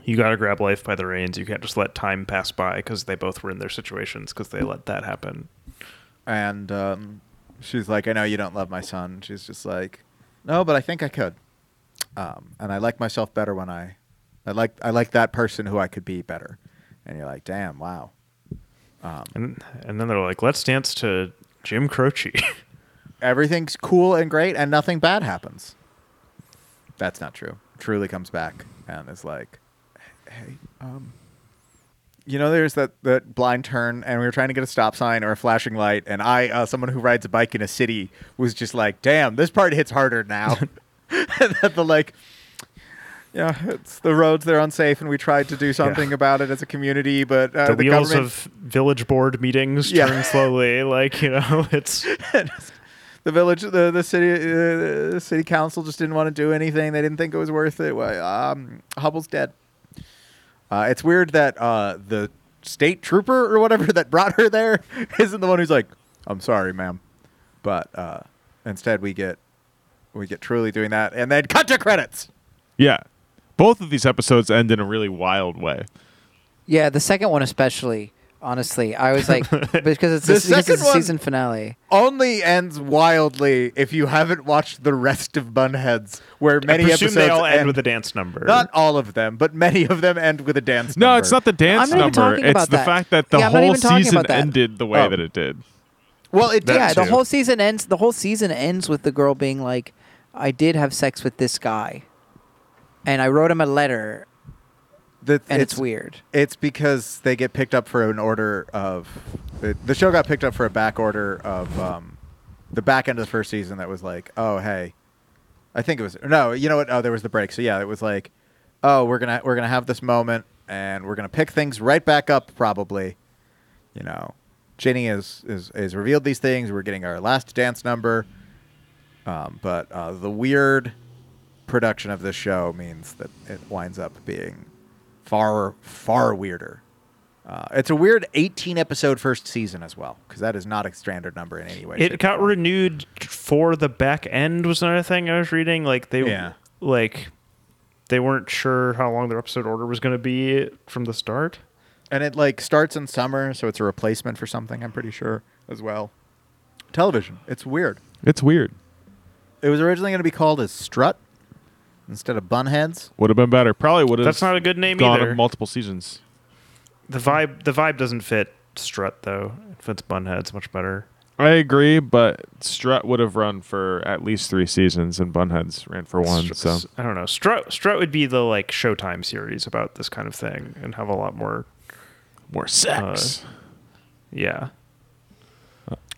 [SPEAKER 4] you got to grab life by the reins. You can't just let time pass by because they both were in their situations because they let that happen.
[SPEAKER 5] And um, she's like, I know you don't love my son. She's just like, no, but I think I could. Um, and I like myself better when I, I like, I like that person who I could be better. And you're like, damn, wow.
[SPEAKER 4] And and then they're like, let's dance to Jim Croce.
[SPEAKER 5] Everything's cool and great and nothing bad happens. That's not true. Truly comes back and is like, hey, um, you know, there's that, that blind turn, and we were trying to get a stop sign or a flashing light, and I, uh, someone who rides a bike in a city, was just like, "Damn, this part hits harder now." and that the like, yeah, it's the roads they're unsafe, and we tried to do something about it as a community, but uh,
[SPEAKER 4] the,
[SPEAKER 5] the,
[SPEAKER 4] wheels
[SPEAKER 5] government,
[SPEAKER 4] of village board meetings
[SPEAKER 5] Yeah.
[SPEAKER 4] turn slowly. Like you know, it's
[SPEAKER 5] the village, the the city, uh, the city council just didn't want to do anything. They didn't think it was worth it. Well, um, Hubble's dead. Uh, it's weird that uh, the state trooper or whatever that brought her there isn't the one who's like, "I'm sorry, ma'am," but uh, instead we get we get truly doing that, and then cut to credits.
[SPEAKER 2] Yeah. Both of these episodes end in a really wild way.
[SPEAKER 1] Yeah, the second one especially. Honestly, I was like, because it's the,
[SPEAKER 5] The
[SPEAKER 1] because
[SPEAKER 5] second
[SPEAKER 1] it's the
[SPEAKER 5] one-
[SPEAKER 1] season finale.
[SPEAKER 5] Only ends wildly if you haven't watched the rest of Bunheads, where many
[SPEAKER 4] I presume
[SPEAKER 5] episodes
[SPEAKER 4] they all end, with a dance number.
[SPEAKER 5] Not all of them, but many of them end with a dance.
[SPEAKER 2] No,
[SPEAKER 5] number.
[SPEAKER 2] it's not the dance
[SPEAKER 1] I'm not even
[SPEAKER 2] number.
[SPEAKER 1] talking
[SPEAKER 2] It's
[SPEAKER 1] about
[SPEAKER 2] the
[SPEAKER 1] that.
[SPEAKER 2] fact that the
[SPEAKER 1] Yeah, I'm not
[SPEAKER 2] whole
[SPEAKER 1] even talking
[SPEAKER 2] season
[SPEAKER 1] about that.
[SPEAKER 2] ended the way
[SPEAKER 5] Oh.
[SPEAKER 2] that it did.
[SPEAKER 5] Well, it did.
[SPEAKER 1] yeah, the
[SPEAKER 4] too.
[SPEAKER 1] whole season ends. The whole season ends with the girl being like, "I did have sex with this guy, and I wrote him a letter,
[SPEAKER 5] The-
[SPEAKER 1] and it's, weird."
[SPEAKER 5] It's because they get picked up for an order of the, the show got picked up for a back order of um, the back end of the first season that was like, oh hey, I think it was no, you know what? Oh, there was the break. So yeah, it was like, oh we're gonna we're gonna have this moment and we're gonna pick things right back up probably, you know. Jenny is is is revealed these things. We're getting our last dance number, um, but uh, the weird production of this show means that it winds up being far far weirder. Uh, it's a weird 18 episode first season as well because that is not a standard number in any way. shape, or
[SPEAKER 4] it got
[SPEAKER 5] form.
[SPEAKER 4] renewed for the back end was another thing I was reading. Like they
[SPEAKER 5] Yeah.
[SPEAKER 4] like they weren't sure how long their episode order was going to be from the start.
[SPEAKER 5] and it like starts in summer, so it's a replacement for something. I'm pretty sure as well. Television. It's weird.
[SPEAKER 2] It's weird.
[SPEAKER 5] It was originally going to be called as Strut instead of Bunheads.
[SPEAKER 2] Would have been better. Probably would have.
[SPEAKER 4] That's not a good name
[SPEAKER 2] gone
[SPEAKER 4] either.
[SPEAKER 2] multiple seasons.
[SPEAKER 4] The vibe the vibe doesn't fit Strut though. It fits Bunhead's much better.
[SPEAKER 2] I agree, but Strut would have run for at least three seasons, and Bunheads ran for one.
[SPEAKER 4] Strut-
[SPEAKER 2] So
[SPEAKER 4] I don't know. Strut Strut would be the like Showtime series about this kind of thing and have a lot more.
[SPEAKER 2] more
[SPEAKER 4] sex.
[SPEAKER 2] uh,
[SPEAKER 4] Yeah.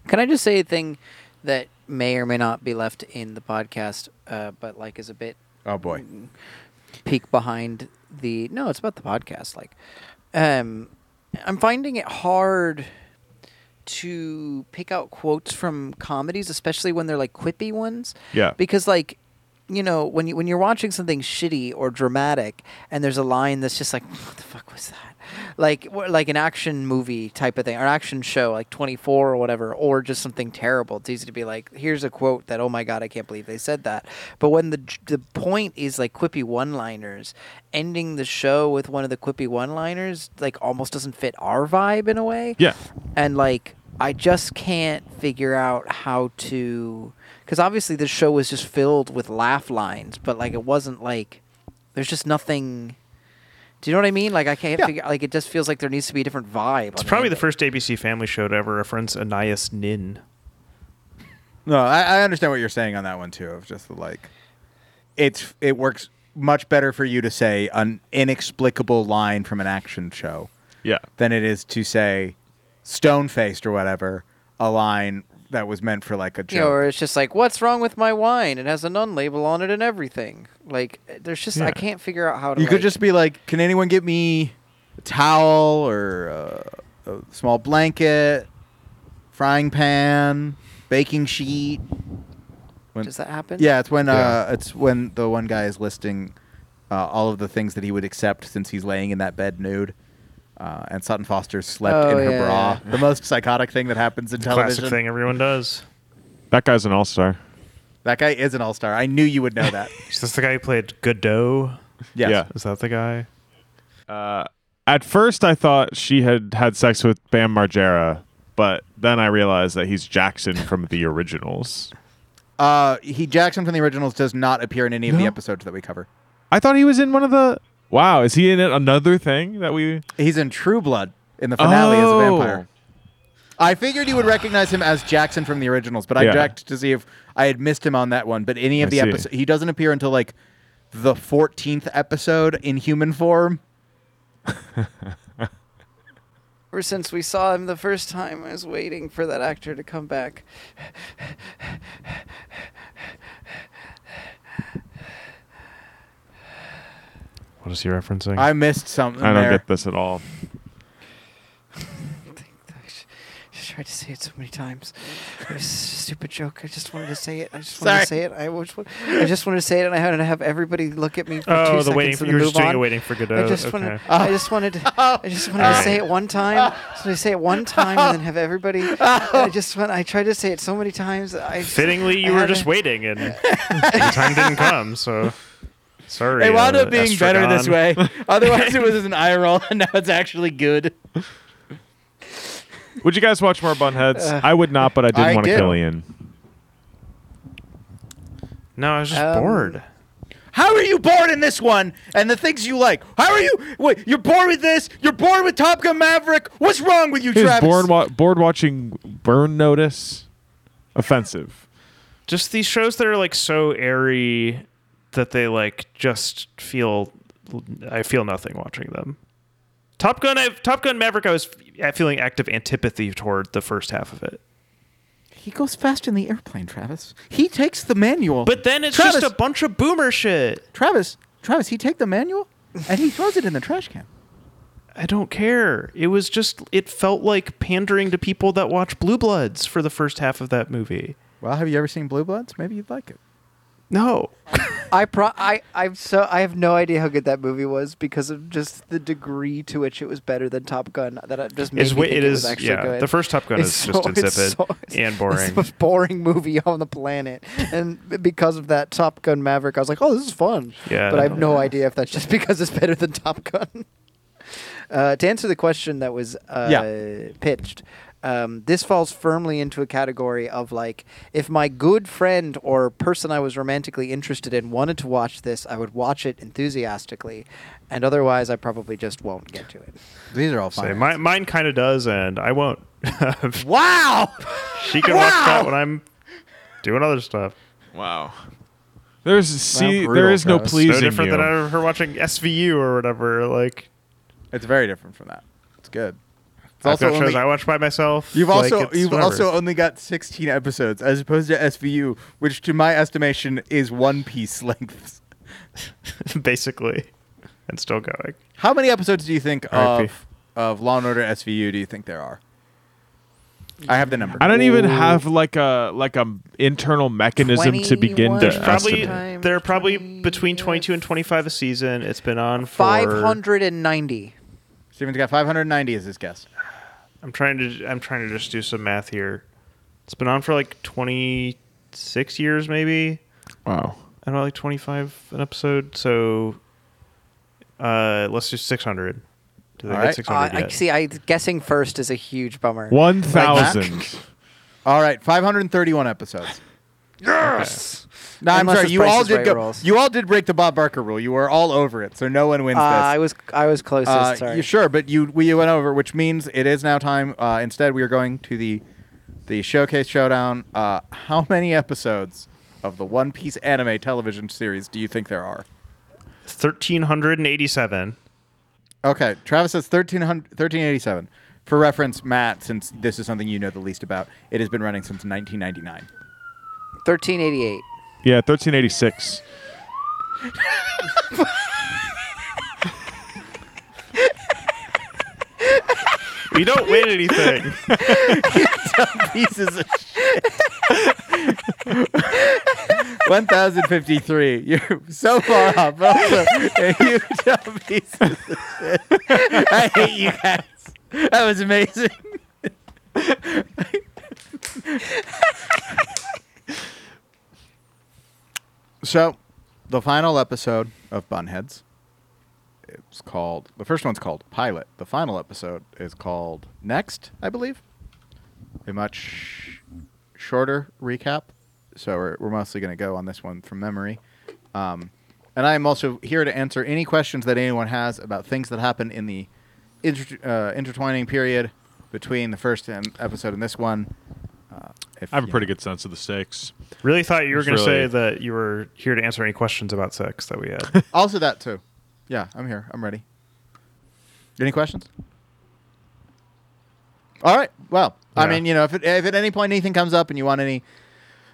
[SPEAKER 1] Can I just say a thing that may or may not be left in the podcast, uh, but like is a bit
[SPEAKER 5] Oh boy.
[SPEAKER 1] peek behind the no it's about the podcast like um i'm finding it hard to pick out quotes from comedies especially when they're like quippy ones
[SPEAKER 2] Yeah.
[SPEAKER 1] because like you know when you when you're watching something shitty or dramatic and there's a line that's just like what the fuck was that like wh- like an action movie type of thing or action show like 24 or whatever or just something terrible it's easy to be like here's a quote that oh my god i can't believe they said that but when the j- the point is like quippy one liners ending the show with one of the quippy one liners like almost doesn't fit our vibe in a way
[SPEAKER 2] yeah,
[SPEAKER 1] and like I just can't figure out how to because obviously this show was just filled with laugh lines, but like it wasn't like there's just nothing. Do you know what I mean? Like I can't figure like it just feels like there needs to be a different vibe.
[SPEAKER 4] It's probably the first ABC Family show to ever reference Anais Nin.
[SPEAKER 5] No, I, I understand what you're saying on that one too. Of just the, like, it's it works much better for you to say an inexplicable line from an action show
[SPEAKER 2] yeah,
[SPEAKER 5] than it is to say stone faced or whatever a line that was meant for like a joke.
[SPEAKER 1] You know, or it's just like, what's wrong with my wine? It has a nun label on it and everything. Like, there's just
[SPEAKER 2] Yeah.
[SPEAKER 1] I can't figure out how to.
[SPEAKER 5] you could
[SPEAKER 1] like-
[SPEAKER 5] just be like, "Can anyone get me a towel or uh, a small blanket, frying pan, baking sheet?"
[SPEAKER 1] Does that happen?
[SPEAKER 5] Yeah, it's when
[SPEAKER 2] Yeah.
[SPEAKER 5] Uh, it's when the one guy is listing uh, all of the things that he would accept since he's laying in that bed nude. Uh, and Sutton Foster slept
[SPEAKER 1] Oh,
[SPEAKER 5] in her
[SPEAKER 1] yeah,
[SPEAKER 5] bra.
[SPEAKER 1] yeah.
[SPEAKER 5] The most psychotic thing that happens in television.
[SPEAKER 4] Classic thing everyone does.
[SPEAKER 2] That guy's an all star.
[SPEAKER 5] That guy is an all star. I knew you would know that.
[SPEAKER 4] Is this the guy who played Godot?
[SPEAKER 5] Yes.
[SPEAKER 2] Yeah.
[SPEAKER 4] Is that the guy?
[SPEAKER 2] At first, I thought she had had sex with Bam Margera, but then I realized that he's Jackson from the originals.
[SPEAKER 5] Uh, he Jackson from the originals does not appear in any of the episodes that we cover.
[SPEAKER 2] I thought he was in one of the. Wow, is he in it another thing that we?
[SPEAKER 5] He's in True Blood in the finale as a
[SPEAKER 2] Oh.
[SPEAKER 5] vampire. I figured you would recognize him as Jackson from the originals, but I
[SPEAKER 2] Yeah.
[SPEAKER 5] checked to see if I had missed him on that one. But any of
[SPEAKER 2] I
[SPEAKER 5] the
[SPEAKER 2] see.
[SPEAKER 5] episodes, he doesn't appear until like the 14th episode in human form.
[SPEAKER 1] Ever since we saw him the first time, I was waiting for that actor to come back.
[SPEAKER 4] What is he referencing?
[SPEAKER 5] I missed something
[SPEAKER 2] Oh, I don't
[SPEAKER 5] there.
[SPEAKER 2] get this at all.
[SPEAKER 1] I tried to say it so many times. It was a stupid joke. I just wanted to say it. I just
[SPEAKER 5] Sorry.
[SPEAKER 1] wanted to say it. I just, want, I just wanted to say it, and I had to have everybody look at me for two
[SPEAKER 4] oh, the
[SPEAKER 1] seconds
[SPEAKER 4] waiting
[SPEAKER 1] and
[SPEAKER 4] for
[SPEAKER 1] then
[SPEAKER 4] you're
[SPEAKER 1] move
[SPEAKER 4] just doing
[SPEAKER 1] on.
[SPEAKER 4] a waiting for Godot.
[SPEAKER 1] I just Uh,
[SPEAKER 4] okay.
[SPEAKER 1] wanted. I just wanted. I just wanted to say it one time. So I say it one time and then have everybody. I just went. I tried to say it so many times. I just-
[SPEAKER 4] Fittingly,
[SPEAKER 1] I
[SPEAKER 4] you were
[SPEAKER 1] had
[SPEAKER 4] just
[SPEAKER 1] to-
[SPEAKER 4] waiting, and the time didn't come. So sorry.
[SPEAKER 5] It wound
[SPEAKER 4] uh,
[SPEAKER 5] up being better this
[SPEAKER 4] Estragon.
[SPEAKER 5] way. Otherwise, it was just an eye roll, and now it's actually good.
[SPEAKER 2] Would you guys watch more Bunheads?
[SPEAKER 1] Uh,
[SPEAKER 2] I would not, but I
[SPEAKER 5] I
[SPEAKER 2] did want to
[SPEAKER 5] do.
[SPEAKER 2] kill Ian.
[SPEAKER 4] No, I was just
[SPEAKER 1] Um,
[SPEAKER 4] bored.
[SPEAKER 5] How are you bored in this one and the things you like? How are you? Wait, you're bored with this. You're bored with Top Gun Maverick. What's wrong with you,
[SPEAKER 2] He was
[SPEAKER 5] Travis?
[SPEAKER 2] bored, wa- bored watching Burn Notice. Offensive.
[SPEAKER 4] Just these shows that are like so airy that they like just feel. I feel nothing watching them. Top Gun, I've, Top Gun Maverick. I was f- feeling active antipathy toward the first half of it.
[SPEAKER 5] he goes fast in the airplane, Travis. He takes the manual.
[SPEAKER 4] But then it's
[SPEAKER 5] Travis,
[SPEAKER 4] just a bunch of boomer shit.
[SPEAKER 5] Travis. Travis. He take the manual and he throws it in the trash can.
[SPEAKER 4] I don't care. It was just it felt like pandering to people that watch Blue Bloods for the first half of that movie.
[SPEAKER 5] Well, have you ever seen Blue Bloods? Maybe you'd like it.
[SPEAKER 4] No.
[SPEAKER 1] I pro I I'm so I have no idea how good that movie was because of just the degree to which it was better than Top Gun that it just made
[SPEAKER 4] It's
[SPEAKER 1] me
[SPEAKER 4] wi-
[SPEAKER 1] think
[SPEAKER 4] it
[SPEAKER 1] was
[SPEAKER 4] is
[SPEAKER 1] actually
[SPEAKER 4] yeah.
[SPEAKER 1] good.
[SPEAKER 4] The first Top Gun
[SPEAKER 1] It's
[SPEAKER 4] is
[SPEAKER 1] so-
[SPEAKER 4] just
[SPEAKER 1] it's
[SPEAKER 4] insipid
[SPEAKER 1] so- it's-
[SPEAKER 4] and
[SPEAKER 1] It's
[SPEAKER 4] boring.
[SPEAKER 1] the most boring movie on the planet, and b- because of that, Top Gun Maverick, I was like, oh, this is fun.
[SPEAKER 4] Yeah.
[SPEAKER 1] But I have no idea if that's just because it's better than Top Gun. Uh, to answer the question that was uh,
[SPEAKER 5] Yeah.
[SPEAKER 1] pitched, um, this falls firmly into a category of like, if my good friend or person I was romantically interested in wanted to watch this, I would watch it enthusiastically, and otherwise, I probably just won't get to it.
[SPEAKER 5] These are all
[SPEAKER 4] Say,
[SPEAKER 5] fine.
[SPEAKER 4] my, mine kind of does, and I won't.
[SPEAKER 5] wow.
[SPEAKER 4] she can watch that when I'm doing other stuff.
[SPEAKER 2] Wow. There's see,
[SPEAKER 5] brutal,
[SPEAKER 2] there is no
[SPEAKER 5] Travis. No
[SPEAKER 2] pleasing
[SPEAKER 4] no different
[SPEAKER 2] you.
[SPEAKER 4] than I- her watching SVU or whatever. Like
[SPEAKER 5] it's very different from that. It's good. It's
[SPEAKER 4] I've got
[SPEAKER 5] also
[SPEAKER 4] shows
[SPEAKER 5] only-
[SPEAKER 4] I watch by myself.
[SPEAKER 5] You've
[SPEAKER 4] like,
[SPEAKER 5] also
[SPEAKER 4] it's
[SPEAKER 5] you've
[SPEAKER 4] whatever.
[SPEAKER 5] also only got 16 episodes as opposed to SVU, which to my estimation is one piece length.
[SPEAKER 4] basically and still going.
[SPEAKER 5] How many episodes do you think
[SPEAKER 4] R.I.P.
[SPEAKER 5] of of Law and Order SVU do you think there are? I have the number.
[SPEAKER 2] I don't even have like a like a internal mechanism to begin
[SPEAKER 1] 21
[SPEAKER 2] to
[SPEAKER 1] There's
[SPEAKER 4] Probably
[SPEAKER 2] estimate.
[SPEAKER 1] Estimate.
[SPEAKER 4] they're probably
[SPEAKER 1] 20,
[SPEAKER 4] between
[SPEAKER 1] yes.
[SPEAKER 4] 22 and 25 a season. It's been on for
[SPEAKER 1] Five hundred and ninety.
[SPEAKER 5] Steven's got 590 as his guess.
[SPEAKER 4] I'm trying to I'm trying to just do some math here. It's been on for like 26 years maybe.
[SPEAKER 2] Wow.
[SPEAKER 4] I don't know like 25 an episode. So uh let's do 600. Do they
[SPEAKER 5] All
[SPEAKER 4] get
[SPEAKER 5] right.
[SPEAKER 4] 600
[SPEAKER 1] Uh, I
[SPEAKER 4] yet?
[SPEAKER 1] see. I guessing first is a huge bummer.
[SPEAKER 2] One
[SPEAKER 5] that?
[SPEAKER 2] thousand.
[SPEAKER 5] All right, 531 episodes.
[SPEAKER 4] Yes!
[SPEAKER 5] No, I'm
[SPEAKER 1] Unless
[SPEAKER 5] sorry.
[SPEAKER 1] it's
[SPEAKER 5] You
[SPEAKER 1] Price
[SPEAKER 5] all
[SPEAKER 1] is
[SPEAKER 5] did
[SPEAKER 1] Right
[SPEAKER 5] go,
[SPEAKER 1] rules.
[SPEAKER 5] You all did break the Bob Barker rule. You were all over it, so no one wins
[SPEAKER 1] Uh,
[SPEAKER 5] this.
[SPEAKER 1] I was I was closest.
[SPEAKER 5] Uh,
[SPEAKER 1] sorry.
[SPEAKER 5] you- sure, but you we went over, which means it is now time. Uh, instead, we are going to the the showcase showdown. Uh, how many episodes of the One Piece anime television series do you think there are?
[SPEAKER 4] 1387.
[SPEAKER 5] Okay, Travis says 1300 1387. For reference, Matt, since this is something you know the least about, it has been running since 1999.
[SPEAKER 1] Thirteen eighty eight.
[SPEAKER 2] Yeah, thirteen eighty six.
[SPEAKER 4] You don't win anything.
[SPEAKER 5] Pieces of shit. 1053. You're so far off. but also a huge dumb piece of shit. I hate you guys. That was amazing. so, the final episode of Bunheads. It's called, the first one's called Pilot. The final episode is called Next, I believe a much shorter recap. So we're, we're mostly going to go on this one from memory. Um, and I am also here to answer any questions that anyone has about things that happened in the inter- uh, intertwining period between the first um, episode and this one. Uh, if
[SPEAKER 2] I have a
[SPEAKER 5] you
[SPEAKER 2] pretty
[SPEAKER 5] know.
[SPEAKER 2] good sense of the stakes.
[SPEAKER 4] Really thought you were
[SPEAKER 2] It's
[SPEAKER 4] going to say
[SPEAKER 2] really-
[SPEAKER 4] that you were here to answer any questions about sex that we had.
[SPEAKER 5] Also, that too. Yeah, I'm here. I'm ready. Any questions? All right. Well, I
[SPEAKER 4] Yeah.
[SPEAKER 5] mean, you know, if, it, if at any point anything comes up and you want any,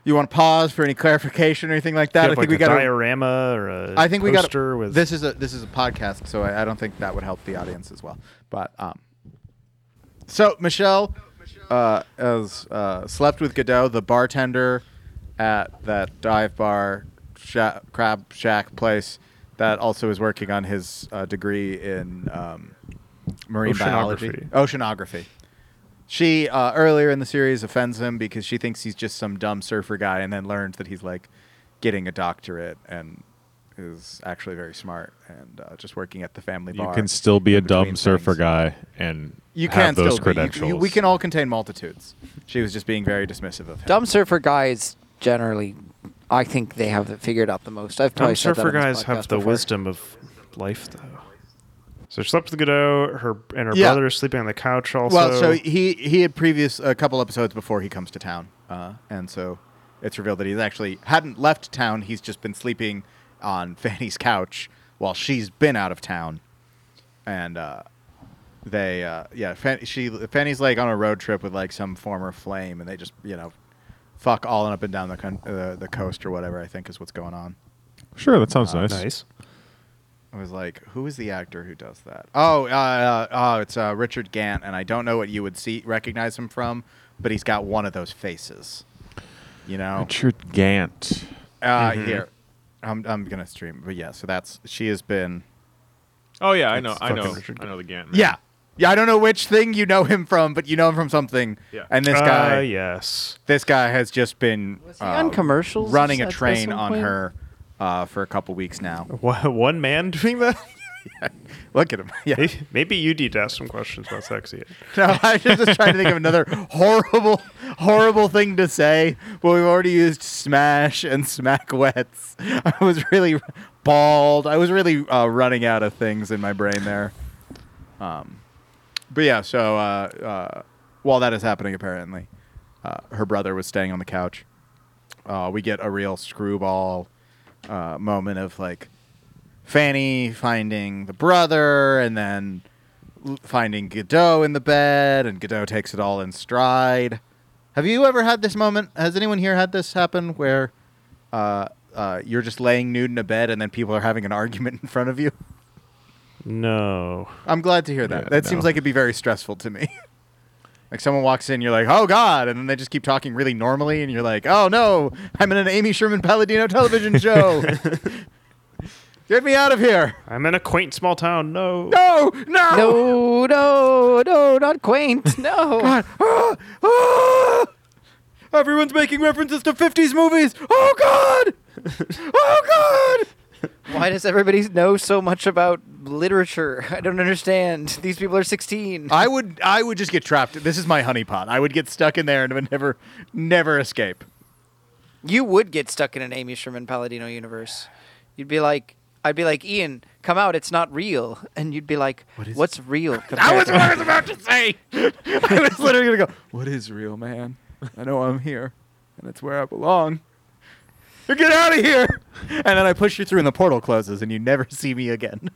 [SPEAKER 5] you want to pause for any clarification or anything like that,
[SPEAKER 4] You have,
[SPEAKER 5] I think
[SPEAKER 4] like,
[SPEAKER 5] we
[SPEAKER 4] a
[SPEAKER 5] got to
[SPEAKER 4] diorama or a
[SPEAKER 5] I think we got
[SPEAKER 4] poster with
[SPEAKER 5] this is a this is a podcast, so I, I don't think that would help the audience as well. But um, so Michelle uh, has uh, slept with Godot, the bartender at that dive bar, sha- crab shack place that also is working on his uh, degree in um, marine biology, oceanography. She uh, earlier in the series offends him because she thinks he's just some dumb surfer guy, and then learns that he's like getting a doctorate and is actually very smart and uh, just working at the family bar.
[SPEAKER 2] You can still be a
[SPEAKER 5] in between
[SPEAKER 2] dumb surfer
[SPEAKER 5] things.
[SPEAKER 2] guy and
[SPEAKER 5] You
[SPEAKER 2] have
[SPEAKER 5] can
[SPEAKER 2] those
[SPEAKER 5] still be. You- you-
[SPEAKER 2] credentials.
[SPEAKER 5] we can all contain multitudes. She was just being very dismissive of him.
[SPEAKER 1] Dumb surfer guys generally, I think they have it figured out the most. I've probably
[SPEAKER 4] Dumb
[SPEAKER 1] said that
[SPEAKER 4] surfer
[SPEAKER 1] on this
[SPEAKER 4] guys have
[SPEAKER 1] podcast
[SPEAKER 4] the
[SPEAKER 1] before.
[SPEAKER 4] wisdom of life, though. So she slept with Godot. Her and her
[SPEAKER 5] Yeah.
[SPEAKER 4] brother is sleeping on the couch. Also,
[SPEAKER 5] Well, so he he had previous a couple episodes before he comes to town, uh, and so it's revealed that he's actually hadn't left town. He's just been sleeping on Fanny's couch while she's been out of town, and uh, they uh, yeah, Fan- she Fanny's like on a road trip with like some former flame, and they just you know fuck all up and down the con- uh, the coast or whatever. I think is what's going on.
[SPEAKER 2] sure, that
[SPEAKER 5] Ah,
[SPEAKER 2] sounds nice.
[SPEAKER 4] nice.
[SPEAKER 5] I was like, who is the actor who does that? Oh, uh, uh, oh, it's uh, Richard Gant, and I don't know what you would see recognize him from, but he's got one of those faces. You know,
[SPEAKER 2] Richard Gant.
[SPEAKER 5] uh, here, I'm I'm gonna stream, but yeah. So that's she has been.
[SPEAKER 2] Oh yeah, I
[SPEAKER 4] It's
[SPEAKER 2] know, I
[SPEAKER 4] fucking
[SPEAKER 2] know,
[SPEAKER 4] Richard
[SPEAKER 2] I know the Gant. Man.
[SPEAKER 5] Yeah, yeah. I don't know which thing you know him from, but you know him from something.
[SPEAKER 2] Yeah.
[SPEAKER 5] And this
[SPEAKER 4] Uh,
[SPEAKER 5] guy,
[SPEAKER 4] yes.
[SPEAKER 5] this guy has just been uh,
[SPEAKER 1] Was he on commercials
[SPEAKER 5] running
[SPEAKER 1] at-
[SPEAKER 5] a
[SPEAKER 1] at
[SPEAKER 5] train
[SPEAKER 1] some
[SPEAKER 5] on
[SPEAKER 1] point?
[SPEAKER 5] her uh, for a couple weeks now.
[SPEAKER 4] Wha- One man doing that?
[SPEAKER 5] Look at him. Yeah.
[SPEAKER 4] Maybe- Maybe you need to ask some questions about sex. Ian.
[SPEAKER 5] No, I was just trying to think of another horrible, horrible thing to say. But we've already used smash and smack wets. I was really bald. I was really uh, running out of things in my brain there. Um, but yeah, so uh, uh, while that is happening, apparently, uh, her brother was staying on the couch. Uh, we get a real screwball uh, moment of like Fanny finding the brother and then l- finding Godot in the bed, and Godot takes it all in stride. Have you ever had this moment? Has anyone here had this happen where uh, uh, you're just laying nude in a bed and then people are having an argument in front of you?
[SPEAKER 4] No.
[SPEAKER 5] I'm glad to hear that.
[SPEAKER 2] Yeah,
[SPEAKER 5] that
[SPEAKER 2] no.
[SPEAKER 5] seems like it'd be very stressful to me. like someone walks in, you're like, oh god, and then they just keep talking really normally, and you're like, oh no, I'm in an Amy Sherman Palladino television show. Get me out of here!
[SPEAKER 4] I'm in a quaint small town. No.
[SPEAKER 5] No, no,
[SPEAKER 1] No, no, no, not quaint. No.
[SPEAKER 5] God. Ah! Ah! Everyone's making references to 50s movies. Oh, God. oh, God.
[SPEAKER 1] Why does everybody know so much about literature? I don't understand. These people are 16.
[SPEAKER 5] I would I would just get trapped. This is my honeypot. I would get stuck in there and would never never escape.
[SPEAKER 1] you would get stuck in an Amy Sherman Palladino universe. You'd be like, I'd be like, Ian, come out, it's not real. And you'd be like, what's real?
[SPEAKER 5] That
[SPEAKER 1] compared
[SPEAKER 5] was
[SPEAKER 1] to
[SPEAKER 5] what I was about to say. I was literally going to go, What is real, man? I know I'm here, and it's where I belong. Get out of here. And then I push you through, and the portal closes, and you never see me again.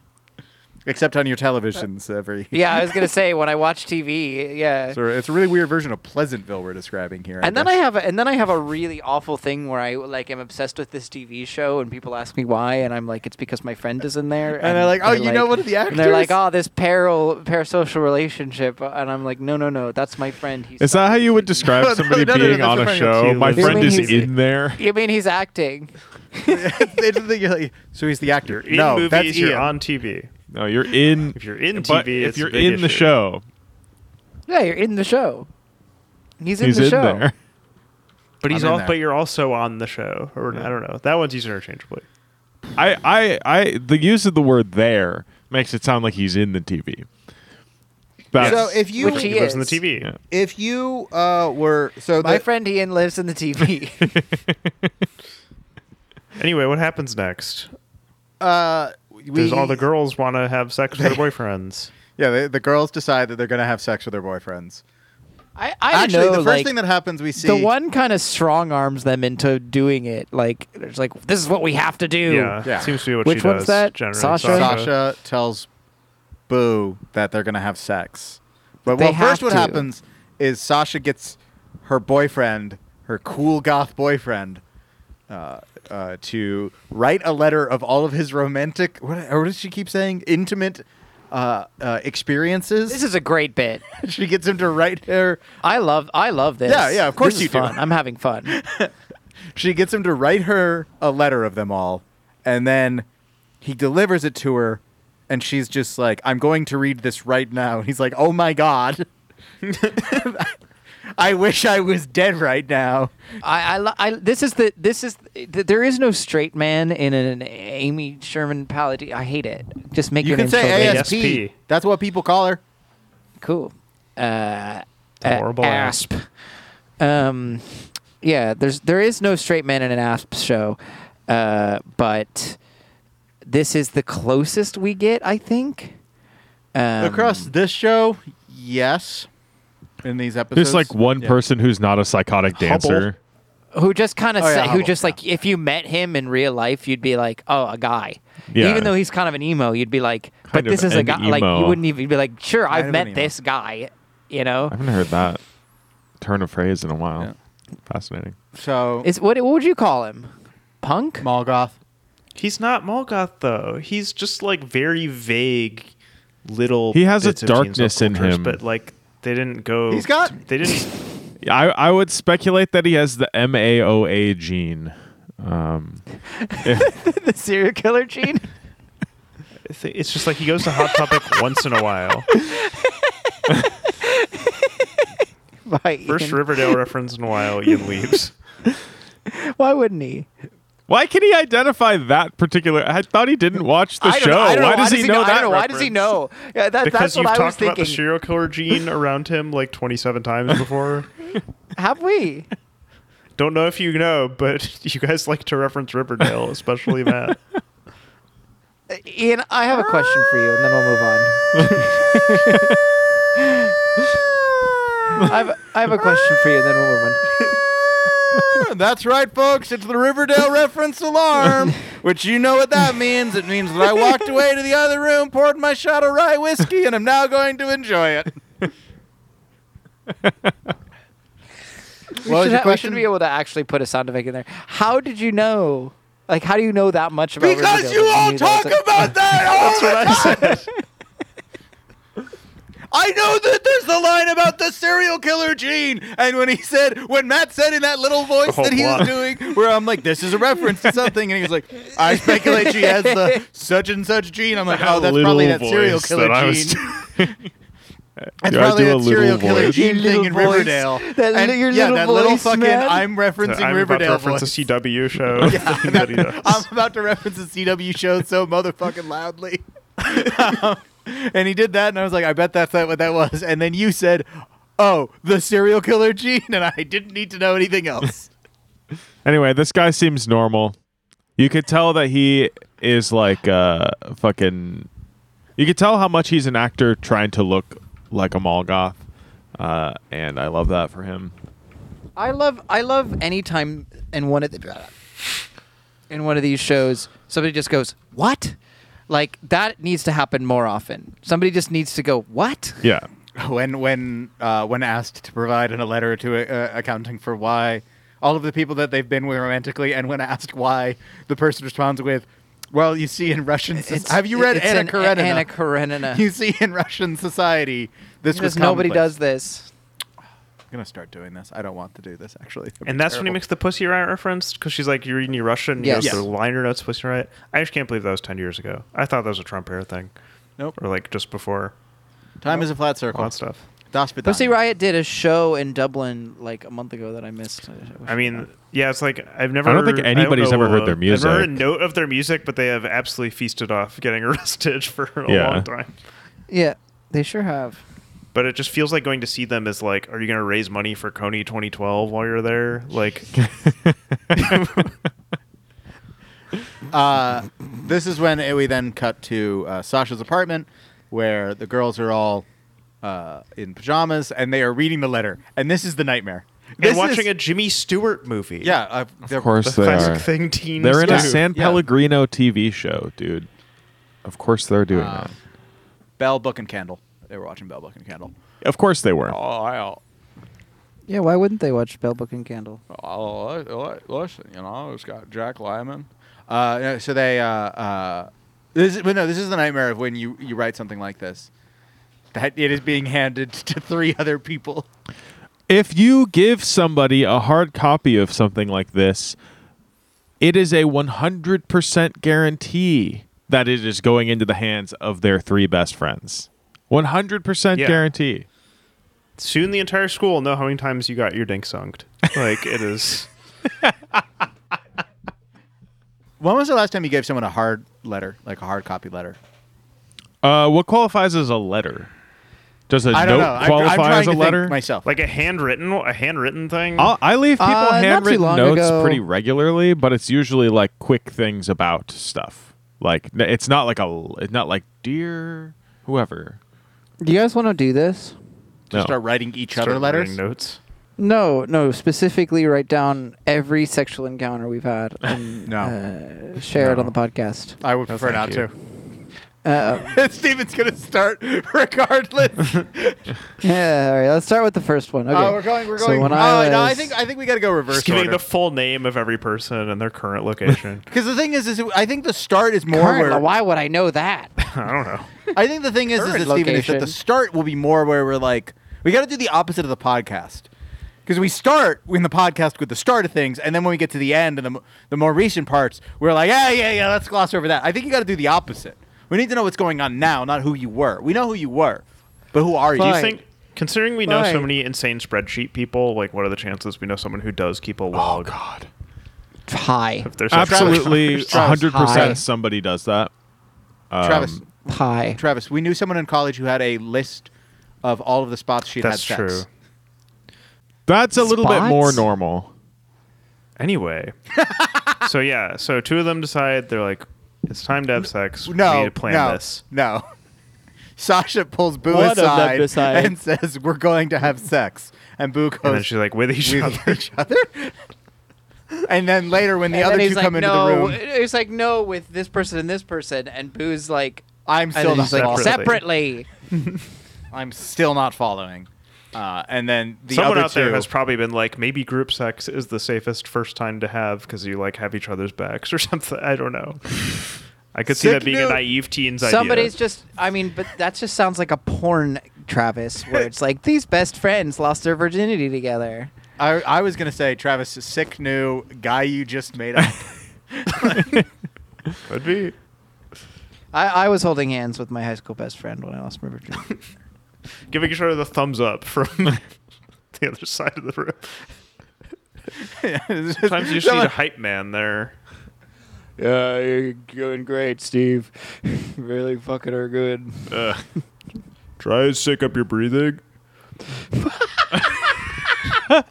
[SPEAKER 5] except on your televisions every.
[SPEAKER 1] Yeah, I was gonna say when I watch TV. Yeah.
[SPEAKER 5] So it's a really weird version of Pleasantville we're describing here.
[SPEAKER 1] And then I
[SPEAKER 5] guess.
[SPEAKER 1] have a, and then I have a really awful thing where I like am obsessed with this TV show and people ask me why and I'm like it's because my friend is in there
[SPEAKER 5] And they're like, "Oh, you know one of the
[SPEAKER 1] and they're like
[SPEAKER 5] actors?"
[SPEAKER 1] oh this paral parasocial relationship and I'm like no no no that's my friend he's
[SPEAKER 2] Is that how you would describe
[SPEAKER 5] No, no,
[SPEAKER 2] somebody
[SPEAKER 5] no, no,
[SPEAKER 2] being
[SPEAKER 5] that's
[SPEAKER 2] on a
[SPEAKER 5] referring to
[SPEAKER 2] show?
[SPEAKER 5] you,
[SPEAKER 2] My
[SPEAKER 5] Liz.
[SPEAKER 1] You
[SPEAKER 2] friend
[SPEAKER 1] mean
[SPEAKER 2] is
[SPEAKER 1] he's-
[SPEAKER 2] in there.
[SPEAKER 1] you mean he's acting
[SPEAKER 5] They did the- you're like, so he's the actor.
[SPEAKER 4] You're in
[SPEAKER 5] no,
[SPEAKER 4] movies,
[SPEAKER 5] that's
[SPEAKER 4] you're
[SPEAKER 5] Ian.
[SPEAKER 4] on TV.
[SPEAKER 2] No, you're in.
[SPEAKER 4] If you're in
[SPEAKER 2] but
[SPEAKER 4] TV,
[SPEAKER 2] if
[SPEAKER 4] it's a
[SPEAKER 2] you're
[SPEAKER 4] big
[SPEAKER 2] in the
[SPEAKER 4] issue.
[SPEAKER 2] show,
[SPEAKER 1] yeah you're in the show he's in
[SPEAKER 2] he's
[SPEAKER 1] the
[SPEAKER 2] in
[SPEAKER 1] show
[SPEAKER 2] there.
[SPEAKER 4] But he's
[SPEAKER 5] I'm in
[SPEAKER 4] off.
[SPEAKER 5] there.
[SPEAKER 4] But you're also on the show, or I don't know. That one's used interchangeably.
[SPEAKER 2] I, I, I. The use of the word "there" makes it sound like he's in the TV. That's,
[SPEAKER 5] So
[SPEAKER 7] if you
[SPEAKER 1] Which
[SPEAKER 4] He,
[SPEAKER 1] He
[SPEAKER 4] lives in the
[SPEAKER 1] is.
[SPEAKER 4] TV.
[SPEAKER 2] Yeah.
[SPEAKER 5] If you uh, were so
[SPEAKER 1] my
[SPEAKER 5] the,
[SPEAKER 1] friend Ian lives in the TV
[SPEAKER 4] Anyway, what happens next?
[SPEAKER 5] uh, we,
[SPEAKER 4] Because all the girls want to have sex with their boyfriends.
[SPEAKER 5] Yeah, the, the girls decide that they're gonna have sex with their boyfriends.
[SPEAKER 1] I I
[SPEAKER 5] Actually,
[SPEAKER 1] know
[SPEAKER 5] the first
[SPEAKER 1] like
[SPEAKER 5] thing that happens, we see
[SPEAKER 1] the one kind of strong arms them into doing it like there's like this is what we have to do
[SPEAKER 4] Yeah,
[SPEAKER 5] Yeah.
[SPEAKER 4] seems to be what
[SPEAKER 1] Which
[SPEAKER 4] she
[SPEAKER 1] one's
[SPEAKER 4] does.
[SPEAKER 1] that?
[SPEAKER 4] Generally.
[SPEAKER 1] Sasha?
[SPEAKER 5] Sasha tells Boo that they're gonna have sex. But
[SPEAKER 1] They
[SPEAKER 5] well,
[SPEAKER 1] have
[SPEAKER 5] first, what
[SPEAKER 1] to.
[SPEAKER 5] happens is Sasha gets her boyfriend, her cool goth boyfriend, uh, uh, to write a letter of all of his romantic, what, or what does she keep saying, intimate uh, uh, experiences.
[SPEAKER 1] This is a great bit.
[SPEAKER 5] she gets him to write her.
[SPEAKER 1] I love I love this.
[SPEAKER 5] Yeah, yeah, of course
[SPEAKER 1] This is
[SPEAKER 5] you do.
[SPEAKER 1] fun. I'm having fun.
[SPEAKER 5] She gets him to write her a letter of them all, and then he delivers it to her, and she's just like, "I'm going to read this right now." And he's like, "Oh my god, I wish I was dead right now."
[SPEAKER 1] I, I, lo- I this is the this is th- there is no straight man in an Amy Sherman paladin. I hate it. Just make
[SPEAKER 5] You
[SPEAKER 1] your
[SPEAKER 5] can
[SPEAKER 1] name
[SPEAKER 5] say
[SPEAKER 1] so big.
[SPEAKER 5] ASP.
[SPEAKER 4] ASP.
[SPEAKER 5] That's what people call her.
[SPEAKER 1] Cool. Uh,
[SPEAKER 4] a
[SPEAKER 1] a-
[SPEAKER 4] horrible
[SPEAKER 1] asp. Um, yeah. There's there is no straight man in an asp show, uh, but this is the closest we get. I think. Um,
[SPEAKER 5] Across this show, yes. In these episodes,
[SPEAKER 2] There's like one
[SPEAKER 5] Yeah.
[SPEAKER 2] person who's not a psychotic dancer.
[SPEAKER 1] who just kind of
[SPEAKER 5] Oh, yeah,
[SPEAKER 1] who
[SPEAKER 5] Hubble,
[SPEAKER 1] just like if you met him in real life you'd be like oh a guy
[SPEAKER 2] Yeah.
[SPEAKER 1] even though he's kind of an emo you'd be like but
[SPEAKER 2] Kind of
[SPEAKER 1] this is a
[SPEAKER 2] an
[SPEAKER 1] guy like you
[SPEAKER 2] emo.
[SPEAKER 1] wouldn't even you'd be like sure
[SPEAKER 5] Kind
[SPEAKER 1] i've
[SPEAKER 5] of an
[SPEAKER 1] met
[SPEAKER 5] emo.
[SPEAKER 1] this guy you know
[SPEAKER 2] I haven't heard that turn of phrase in a while.
[SPEAKER 5] Yeah.
[SPEAKER 2] Fascinating.
[SPEAKER 5] So
[SPEAKER 1] is what, what would you call him punk
[SPEAKER 5] Molgoth.
[SPEAKER 4] He's not Molgoth though. He's just like very vague, little.
[SPEAKER 2] He has a
[SPEAKER 4] bits of teen
[SPEAKER 2] darkness in
[SPEAKER 4] subcultures,
[SPEAKER 2] him.
[SPEAKER 4] but like they didn't go.
[SPEAKER 5] He's got-
[SPEAKER 4] They didn't.
[SPEAKER 2] Yeah, I, I would speculate that he has the MAOA gene. Um,
[SPEAKER 1] the serial killer gene
[SPEAKER 4] It's just like he goes to Hot Topic once in a while.
[SPEAKER 1] By
[SPEAKER 4] First
[SPEAKER 1] Ian.
[SPEAKER 4] Riverdale reference in a while, Ian leaves.
[SPEAKER 1] why wouldn't he
[SPEAKER 2] why can he identify that particular? I thought he didn't watch the
[SPEAKER 1] I don't
[SPEAKER 2] show.
[SPEAKER 1] know, I don't
[SPEAKER 2] why
[SPEAKER 1] know,
[SPEAKER 2] does he know
[SPEAKER 1] I
[SPEAKER 2] that?
[SPEAKER 1] don't know, why does he
[SPEAKER 4] reference?
[SPEAKER 1] know yeah, that,
[SPEAKER 4] Because
[SPEAKER 1] that's
[SPEAKER 4] you've
[SPEAKER 1] what i was
[SPEAKER 4] talked about the
[SPEAKER 1] thinking
[SPEAKER 4] serial killer gene around him like 27 times before.
[SPEAKER 1] have we
[SPEAKER 4] Don't know if you know, but you guys like to reference Riverdale, especially Matt.
[SPEAKER 1] Uh, ian i have a question for you and then we'll move on I have, I have a question for you, then we'll move on.
[SPEAKER 5] That's right, folks. It's the Riverdale reference alarm, which you know what that means. It means that I walked away to the other room, poured my shot of rye whiskey, and I'm now going to enjoy it.
[SPEAKER 1] We
[SPEAKER 5] What was
[SPEAKER 1] should,
[SPEAKER 5] your
[SPEAKER 1] ha- we
[SPEAKER 5] question?
[SPEAKER 1] should be able to actually put a sound effect in there. How did you know? Like, how do you know that much about?
[SPEAKER 5] Because
[SPEAKER 1] Riverdale
[SPEAKER 5] you
[SPEAKER 1] that
[SPEAKER 5] all
[SPEAKER 1] knew
[SPEAKER 5] talk
[SPEAKER 1] that was a-
[SPEAKER 5] about that all the
[SPEAKER 4] That's what I said.
[SPEAKER 5] I know that there's the line about the serial killer gene, and when he said, when Matt said in that little voice
[SPEAKER 4] Oh,
[SPEAKER 5] that he
[SPEAKER 4] wow.
[SPEAKER 5] was doing, where I'm like, this is a reference to something, and he was like, I speculate she has the such and such gene. I'm like, oh, that's probably that serial killer gene. That's
[SPEAKER 2] Yeah, I
[SPEAKER 5] probably
[SPEAKER 2] do
[SPEAKER 5] that
[SPEAKER 2] a
[SPEAKER 5] serial
[SPEAKER 2] little
[SPEAKER 5] killer
[SPEAKER 2] voice.
[SPEAKER 5] gene
[SPEAKER 1] Your little
[SPEAKER 5] thing in
[SPEAKER 1] voice.
[SPEAKER 5] Riverdale.
[SPEAKER 1] That
[SPEAKER 5] And
[SPEAKER 1] li- your
[SPEAKER 5] yeah,
[SPEAKER 1] little
[SPEAKER 5] that little
[SPEAKER 1] voice,
[SPEAKER 5] fucking
[SPEAKER 1] man.
[SPEAKER 5] I'm referencing
[SPEAKER 4] I'm about to
[SPEAKER 5] Riverdale
[SPEAKER 4] reference
[SPEAKER 5] voice. Um,
[SPEAKER 4] a CW show. thing that he does.
[SPEAKER 5] I'm about to reference a CW show so motherfucking loudly. and he did that, and I was like, I bet that's not what that was. And then you said, Oh, the serial killer gene, and I didn't need to know anything else.
[SPEAKER 2] Anyway, this guy seems normal. You could tell that he is like uh fucking. You could tell how much he's an actor trying to look like a Molgoth, uh, and I love that for him.
[SPEAKER 1] I love, I love any time in one of the, in one of these shows, somebody just goes, "What?" Like that needs to happen more often. Somebody just needs to go, "What?"
[SPEAKER 2] Yeah.
[SPEAKER 5] when when uh, when asked to provide in a letter to uh, accounting for why all of the people that they've been with romantically, and when asked why, the person responds with, "Well, you see, in Russian, soc-
[SPEAKER 1] It's-
[SPEAKER 5] have you read
[SPEAKER 1] it's
[SPEAKER 5] Anna
[SPEAKER 1] an A-
[SPEAKER 5] Karenina?
[SPEAKER 1] Anna Karenina.
[SPEAKER 5] You see, in Russian society, this was
[SPEAKER 1] Because nobody
[SPEAKER 5] commonplace."
[SPEAKER 1] does this.
[SPEAKER 5] I'm gonna start doing this. I don't want to do this actually. It'd be
[SPEAKER 4] And that's when he
[SPEAKER 5] terrible.
[SPEAKER 4] makes the Pussy Riot reference because she's like, "You're reading your Russian." Yes.
[SPEAKER 1] Yes.
[SPEAKER 4] He
[SPEAKER 1] Yes.
[SPEAKER 4] goes, The liner notes Pussy Riot. I just can't believe that was ten years ago. I thought that was a Trump era thing,
[SPEAKER 5] Nope.
[SPEAKER 4] or like just before
[SPEAKER 5] Time is a flat
[SPEAKER 4] all
[SPEAKER 5] circle.
[SPEAKER 4] that stuff.
[SPEAKER 5] Das Bedang.
[SPEAKER 1] Pussy Riot did a show in Dublin like a month ago that I missed. wish
[SPEAKER 4] I mean, yeah, it's like I've never.
[SPEAKER 2] I don't think anybody's
[SPEAKER 4] know,
[SPEAKER 2] ever heard their
[SPEAKER 4] I've never heard a
[SPEAKER 2] music.
[SPEAKER 4] note of their music, but they have absolutely feasted off getting arrested for a
[SPEAKER 2] Yeah.
[SPEAKER 4] long time.
[SPEAKER 1] yeah, they sure have.
[SPEAKER 4] But it just feels like going to see them is like, are you going to raise money for Coney 2012 while you're there? Like,
[SPEAKER 5] Uh, this is when it- we then cut to uh, Sasha's apartment, where the girls are all uh, in pajamas and they are reading the letter. And this is the nightmare. This
[SPEAKER 4] and watching
[SPEAKER 5] is,
[SPEAKER 4] a Jimmy Stewart movie.
[SPEAKER 5] yeah, uh,
[SPEAKER 2] Of course
[SPEAKER 4] the
[SPEAKER 2] they
[SPEAKER 4] classic
[SPEAKER 2] are.
[SPEAKER 4] thing teens
[SPEAKER 2] They're in
[SPEAKER 4] do.
[SPEAKER 2] a San
[SPEAKER 5] Yeah.
[SPEAKER 2] Pellegrino TV show, dude. Of course they're doing
[SPEAKER 5] Um,
[SPEAKER 2] that.
[SPEAKER 5] Bell Book and Candle. They were watching Bell Book and Candle.
[SPEAKER 2] Of course they were.
[SPEAKER 5] Oh, I,
[SPEAKER 1] Yeah, why wouldn't they watch Bell Book and Candle?
[SPEAKER 5] oh, listen, you know, it's got Jack Lyman. Uh, yeah, so they, uh, uh, this is, but no, this is the nightmare of when you, you write something like this, that it is being handed to three other people.
[SPEAKER 2] If you give somebody a hard copy of something like this, it is a 100% guarantee that it is going into the hands of their three best friends. 100%
[SPEAKER 4] Yeah.
[SPEAKER 2] guarantee.
[SPEAKER 4] Soon the entire school will know how many times you got your dink sunked. Like, it is.
[SPEAKER 5] When was the last time you gave someone a hard letter, like a hard copy letter?
[SPEAKER 2] Uh, what qualifies as a letter? Does a note
[SPEAKER 5] I don't know. I'm- I'm,
[SPEAKER 2] qualify
[SPEAKER 5] trying
[SPEAKER 2] as a
[SPEAKER 5] to think
[SPEAKER 2] letter?
[SPEAKER 5] myself.
[SPEAKER 4] Like a handwritten, a handwritten thing.
[SPEAKER 2] I'll, I leave people
[SPEAKER 1] Uh, not too
[SPEAKER 2] handwritten
[SPEAKER 1] long
[SPEAKER 2] notes
[SPEAKER 1] ago-
[SPEAKER 2] pretty regularly, but it's usually like quick things about stuff. Like n- it's not like a it's not like dear whoever.
[SPEAKER 1] Do you guys want to do this?
[SPEAKER 5] to
[SPEAKER 2] no.
[SPEAKER 5] start writing each
[SPEAKER 4] Start
[SPEAKER 5] other letters.
[SPEAKER 4] writing Notes.
[SPEAKER 1] No, no. Specifically, write down every sexual encounter we've had and
[SPEAKER 5] No.
[SPEAKER 1] uh, share it
[SPEAKER 4] No.
[SPEAKER 1] on the podcast.
[SPEAKER 5] I would prefer not
[SPEAKER 4] thank
[SPEAKER 1] Uh,
[SPEAKER 5] to. Steven's gonna start regardless.
[SPEAKER 1] yeah, all right. Let's start with the first one. Okay.
[SPEAKER 5] Oh, Uh, we're going. We're
[SPEAKER 1] So
[SPEAKER 5] going.
[SPEAKER 1] when
[SPEAKER 5] oh,
[SPEAKER 1] I
[SPEAKER 5] no, I
[SPEAKER 1] was-
[SPEAKER 5] think I think we gotta go reverse
[SPEAKER 4] Just giving the
[SPEAKER 5] order.
[SPEAKER 4] full name of every person and their current location.
[SPEAKER 5] Because the thing is, is I think the start is more
[SPEAKER 1] Carla,
[SPEAKER 5] where
[SPEAKER 1] why would I know that?
[SPEAKER 4] I don't know.
[SPEAKER 5] I think the thing is, is that
[SPEAKER 1] Current
[SPEAKER 5] Steven is that the
[SPEAKER 1] location.
[SPEAKER 5] start will be more where we're like we gotta do the opposite of the podcast. Because we start in the podcast with the start of things, and then when we get to the end and the, mo- the more recent parts, we're like, yeah, yeah, yeah, let's gloss over that. I think you got to do the opposite. We need to know what's going on now, not who you were. We know who you were, but who are you?
[SPEAKER 4] Do you
[SPEAKER 1] Fine.
[SPEAKER 4] think, considering we know so
[SPEAKER 1] Fine.
[SPEAKER 4] many insane spreadsheet people, like what are the chances we know someone who does keep a
[SPEAKER 2] Oh
[SPEAKER 4] log?
[SPEAKER 2] God!
[SPEAKER 1] Hi,
[SPEAKER 4] of their social
[SPEAKER 2] Absolutely,
[SPEAKER 4] encounters?
[SPEAKER 2] hundred
[SPEAKER 1] Hi.
[SPEAKER 2] percent. Somebody does that.
[SPEAKER 5] Travis,
[SPEAKER 4] um,
[SPEAKER 1] hi.
[SPEAKER 5] Travis, we knew someone in college who had a list of all of the spots she'd
[SPEAKER 4] That's
[SPEAKER 5] had sex.
[SPEAKER 4] true.
[SPEAKER 2] That's a little bit more
[SPEAKER 1] Spots?
[SPEAKER 2] normal.
[SPEAKER 4] Anyway, so yeah, so two of them decide they're like, it's time to have sex. we
[SPEAKER 5] No,
[SPEAKER 4] need to plan
[SPEAKER 5] no,
[SPEAKER 4] this.
[SPEAKER 5] no. Sasha pulls Boo
[SPEAKER 1] One of them
[SPEAKER 5] aside
[SPEAKER 1] decided.
[SPEAKER 5] and says, "We're going to have sex," and Boo goes
[SPEAKER 4] And then she's like, with each
[SPEAKER 5] with
[SPEAKER 4] other.
[SPEAKER 5] each other. and then later, when the
[SPEAKER 1] And
[SPEAKER 5] other
[SPEAKER 1] then
[SPEAKER 5] two
[SPEAKER 1] he's
[SPEAKER 5] come
[SPEAKER 1] like,
[SPEAKER 5] into
[SPEAKER 1] no,
[SPEAKER 5] the room,
[SPEAKER 1] It's like no with this person and this person, and Boo's like,
[SPEAKER 5] I'm
[SPEAKER 1] and
[SPEAKER 5] still
[SPEAKER 1] then
[SPEAKER 5] not
[SPEAKER 1] he's like
[SPEAKER 5] following.
[SPEAKER 1] separately.
[SPEAKER 5] I'm still not following. Uh, and then the
[SPEAKER 4] Someone
[SPEAKER 5] other
[SPEAKER 4] out there
[SPEAKER 5] two-
[SPEAKER 4] has probably been like, maybe group sex is the safest first time to have because you like have each other's backs or something. I don't know. I could see
[SPEAKER 5] Sick
[SPEAKER 4] that being a
[SPEAKER 5] note.
[SPEAKER 4] naive teen's
[SPEAKER 1] Somebody's
[SPEAKER 4] idea.
[SPEAKER 1] just, I mean, but that just sounds like a porn, Travis, where it's like these best friends lost their virginity together.
[SPEAKER 5] I, I was gonna say Travis, sick new guy you just made up.
[SPEAKER 4] Could be.
[SPEAKER 1] I, I was holding hands with my high school best friend when I lost my virginity.
[SPEAKER 4] Giving each other the thumbs up from the other side of the room. Sometimes you just need a hype man there.
[SPEAKER 1] yeah, you're doing great, Steve. really fucking her good.
[SPEAKER 4] Try and stick up your breathing.
[SPEAKER 1] Is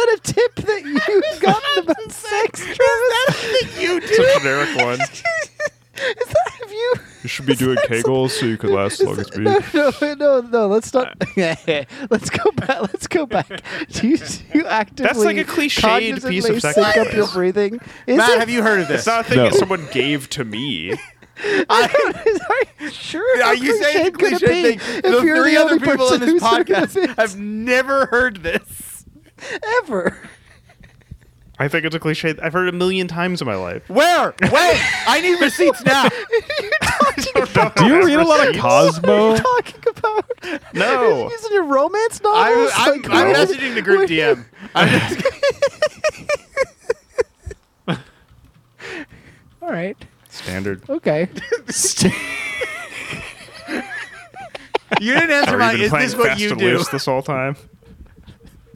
[SPEAKER 1] that a tip that you got about sex, Travis? Is that a thing you
[SPEAKER 4] It's a generic one.
[SPEAKER 1] Is that have you?
[SPEAKER 4] You should be doing kegels so you could last Uh, as long as me.
[SPEAKER 1] No, no, no, no. Let's not. let's go back. Let's go back. Do you, do you actively?
[SPEAKER 4] like a cliched piece of
[SPEAKER 1] cognizantly sync
[SPEAKER 4] sacrifice.
[SPEAKER 1] up your breathing. Is
[SPEAKER 5] Matt,
[SPEAKER 1] it-
[SPEAKER 5] have you heard of this?
[SPEAKER 4] It's not a thing
[SPEAKER 2] No.
[SPEAKER 4] that someone gave to me.
[SPEAKER 1] Are you sure?
[SPEAKER 5] Are
[SPEAKER 1] How
[SPEAKER 5] you saying
[SPEAKER 1] could it
[SPEAKER 5] cliche
[SPEAKER 1] be
[SPEAKER 5] thing?
[SPEAKER 1] If
[SPEAKER 5] The
[SPEAKER 1] you're
[SPEAKER 5] three
[SPEAKER 1] the
[SPEAKER 5] other
[SPEAKER 1] only
[SPEAKER 5] people
[SPEAKER 1] person
[SPEAKER 5] in this
[SPEAKER 1] who's heard of
[SPEAKER 5] podcast
[SPEAKER 1] it
[SPEAKER 5] have never heard this.
[SPEAKER 1] ever.
[SPEAKER 4] I think it's a cliche. I've heard it a million times in my life.
[SPEAKER 5] Where? Wait, I need receipts now.
[SPEAKER 2] Do you read a lot of Cosmo?
[SPEAKER 1] What are you talking about?
[SPEAKER 4] No.
[SPEAKER 1] Isn't it romance
[SPEAKER 5] I'm,
[SPEAKER 1] novels?
[SPEAKER 5] I'm,
[SPEAKER 1] Like,
[SPEAKER 5] I'm
[SPEAKER 1] what-
[SPEAKER 5] messaging the group
[SPEAKER 1] what-
[SPEAKER 5] DM. I'm just,
[SPEAKER 1] All right.
[SPEAKER 4] Standard.
[SPEAKER 1] Okay.
[SPEAKER 5] you didn't answer
[SPEAKER 4] Sorry,
[SPEAKER 5] my.
[SPEAKER 4] you've been
[SPEAKER 5] Is
[SPEAKER 4] playing
[SPEAKER 5] this what
[SPEAKER 4] fast
[SPEAKER 5] you
[SPEAKER 4] and
[SPEAKER 5] do?
[SPEAKER 4] loose this whole time.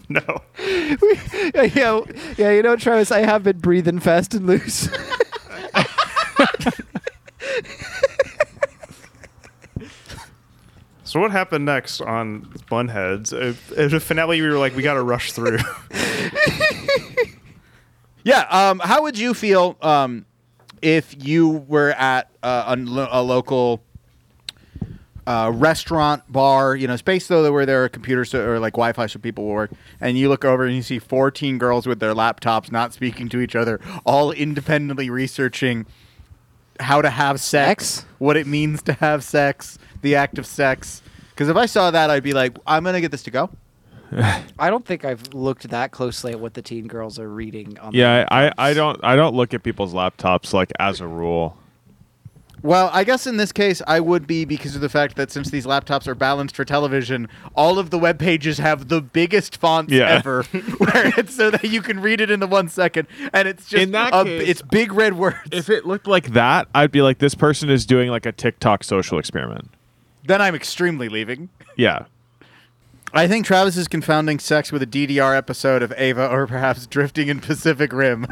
[SPEAKER 4] No.
[SPEAKER 1] yeah, yeah, yeah, you know, Travis, I have been breathing fast and loose.
[SPEAKER 4] So what happened next on Bunheads? If- if the finale, we were like, we got to rush through.
[SPEAKER 5] Yeah. Um, how would you feel um, if you were at uh, a, lo- a local uh, restaurant, bar, you know, space though where there are computers so- or like Wi-Fi so people work, and you look over and you see 14 girls with their laptops, not speaking to each other, all independently researching how to have sex,
[SPEAKER 1] Sex?
[SPEAKER 5] what it means to have sex, the act of sex. Because if I saw that, I'd be like, I'm gonna get this to go.
[SPEAKER 1] I don't think I've looked that closely at what the teen girls are reading. On
[SPEAKER 2] Yeah, I, I- I don't I don't look at people's laptops like as a rule.
[SPEAKER 5] Well, I guess in this case, I would be because of the fact that since these laptops are balanced for television, all of the web pages have the biggest fonts
[SPEAKER 2] Yeah.
[SPEAKER 5] ever, where it's so that you can read it in the one second, and it's just
[SPEAKER 2] In that
[SPEAKER 5] a-
[SPEAKER 2] case-
[SPEAKER 5] it's big red words.
[SPEAKER 2] If it looked like that, I'd be like, this person is doing like a TikTok social experiment.
[SPEAKER 5] then I'm extremely leaving.
[SPEAKER 2] Yeah.
[SPEAKER 5] I think Travis is confounding sex with a DDR episode of Ava, or perhaps drifting in Pacific Rim.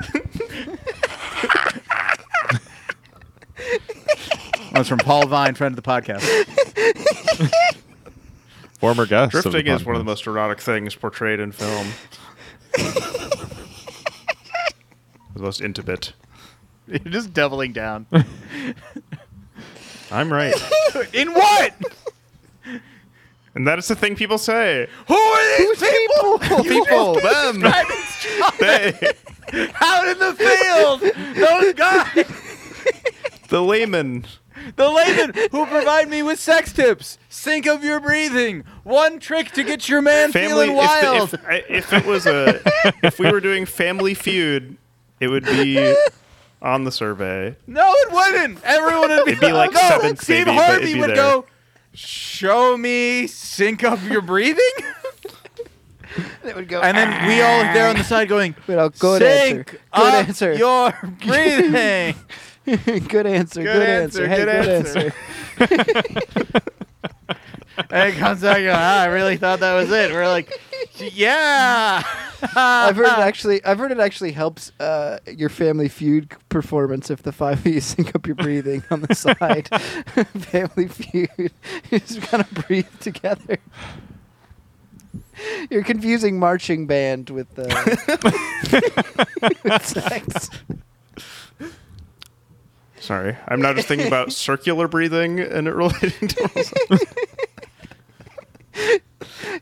[SPEAKER 5] That's from Paul Vine, friend of the podcast.
[SPEAKER 2] Former guest. of the
[SPEAKER 4] Drifting is one of the
[SPEAKER 2] podcast.
[SPEAKER 4] most erotic things portrayed in film. the most intimate.
[SPEAKER 5] You're just doubling down.
[SPEAKER 4] I'm right.
[SPEAKER 5] in what?
[SPEAKER 4] and that is the thing people say.
[SPEAKER 5] Who are these people? People, them.
[SPEAKER 4] They,
[SPEAKER 5] Out in the field. Those guys.
[SPEAKER 4] the layman.
[SPEAKER 5] The laymen who provide me with sex tips. Sync of your breathing. One trick to get your man
[SPEAKER 4] Family.
[SPEAKER 5] feeling
[SPEAKER 4] if, the-
[SPEAKER 5] wild.
[SPEAKER 4] if, I- if it was a, if we were doing Family Feud, it would be on the survey.
[SPEAKER 5] no, it wouldn't. Everyone would be,
[SPEAKER 4] It'd be like
[SPEAKER 5] no.
[SPEAKER 4] seventh
[SPEAKER 5] Steve
[SPEAKER 4] baby, but it'd
[SPEAKER 5] Harvey
[SPEAKER 4] be
[SPEAKER 5] would
[SPEAKER 4] there.
[SPEAKER 5] go, show me sync up your breathing?
[SPEAKER 1] It would go,
[SPEAKER 5] and then we all there on the side going,
[SPEAKER 1] Wait, I'll- good answer.
[SPEAKER 5] sync
[SPEAKER 1] Good
[SPEAKER 5] up
[SPEAKER 1] answer.
[SPEAKER 5] your breathing.
[SPEAKER 1] good answer. Good, answer.
[SPEAKER 5] answer,
[SPEAKER 1] Hey,
[SPEAKER 5] good
[SPEAKER 1] good
[SPEAKER 5] answer.
[SPEAKER 1] answer.
[SPEAKER 5] And it comes out, you go, ah, I really thought that was it. We're like, yeah.
[SPEAKER 1] I've heard it actually. I've heard it actually helps uh, your Family Feud performance if the five of you sync up your breathing on the side. family Feud, you just kind of breathe together. You're confusing marching band with the with sex.
[SPEAKER 4] Sorry, I'm now just thinking about circular breathing and it relating to.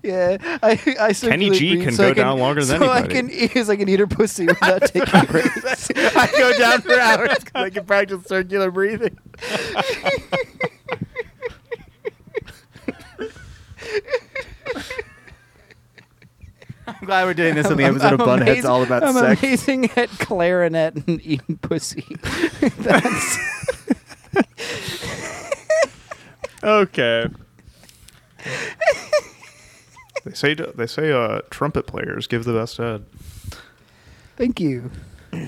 [SPEAKER 1] Yeah, I, I circulate
[SPEAKER 4] G
[SPEAKER 1] breathe
[SPEAKER 4] can
[SPEAKER 1] so
[SPEAKER 4] go
[SPEAKER 1] I can,
[SPEAKER 2] down longer than
[SPEAKER 1] so I
[SPEAKER 2] anybody.
[SPEAKER 1] can eat, so I can eat her pussy without taking breaks.
[SPEAKER 5] I go down for hours because I can practice circular breathing. I'm glad we're doing this on the
[SPEAKER 1] I'm-
[SPEAKER 5] episode of
[SPEAKER 1] I'm
[SPEAKER 5] Bunheads
[SPEAKER 1] amazing-
[SPEAKER 5] all about
[SPEAKER 1] I'm
[SPEAKER 5] sex.
[SPEAKER 1] amazing at clarinet and eating pussy. That's
[SPEAKER 2] Okay.
[SPEAKER 4] They say they say uh, trumpet players give the best head.
[SPEAKER 1] thank you.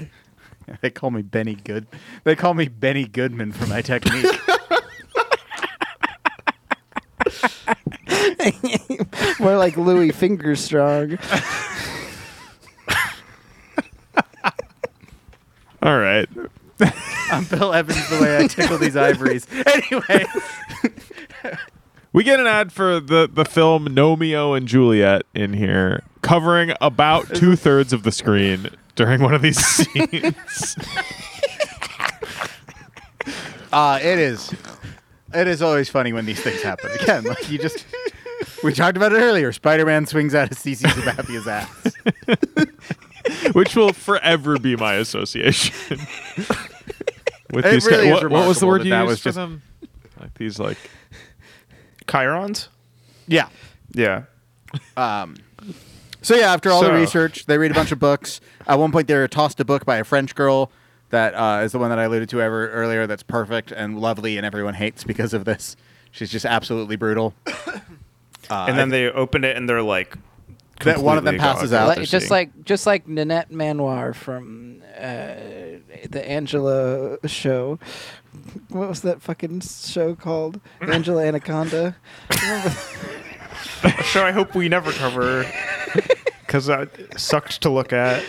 [SPEAKER 5] They call me Benny Good. They call me Benny Goodman for my technique.
[SPEAKER 1] More like Louis Fingerstrong.
[SPEAKER 2] All right.
[SPEAKER 5] I'm Bill Evans the way I tickle these ivories. Anyway,
[SPEAKER 2] We get an ad for the, the film Nomeo and Juliet in here, covering about two thirds of the screen during one of these scenes.
[SPEAKER 5] uh, it is It is always funny when these things happen. Again, like you just we talked about it earlier. Spider-Man swings out of CC Sabathia's ass.
[SPEAKER 2] which will forever be my association. With
[SPEAKER 5] It
[SPEAKER 2] these
[SPEAKER 5] really
[SPEAKER 2] ki-
[SPEAKER 5] is
[SPEAKER 2] what, what was the
[SPEAKER 5] remarkable
[SPEAKER 2] word
[SPEAKER 5] that
[SPEAKER 2] you
[SPEAKER 5] that
[SPEAKER 2] used
[SPEAKER 5] was
[SPEAKER 2] for
[SPEAKER 5] just-
[SPEAKER 2] them? Like these, like
[SPEAKER 4] Chirons?
[SPEAKER 5] Yeah.
[SPEAKER 4] Yeah.
[SPEAKER 5] Um, so yeah, after all
[SPEAKER 4] So-
[SPEAKER 5] the research, they read a bunch of books. At one point, they were tossed a book by a French girl that uh, is the one that I alluded to ever earlier. That's perfect and lovely, and everyone hates because of this. She's just absolutely brutal. Uh,
[SPEAKER 4] and then they open it and they're like,
[SPEAKER 5] That one of them
[SPEAKER 4] completely
[SPEAKER 5] passes
[SPEAKER 4] agog
[SPEAKER 5] out.
[SPEAKER 4] what
[SPEAKER 1] Like-
[SPEAKER 4] they're
[SPEAKER 1] just
[SPEAKER 4] seeing.
[SPEAKER 1] like just like Nanette Manoir from uh, the Angela show. What was that fucking show called? Angela Anaconda.
[SPEAKER 4] So I hope we never cover because I sucked to look at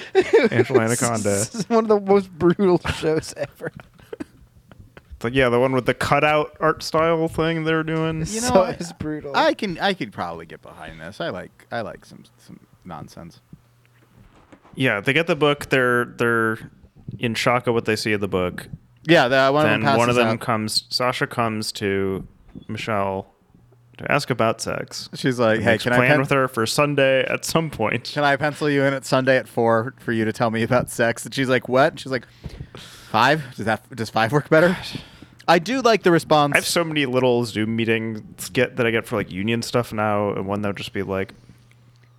[SPEAKER 4] Angela Anaconda.
[SPEAKER 1] This is one of the most brutal shows ever.
[SPEAKER 4] It's like yeah, the one with the cutout art style thing they're doing.
[SPEAKER 1] You
[SPEAKER 5] know,
[SPEAKER 1] so
[SPEAKER 5] I-
[SPEAKER 1] it's brutal.
[SPEAKER 5] I can I could probably get behind this. I like I like some some nonsense.
[SPEAKER 4] Yeah, they get the book. They're they're in shock at what they see in the book.
[SPEAKER 5] Yeah, the, uh, one of
[SPEAKER 4] then
[SPEAKER 5] them passes
[SPEAKER 4] one of them
[SPEAKER 5] out.
[SPEAKER 4] comes. Sasha comes to Michelle to ask about sex.
[SPEAKER 5] She's like,
[SPEAKER 4] And
[SPEAKER 5] "Hey,
[SPEAKER 4] makes
[SPEAKER 5] can I
[SPEAKER 4] plan
[SPEAKER 5] pen-
[SPEAKER 4] with her for Sunday at some point?"
[SPEAKER 5] Can I pencil you in at Sunday at four for you to tell me about sex? And she's like, "What?" And she's like, five? Does that does five work better?" I do like the response.
[SPEAKER 4] I have so many little Zoom meetings get that I get for like union stuff now, and one that would just be like,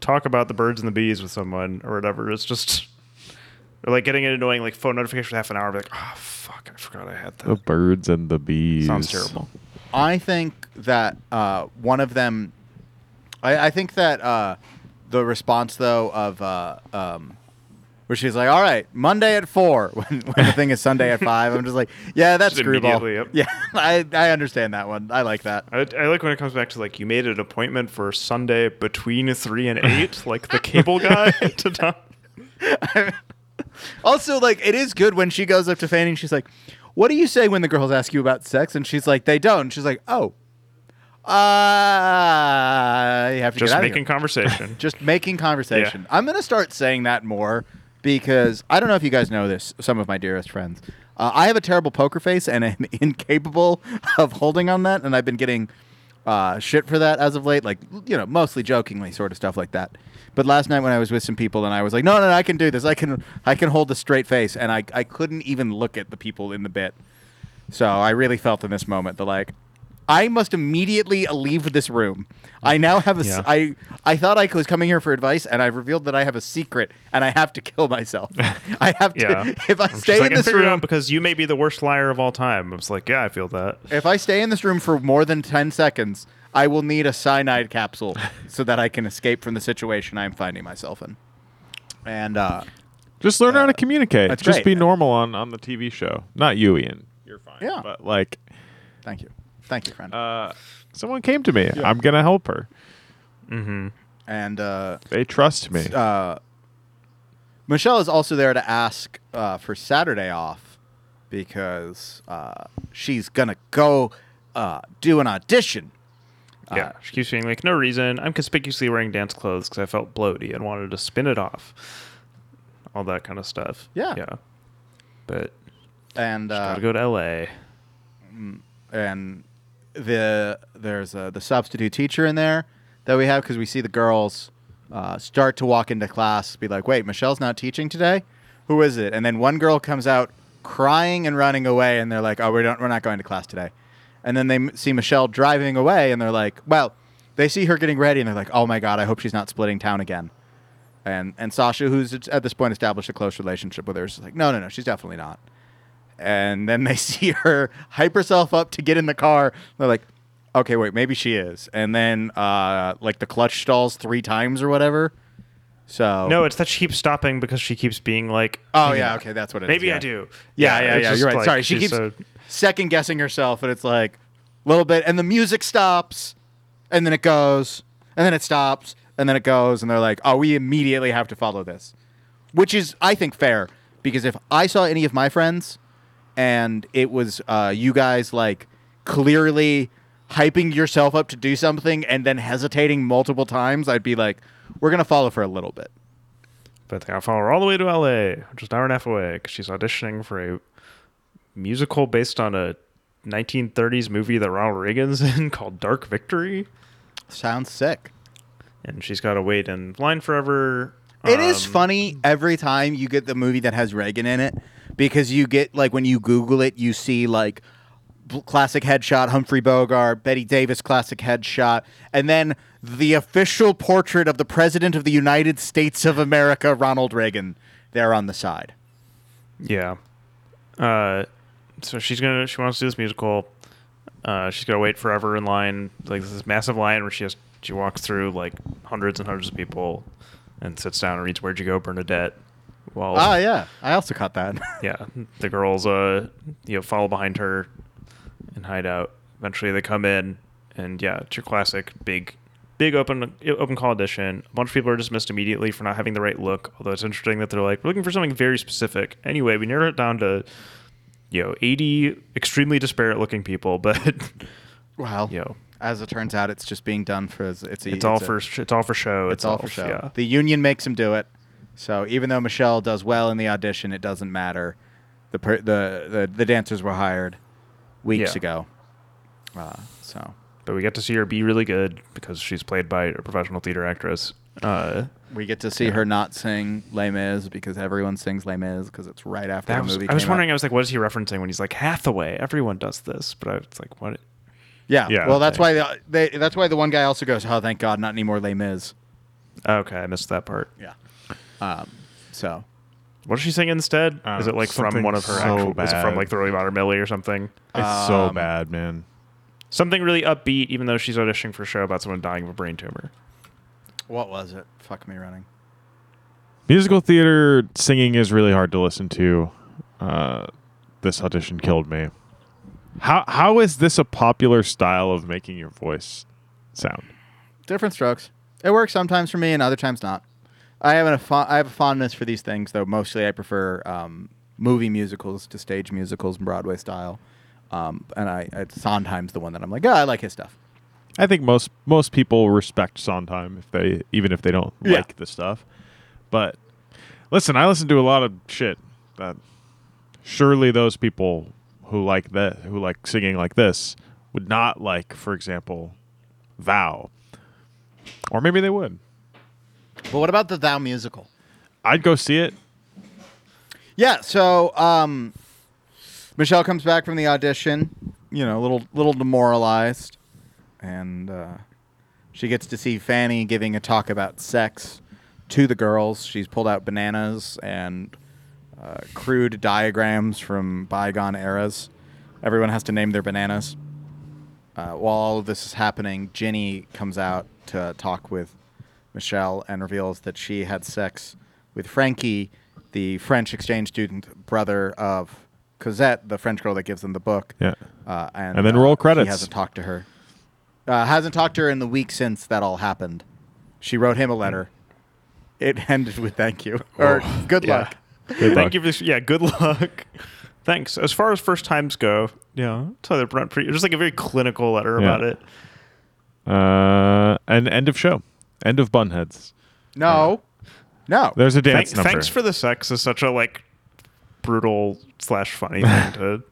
[SPEAKER 4] talk about the birds and the bees with someone or whatever. It's just or like getting an annoying like phone notification for half an hour. Be like, oh fuck, I forgot I had
[SPEAKER 5] Oh,
[SPEAKER 2] the
[SPEAKER 4] that.
[SPEAKER 2] birds and the bees.
[SPEAKER 4] Sounds terrible.
[SPEAKER 5] I think that uh, one of them. I, I think that uh, the response though of uh, um, where she's like, "All right, Monday at four, when, when the thing is Sunday at five, I'm just like, "Yeah, that's
[SPEAKER 4] Just
[SPEAKER 5] screwball."
[SPEAKER 4] immediately, yep.
[SPEAKER 5] Yeah, I, I understand that one. I like that.
[SPEAKER 4] I, I like when it comes back to like you made an appointment for Sunday between three and eight, like the cable guy to not.
[SPEAKER 5] Also, like, it is good when she goes up to Fanny and she's like, What do you say when the girls ask you about sex? And she's like, They don't. She's like, Oh. Uh, you have to
[SPEAKER 4] Just
[SPEAKER 5] get out
[SPEAKER 4] making
[SPEAKER 5] of here.
[SPEAKER 4] conversation.
[SPEAKER 5] Just making conversation. I'm going to start saying that more because I don't know if you guys know this, some of my dearest friends. Uh, I have a terrible poker face and I'm incapable of holding on that. And I've been getting uh, shit for that as of late, like, you know, mostly jokingly sort of stuff like that. But last night when I was with some people and I was like, no, no, no I can do this. I can, I can hold a straight face. And I, I couldn't even look at the people in the bit. So I really felt in this moment the like, I must immediately leave this room. I now have a. s-
[SPEAKER 4] Yeah.
[SPEAKER 5] I- I thought I was coming here for advice, and I've revealed that I have a secret, and I have to kill myself. I have to.
[SPEAKER 4] Yeah.
[SPEAKER 5] If I
[SPEAKER 4] I'm just
[SPEAKER 5] stay in
[SPEAKER 4] like, I
[SPEAKER 5] this
[SPEAKER 4] figured it out
[SPEAKER 5] room,
[SPEAKER 4] because you may be the worst liar of all time. I was like, yeah, I feel that.
[SPEAKER 5] if I stay in this room for more than ten seconds, I will need a cyanide capsule so that I can escape from the situation I'm finding myself in. And uh,
[SPEAKER 2] Just learn how to communicate.
[SPEAKER 5] that's
[SPEAKER 2] Just be
[SPEAKER 5] great.
[SPEAKER 2] normal on on the TV show. Not you, Ian. You're fine.
[SPEAKER 5] Yeah.
[SPEAKER 2] But like,
[SPEAKER 5] thank you, thank you, friend.
[SPEAKER 2] uh, someone came to me. I'm gonna help her.
[SPEAKER 5] and uh,
[SPEAKER 2] They trust me.
[SPEAKER 5] uh, Michelle is also there to ask uh, for Saturday off because uh, she's gonna go uh, do an audition.
[SPEAKER 4] Yeah,
[SPEAKER 5] Uh,
[SPEAKER 4] she keeps being like, no reason. I'm conspicuously wearing dance clothes because I felt bloaty and wanted to spin it off. All that kind of stuff.
[SPEAKER 5] Yeah.
[SPEAKER 4] yeah. But
[SPEAKER 5] and uh,
[SPEAKER 4] gotta go to L.A.
[SPEAKER 5] and the there's uh, the substitute teacher in there that we have because we see the girls uh, start to walk into class, be like, "Wait, Michelle's not teaching today. Who is it?" And then one girl comes out crying and running away, and they're like, "Oh, we don't, we're not going to class today." And then they m- see Michelle driving away, and they're like, "Well." They see her getting ready, and they're like, "Oh my god, I hope she's not splitting town again." And and Sasha, who's at this point established a close relationship with her, is like, "No, no, no, she's definitely not." and then they see her hype herself up to get in the car. They're like, okay, wait, maybe she is. And then uh, like the clutch stalls three times or whatever. So
[SPEAKER 4] No, it's that she keeps stopping because she keeps being like,
[SPEAKER 5] oh yeah, okay, that's what it is.
[SPEAKER 4] maybe
[SPEAKER 5] yeah.
[SPEAKER 4] I do.
[SPEAKER 5] Yeah, yeah, yeah.
[SPEAKER 4] it's just
[SPEAKER 5] you're right.
[SPEAKER 4] like
[SPEAKER 5] Sorry, she
[SPEAKER 4] she's
[SPEAKER 5] keeps
[SPEAKER 4] so-
[SPEAKER 5] second guessing herself, and it's like a little bit, and the music stops, and then it goes, and then it stops, and then it goes, and they're like, oh, we immediately have to follow this, which is, I think, fair because if I saw any of my friends, and it was uh, you guys like clearly hyping yourself up to do something and then hesitating multiple times, I'd be like, we're gonna follow for a little bit.
[SPEAKER 4] But I'll follow her all the way to L.A., which is an hour and a half away, because she's auditioning for a musical based on a 1930s movie that Ronald Reagan's in called Dark Victory,
[SPEAKER 5] Sounds sick.
[SPEAKER 4] and she's got to wait in line forever.
[SPEAKER 5] It is
[SPEAKER 4] Um,
[SPEAKER 5] funny every time you get the movie that has Reagan in it because you get like when you Google it, you see like bl- classic headshot Humphrey Bogart, Betty Davis classic headshot, and then the official portrait of the president of the United States of America, Ronald Reagan, there on the side.
[SPEAKER 4] Yeah. Uh, so she's gonna she wants to do this musical. Uh, she's gonna wait forever in line, like this massive line where she has she walks through like hundreds and hundreds of people, and sits down and reads "Where'd You Go, Bernadette." While
[SPEAKER 5] Ah, yeah, I also caught that.
[SPEAKER 4] Oh. yeah, the girls uh you know follow behind her and hide out. Eventually they come in and yeah, it's your classic big big open open call audition. A bunch of people are dismissed immediately for not having the right look, although it's interesting that they're like, We're looking for something very specific. Anyway, we narrowed it down to you know, eighty extremely disparate looking people, but
[SPEAKER 5] Wow.
[SPEAKER 4] you know,
[SPEAKER 5] As it turns out, it's just being done for it's it's, a-
[SPEAKER 4] it's all
[SPEAKER 5] a-
[SPEAKER 4] for sh it's all for show.
[SPEAKER 5] it's all for show.
[SPEAKER 4] Yeah.
[SPEAKER 5] The union makes him do it. So even though Michelle does well in the audition, it doesn't matter. The per- the, the the dancers were hired weeks
[SPEAKER 4] Yeah.
[SPEAKER 5] ago. Uh, so
[SPEAKER 4] but we get to see her be really good because she's played by a professional theater actress. Uh
[SPEAKER 5] we get to see her not sing Les Mis because everyone sings Les Mis because it's right after
[SPEAKER 4] That
[SPEAKER 5] the
[SPEAKER 4] was-
[SPEAKER 5] movie.
[SPEAKER 4] I was
[SPEAKER 5] came out.
[SPEAKER 4] wondering. I was like, what is he referencing when he's like Hathaway? Everyone does this, but I was like, what?
[SPEAKER 5] Yeah.
[SPEAKER 2] Yeah.
[SPEAKER 5] Well, that's why the, they, that's why the one guy also goes, "Oh, thank God, not anymore Les Mis."
[SPEAKER 4] Okay, I missed that part.
[SPEAKER 5] Yeah. Um, so
[SPEAKER 4] What does she sing instead?
[SPEAKER 2] Um,
[SPEAKER 4] is it like from
[SPEAKER 2] something
[SPEAKER 4] one of her
[SPEAKER 2] so
[SPEAKER 4] actual? Is it from
[SPEAKER 2] bad.
[SPEAKER 4] like the Really Modern Millie or something?
[SPEAKER 2] It's so
[SPEAKER 5] Um,
[SPEAKER 2] bad, man.
[SPEAKER 4] Something really upbeat, even though she's auditioning for a show about someone dying of a brain tumor.
[SPEAKER 5] what was it? Fuck me running.
[SPEAKER 2] Musical theater singing is really hard to listen to. Uh, this audition killed me. How how is this a popular style of making your voice sound?
[SPEAKER 5] different strokes. It works sometimes for me, and other times not. I have a fo- I have a fondness for these things, though. Mostly, I prefer um, movie musicals to stage musicals and Broadway style. Um, and I, I Sondheim's the one that I'm like, oh, I like his stuff.
[SPEAKER 2] I think most most people respect Sondheim if they even if they don't
[SPEAKER 5] Yeah.
[SPEAKER 2] like the stuff. But listen, I listen to a lot of shit that surely those people who like that who like singing like this would not like, for example, Vow. Or maybe they would.
[SPEAKER 5] But what about the Thou musical?
[SPEAKER 2] I'd go see it.
[SPEAKER 5] Yeah. So um, Michelle comes back from the audition, you know, a little little demoralized, and uh, she gets to see Fanny giving a talk about sex to the girls. She's pulled out bananas and uh, crude diagrams from bygone eras. Everyone has to name their bananas. Uh, while all of this is happening, Ginny comes out to talk with Michelle and reveals that she had sex with Frankie, the French exchange student brother of Cosette, the French girl that gives them the book.
[SPEAKER 2] Yeah.
[SPEAKER 5] Uh, and,
[SPEAKER 2] And then
[SPEAKER 5] uh,
[SPEAKER 2] roll
[SPEAKER 5] He
[SPEAKER 2] credits.
[SPEAKER 5] hasn't talked to her. Uh, hasn't talked to her in the week since that all happened. She wrote
[SPEAKER 2] Hmm.
[SPEAKER 5] him a letter. It ended with thank you
[SPEAKER 2] Oh.
[SPEAKER 5] or good
[SPEAKER 4] yeah.
[SPEAKER 5] luck.
[SPEAKER 2] Good
[SPEAKER 4] Thank
[SPEAKER 2] luck.
[SPEAKER 4] you for this. Yeah, good luck. Thanks. As far as first times go, yeah, so they're not pretty. Just like a very clinical letter
[SPEAKER 2] Yeah.
[SPEAKER 4] about it.
[SPEAKER 2] Uh, and end of show. End of bunheads.
[SPEAKER 5] No, no.
[SPEAKER 2] There's a dance
[SPEAKER 4] Thank,
[SPEAKER 2] number.
[SPEAKER 4] thanks for the sex is such a like brutal slash funny thing to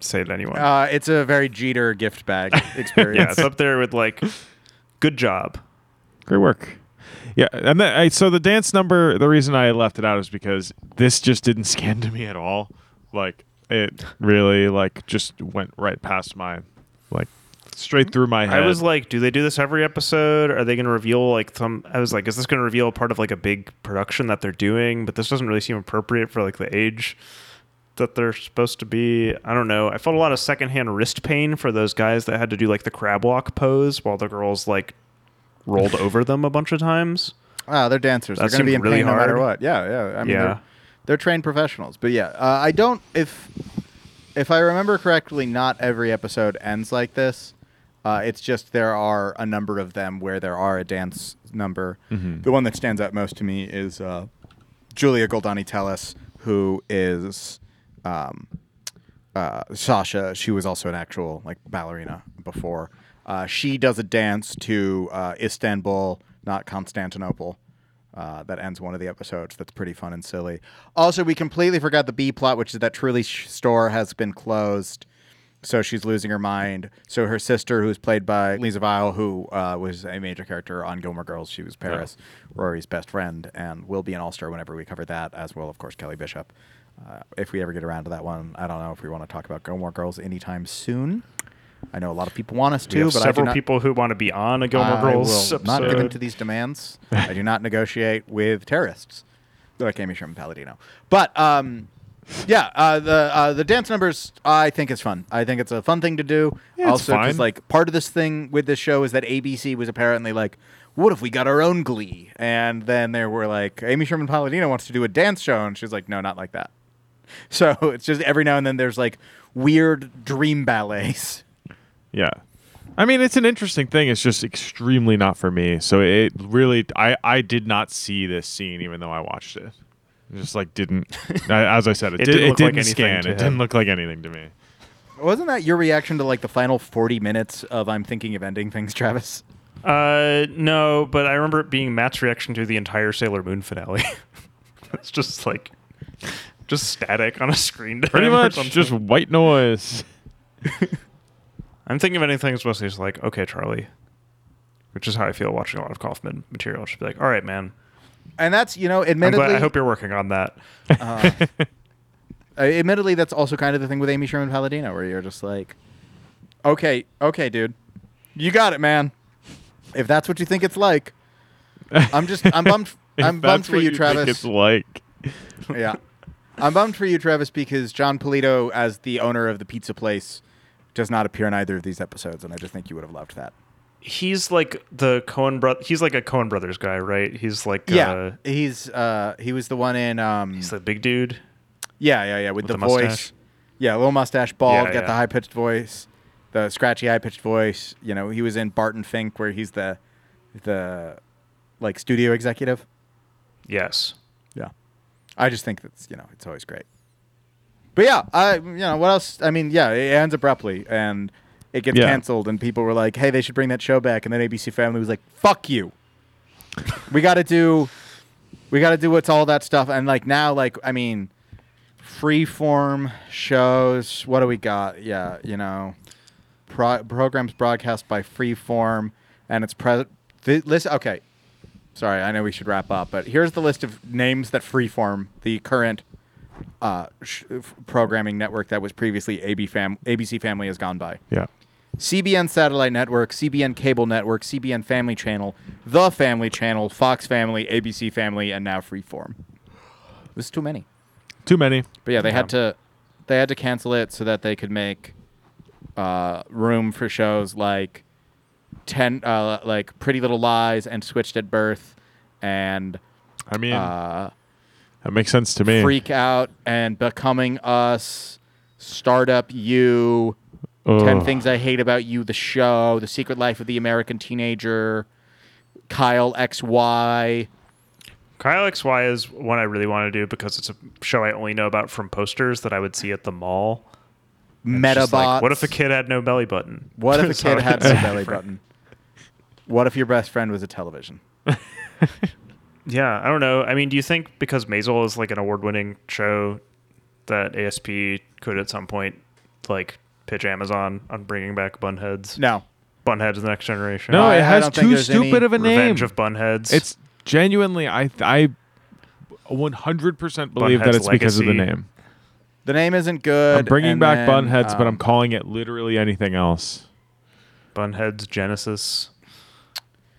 [SPEAKER 4] say to anyone.
[SPEAKER 5] Uh, it's a very Jeter gift bag experience.
[SPEAKER 4] yeah, it's up there with like, good job.
[SPEAKER 2] Great work. Yeah, and then I, so the dance number. The reason I left it out is because this just didn't scan to me at all. Like it really like just went right past my like straight through my head.
[SPEAKER 4] I was like, do they do this every episode? Are they going to reveal like some? I was like, is this going to reveal part of like a big production that they're doing? But this doesn't really seem appropriate for like the age that they're supposed to be. I don't know. I felt a lot of secondhand wrist pain for those guys that had to do like the crab walk pose while the girls like rolled over them a bunch of times.
[SPEAKER 5] Wow, Ah, they're dancers.
[SPEAKER 4] That
[SPEAKER 5] they're going to be in
[SPEAKER 4] seemed really
[SPEAKER 5] pain no matter
[SPEAKER 4] hard.
[SPEAKER 5] what. Yeah, yeah. I mean,
[SPEAKER 4] Yeah.
[SPEAKER 5] They're, they're trained professionals. But yeah, uh, I don't. If if I remember correctly, not every episode ends like this. Uh, it's just there are a number of them where there are a dance number.
[SPEAKER 4] Mm-hmm.
[SPEAKER 5] The one that stands out most to me is uh, Julia Goldani Tellis, who is um, uh, Sasha. She was also an actual like ballerina before. Uh, she does a dance to uh, Istanbul, not Constantinople. Uh, that ends one of the episodes. That's pretty fun and silly. Also, we completely forgot the B plot, which is that Truly's sh- store has been closed, so she's losing her mind. So her sister, who's played by Lisa Vile, who uh, was a major character on Gilmore Girls, she was Paris, Rory's best friend, and will be an all star whenever we cover that, as well, of course, Kelly Bishop. Uh, if we ever get around to that one, I don't know if we want to talk about Gilmore Girls anytime soon. I know a lot of people want us
[SPEAKER 4] We
[SPEAKER 5] to,
[SPEAKER 4] have
[SPEAKER 5] but I do
[SPEAKER 4] several
[SPEAKER 5] not,
[SPEAKER 4] people who want to be on a Gilmore
[SPEAKER 5] I
[SPEAKER 4] Girls
[SPEAKER 5] will not give in
[SPEAKER 4] episode.
[SPEAKER 5] to these demands. I do not negotiate with terrorists, like Amy Sherman Palladino. But um, yeah, uh, the uh, the dance numbers I think is fun. I think it's a fun thing to do.
[SPEAKER 2] Yeah, it's
[SPEAKER 5] also,
[SPEAKER 2] fine.
[SPEAKER 5] just like part of this thing with this show is that ABC was apparently like, what if we got our own Glee? And then they were like, Amy Sherman Palladino wants to do a dance show, and she's like, no, not like that. So it's just every now and then there's like weird dream ballets.
[SPEAKER 2] Yeah. I mean, it's an interesting thing. It's just extremely not for me. So it really, I, I did not see this scene, even though I watched it. It just like didn't. I- as I said, it,
[SPEAKER 4] It
[SPEAKER 2] did,
[SPEAKER 4] didn't
[SPEAKER 2] it
[SPEAKER 4] look like
[SPEAKER 2] didn't
[SPEAKER 4] anything
[SPEAKER 2] scan.
[SPEAKER 4] to
[SPEAKER 2] It
[SPEAKER 4] him.
[SPEAKER 2] didn't look like anything to me.
[SPEAKER 5] Wasn't that your reaction to like the final 40 minutes of I'm thinking of ending things, Travis?
[SPEAKER 4] Uh, no, but I remember it being Matt's reaction to the entire Sailor Moon finale. it's just like just static on a screen.
[SPEAKER 2] Pretty
[SPEAKER 4] time or
[SPEAKER 2] much
[SPEAKER 4] something.
[SPEAKER 2] just white noise.
[SPEAKER 4] I'm thinking of anything as mostly just like, okay, Charlie, which is how I feel watching a lot of Kaufman material. I should be like, all right, man.
[SPEAKER 5] And that's, you know,
[SPEAKER 4] I'm
[SPEAKER 5] admittedly Uh-huh.
[SPEAKER 4] glad, I hope you're working on that.
[SPEAKER 5] uh, admittedly that's also kind of the thing with Amy Sherman Palladino where you're just like okay, okay, dude. You got it, man. If that's what you think it's like. I'm just I'm bummed
[SPEAKER 2] If
[SPEAKER 5] I'm bummed
[SPEAKER 2] that's
[SPEAKER 5] for
[SPEAKER 2] what
[SPEAKER 5] you,
[SPEAKER 2] think
[SPEAKER 5] Travis.
[SPEAKER 2] It's like
[SPEAKER 5] yeah. I'm bummed for you, Travis, because John Polito as the owner of the pizza place does not appear in either of these episodes and I just think you would have loved that.
[SPEAKER 4] He's like the Cohen brother. He's like a Cohen brothers guy, right? He's like uh,
[SPEAKER 5] yeah. He's uh he was the one in um
[SPEAKER 4] he's the big dude.
[SPEAKER 5] Yeah, yeah, yeah. With,
[SPEAKER 4] With
[SPEAKER 5] the,
[SPEAKER 4] the
[SPEAKER 5] voice.
[SPEAKER 4] mustache.
[SPEAKER 5] Yeah, little mustache, bald,
[SPEAKER 4] Yeah,
[SPEAKER 5] got the
[SPEAKER 4] yeah.
[SPEAKER 5] high pitched voice, the scratchy high pitched voice. You know, he was in Barton Fink where he's the the like studio executive.
[SPEAKER 4] Yes.
[SPEAKER 5] Yeah. I just think that's you know, it's always great. But yeah, I you know, what else I mean, yeah, it ends abruptly and it gets
[SPEAKER 2] Yeah.
[SPEAKER 5] canceled and people were like, Hey, they should bring that show back and then ABC Family was like, Fuck you. we gotta do we gotta do what's all that stuff and like now like I mean freeform shows. What do we got? Yeah, you know, pro- programs broadcast by Freeform, and it's pre. The list. Okay, sorry. I know we should wrap up, but here's the list of names that Freeform, the current uh, sh- f- programming network that was previously AB fam- ABC Family, has gone by.
[SPEAKER 2] yeah.
[SPEAKER 5] CBN Satellite Network, CBN Cable Network, CBN Family Channel, The Family Channel, Fox Family, ABC Family, and now Freeform. There's too many.
[SPEAKER 2] Too many.
[SPEAKER 5] But yeah, they had to they had to cancel it so that they could make uh, room for shows like ten uh, like Pretty Little Lies and Switched at Birth and
[SPEAKER 2] I mean,
[SPEAKER 5] uh,
[SPEAKER 2] that makes sense to me.
[SPEAKER 5] Freak Out and Becoming Us, Startup You, Ten
[SPEAKER 2] Ugh.
[SPEAKER 5] Things I Hate About You, the show, The Secret Life of the American Teenager, Kyle X Y.
[SPEAKER 4] Kyle XY is one I really want to do because it's a show I only know about from posters that I would see at the mall. And it's
[SPEAKER 5] Metabots.
[SPEAKER 4] just like, what if a kid had no belly button?
[SPEAKER 5] What if a
[SPEAKER 4] So
[SPEAKER 5] kid had
[SPEAKER 4] it's
[SPEAKER 5] no belly
[SPEAKER 4] different.
[SPEAKER 5] button? What if your best friend was a television?
[SPEAKER 4] Yeah, I don't know. I mean, do you think because Maisel is like an award-winning show that ASP could at some point like pitch Amazon on bringing back bunheads?
[SPEAKER 5] No.
[SPEAKER 4] bunheads of the next generation.
[SPEAKER 2] no,
[SPEAKER 5] I-
[SPEAKER 2] it
[SPEAKER 5] I
[SPEAKER 2] has
[SPEAKER 5] don't think
[SPEAKER 2] too
[SPEAKER 5] there's any
[SPEAKER 2] stupid of a name.
[SPEAKER 4] Revenge of bunheads.
[SPEAKER 2] It's genuinely, I I 100% believe that
[SPEAKER 4] Bunhead's
[SPEAKER 2] it's because of the
[SPEAKER 4] legacy.
[SPEAKER 2] name.
[SPEAKER 5] The name isn't good.
[SPEAKER 2] I'm bringing
[SPEAKER 5] and
[SPEAKER 2] back
[SPEAKER 5] then,
[SPEAKER 2] Bunheads, but I'm
[SPEAKER 5] um,
[SPEAKER 2] calling it literally anything else.
[SPEAKER 4] bunheads Genesis.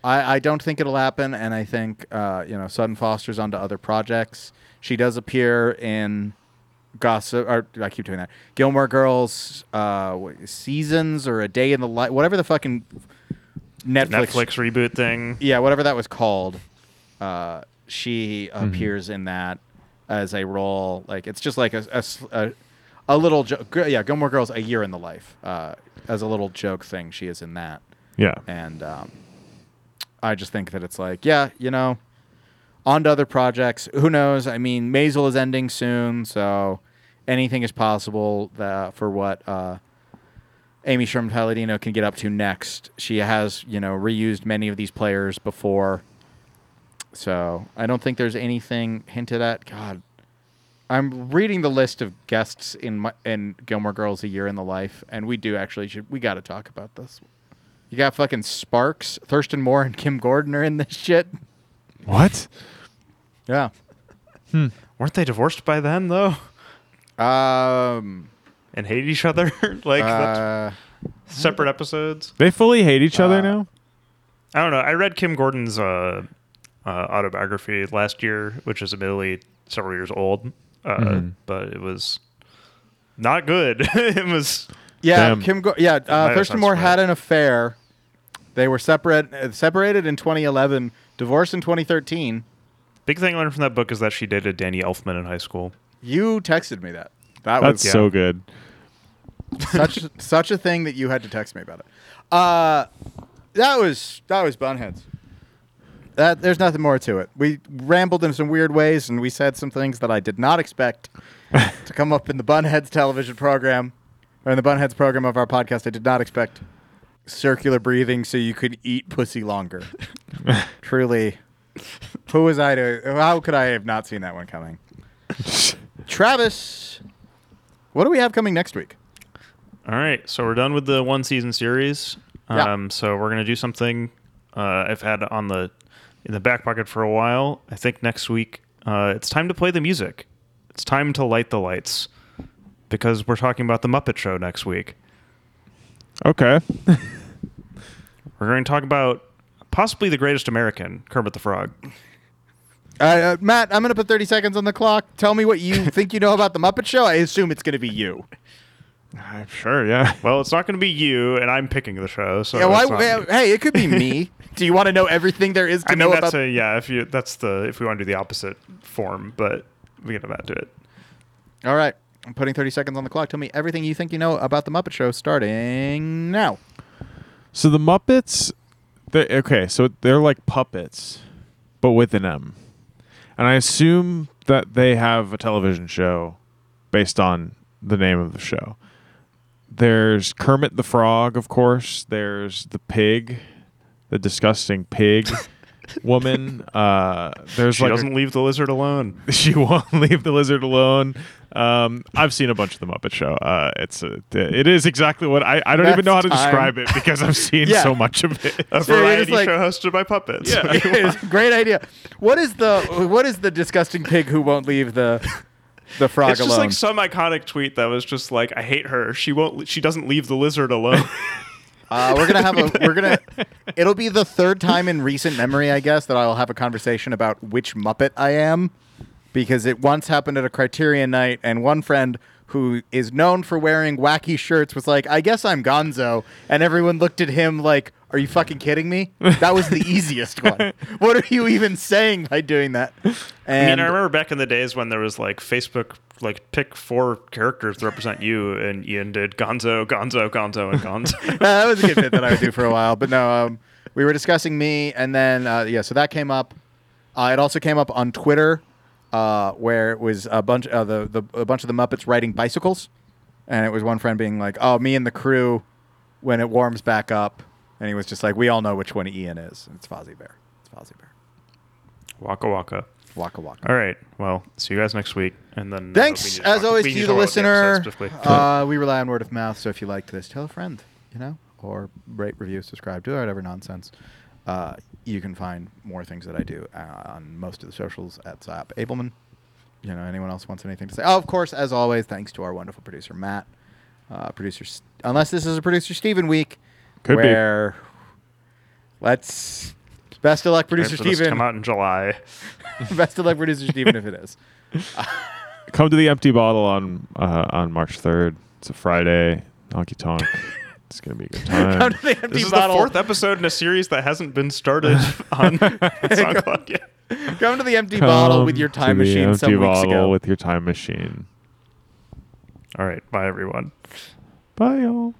[SPEAKER 5] I, I don't think it'll happen, and I think uh, you know Sutton Foster's onto other projects. She does appear in Gossip, or I keep doing that. Gilmore Girls, uh, what- Seasons, or A Day in the Life, whatever the fucking Netflix,
[SPEAKER 4] Netflix reboot thing.
[SPEAKER 5] yeah, whatever that was called. Uh, she appears in that as a role, like it's just like a a s- a- a little jo- gr- yeah Gilmore Girls, A Year in the Life, uh, as a little joke thing. She is in that
[SPEAKER 2] Yeah.
[SPEAKER 5] and um, I just think that it's like, yeah, you know, on to other projects. Who knows? I mean, Maisel is ending soon, so anything is possible uh, for what uh, Amy Sherman Palladino can get up to next. She has, you know, reused many of these players before, so I don't think there's anything hinted at. God, I'm reading the list of guests in my, in Gilmore Girls: A Year in the Life, and we do actually should we got to talk about this. You got fucking Sparks, Thurston Moore, and Kim Gordon are in this shit.
[SPEAKER 2] What?
[SPEAKER 5] Yeah.
[SPEAKER 4] Weren't they divorced by then though?
[SPEAKER 5] Um.
[SPEAKER 4] And hated each other? like that's
[SPEAKER 5] uh,
[SPEAKER 4] separate episodes?
[SPEAKER 2] They fully hate each other
[SPEAKER 5] Uh,
[SPEAKER 2] now?
[SPEAKER 4] I don't know. I read Kim Gordon's uh, uh, autobiography last year, which is admittedly several years old, uh, but it was not good. it was
[SPEAKER 5] Yeah,
[SPEAKER 2] Damn.
[SPEAKER 5] Kim. Go- yeah, uh,
[SPEAKER 4] have
[SPEAKER 5] Thurston
[SPEAKER 4] sound
[SPEAKER 5] Moore
[SPEAKER 4] smart.
[SPEAKER 5] had an affair. They were separate, uh, separated in 2011, divorced in 2013.
[SPEAKER 4] big thing I learned from that book is that she dated Danny Elfman in high school.
[SPEAKER 5] You texted me that. That
[SPEAKER 2] That's
[SPEAKER 5] was
[SPEAKER 2] so good.
[SPEAKER 5] such such a thing that you had to text me about it. Uh, that was that was bunheads. That there's nothing more to it. We rambled in some weird ways, and we said some things that I did not expect to come up in the bunheads television program or in the bunheads program of our podcast. I did not expect circular breathing, so you could eat pussy longer. Truly, who was I to? How could I have not seen that one coming? Travis, what do we have coming next week?
[SPEAKER 4] All right, so we're done with the one season series.
[SPEAKER 5] Yeah.
[SPEAKER 4] Um, so we're gonna do something uh, I've had on the in the back pocket for a while. I think next week uh, it's time to play the music. It's time to light the lights because we're talking about the Muppet Show next week.
[SPEAKER 2] Okay.
[SPEAKER 4] We're going to talk about possibly the greatest American, Kermit the Frog.
[SPEAKER 5] Uh, uh, Matt, I'm going to put 30 seconds on the clock. Tell me what you think you know about the Muppet Show. I assume it's going to be you.
[SPEAKER 2] I'm sure, yeah.
[SPEAKER 4] Well, it's not going to be you, and I'm picking the show. So
[SPEAKER 5] Yeah, why-
[SPEAKER 4] it's on
[SPEAKER 5] uh,
[SPEAKER 4] you.
[SPEAKER 5] hey, it could be me. Do you want to know everything there is to
[SPEAKER 4] I
[SPEAKER 5] know
[SPEAKER 4] mean, that's
[SPEAKER 5] about?
[SPEAKER 4] a, yeah. If you that's the if we want to do the opposite form, but we can about do it.
[SPEAKER 5] All right, I'm putting 30 seconds on the clock. Tell me everything you think you know about the Muppet Show starting now.
[SPEAKER 2] So the Muppets, they okay, so they're like puppets, but with an M. And I assume that they have a television show based on the name of the show. There's Kermit the Frog, of course. There's the pig, the disgusting pig woman. Uh, there's
[SPEAKER 4] She
[SPEAKER 2] like a-
[SPEAKER 4] doesn't leave the lizard alone.
[SPEAKER 2] she won't leave the lizard alone. Um, I've seen a bunch of the Muppet Show. Uh, it's a, it is exactly what I, I don't even
[SPEAKER 5] That's
[SPEAKER 2] know how to
[SPEAKER 5] time.
[SPEAKER 2] describe it because I've seen
[SPEAKER 5] Yeah.
[SPEAKER 2] so much of it.
[SPEAKER 4] A
[SPEAKER 5] So you're
[SPEAKER 4] variety
[SPEAKER 5] just like-
[SPEAKER 4] show hosted by puppets.
[SPEAKER 5] Great idea. What is the what is the disgusting pig who won't leave the the frog
[SPEAKER 4] It's
[SPEAKER 5] alone?
[SPEAKER 4] just like some iconic tweet that was just like, "I hate her. She won't. She doesn't leave the lizard alone."
[SPEAKER 5] Uh, we're gonna have a we're gonna it'll be the third time in recent memory, I guess, that I'll have a conversation about which Muppet I am. Because it once happened at a criterion night and one friend who is known for wearing wacky shirts was like, I guess I'm Gonzo and everyone looked at him like, Are you fucking kidding me? That was the easiest one. What are you even saying by doing that?
[SPEAKER 4] I
[SPEAKER 5] And
[SPEAKER 4] mean, I remember back in the days when there was like Facebook, like pick four characters to represent you, and Ian did Gonzo, Gonzo, Gonzo, and Gonzo.
[SPEAKER 5] that was a good bit that I would do for a while. But no, um, we were discussing me, and then uh, yeah, so that came up. Uh, it also came up on Twitter, uh, where it was a bunch of the, the a bunch of the Muppets riding bicycles, and it was one friend being like, "Oh, me and the crew, when it warms back up," and he was just like, "We all know which one Ian is. It's Fozzie Bear. It's Fozzie Bear.
[SPEAKER 4] waka waka.
[SPEAKER 5] Waka waka."
[SPEAKER 4] All right. Well, see you guys next week, and then uh, we
[SPEAKER 5] Thanks
[SPEAKER 4] need
[SPEAKER 5] as
[SPEAKER 4] talk-
[SPEAKER 5] always
[SPEAKER 4] we
[SPEAKER 5] to
[SPEAKER 4] need
[SPEAKER 5] you, the
[SPEAKER 4] talk about episode
[SPEAKER 5] listener.
[SPEAKER 4] specifically.
[SPEAKER 5] Uh, we rely on word of mouth, so if you liked this, tell a friend, you know, or rate, review, subscribe, do whatever nonsense. Uh, you can find more things that I do uh, on most of the socials at Zap Abelman. You know, anyone else wants anything to say? Oh, of course, as always, thanks to our wonderful producer Matt. Uh, producer, S- unless this is a producer Steven week,
[SPEAKER 2] Could be.
[SPEAKER 5] where let's best of luck, producer
[SPEAKER 4] Right for this to
[SPEAKER 5] Steven.
[SPEAKER 4] come out in July.
[SPEAKER 5] best of luck, producer Steven, if it is.
[SPEAKER 2] Come to the empty bottle on uh, on March third. It's a Friday. Honky tonk. it's gonna be a good
[SPEAKER 5] Come
[SPEAKER 2] time.
[SPEAKER 5] to the empty
[SPEAKER 4] This is the
[SPEAKER 5] bottle.
[SPEAKER 4] fourth episode in a series that hasn't been started on SoundCloud yet.
[SPEAKER 5] Come to the empty bottle with
[SPEAKER 2] Come
[SPEAKER 5] your
[SPEAKER 2] to
[SPEAKER 5] time
[SPEAKER 2] the
[SPEAKER 5] machine some
[SPEAKER 2] empty
[SPEAKER 5] weeks
[SPEAKER 2] bottle
[SPEAKER 5] ago.
[SPEAKER 2] With your time machine.
[SPEAKER 4] All right. Bye, everyone.
[SPEAKER 2] Bye, y'all.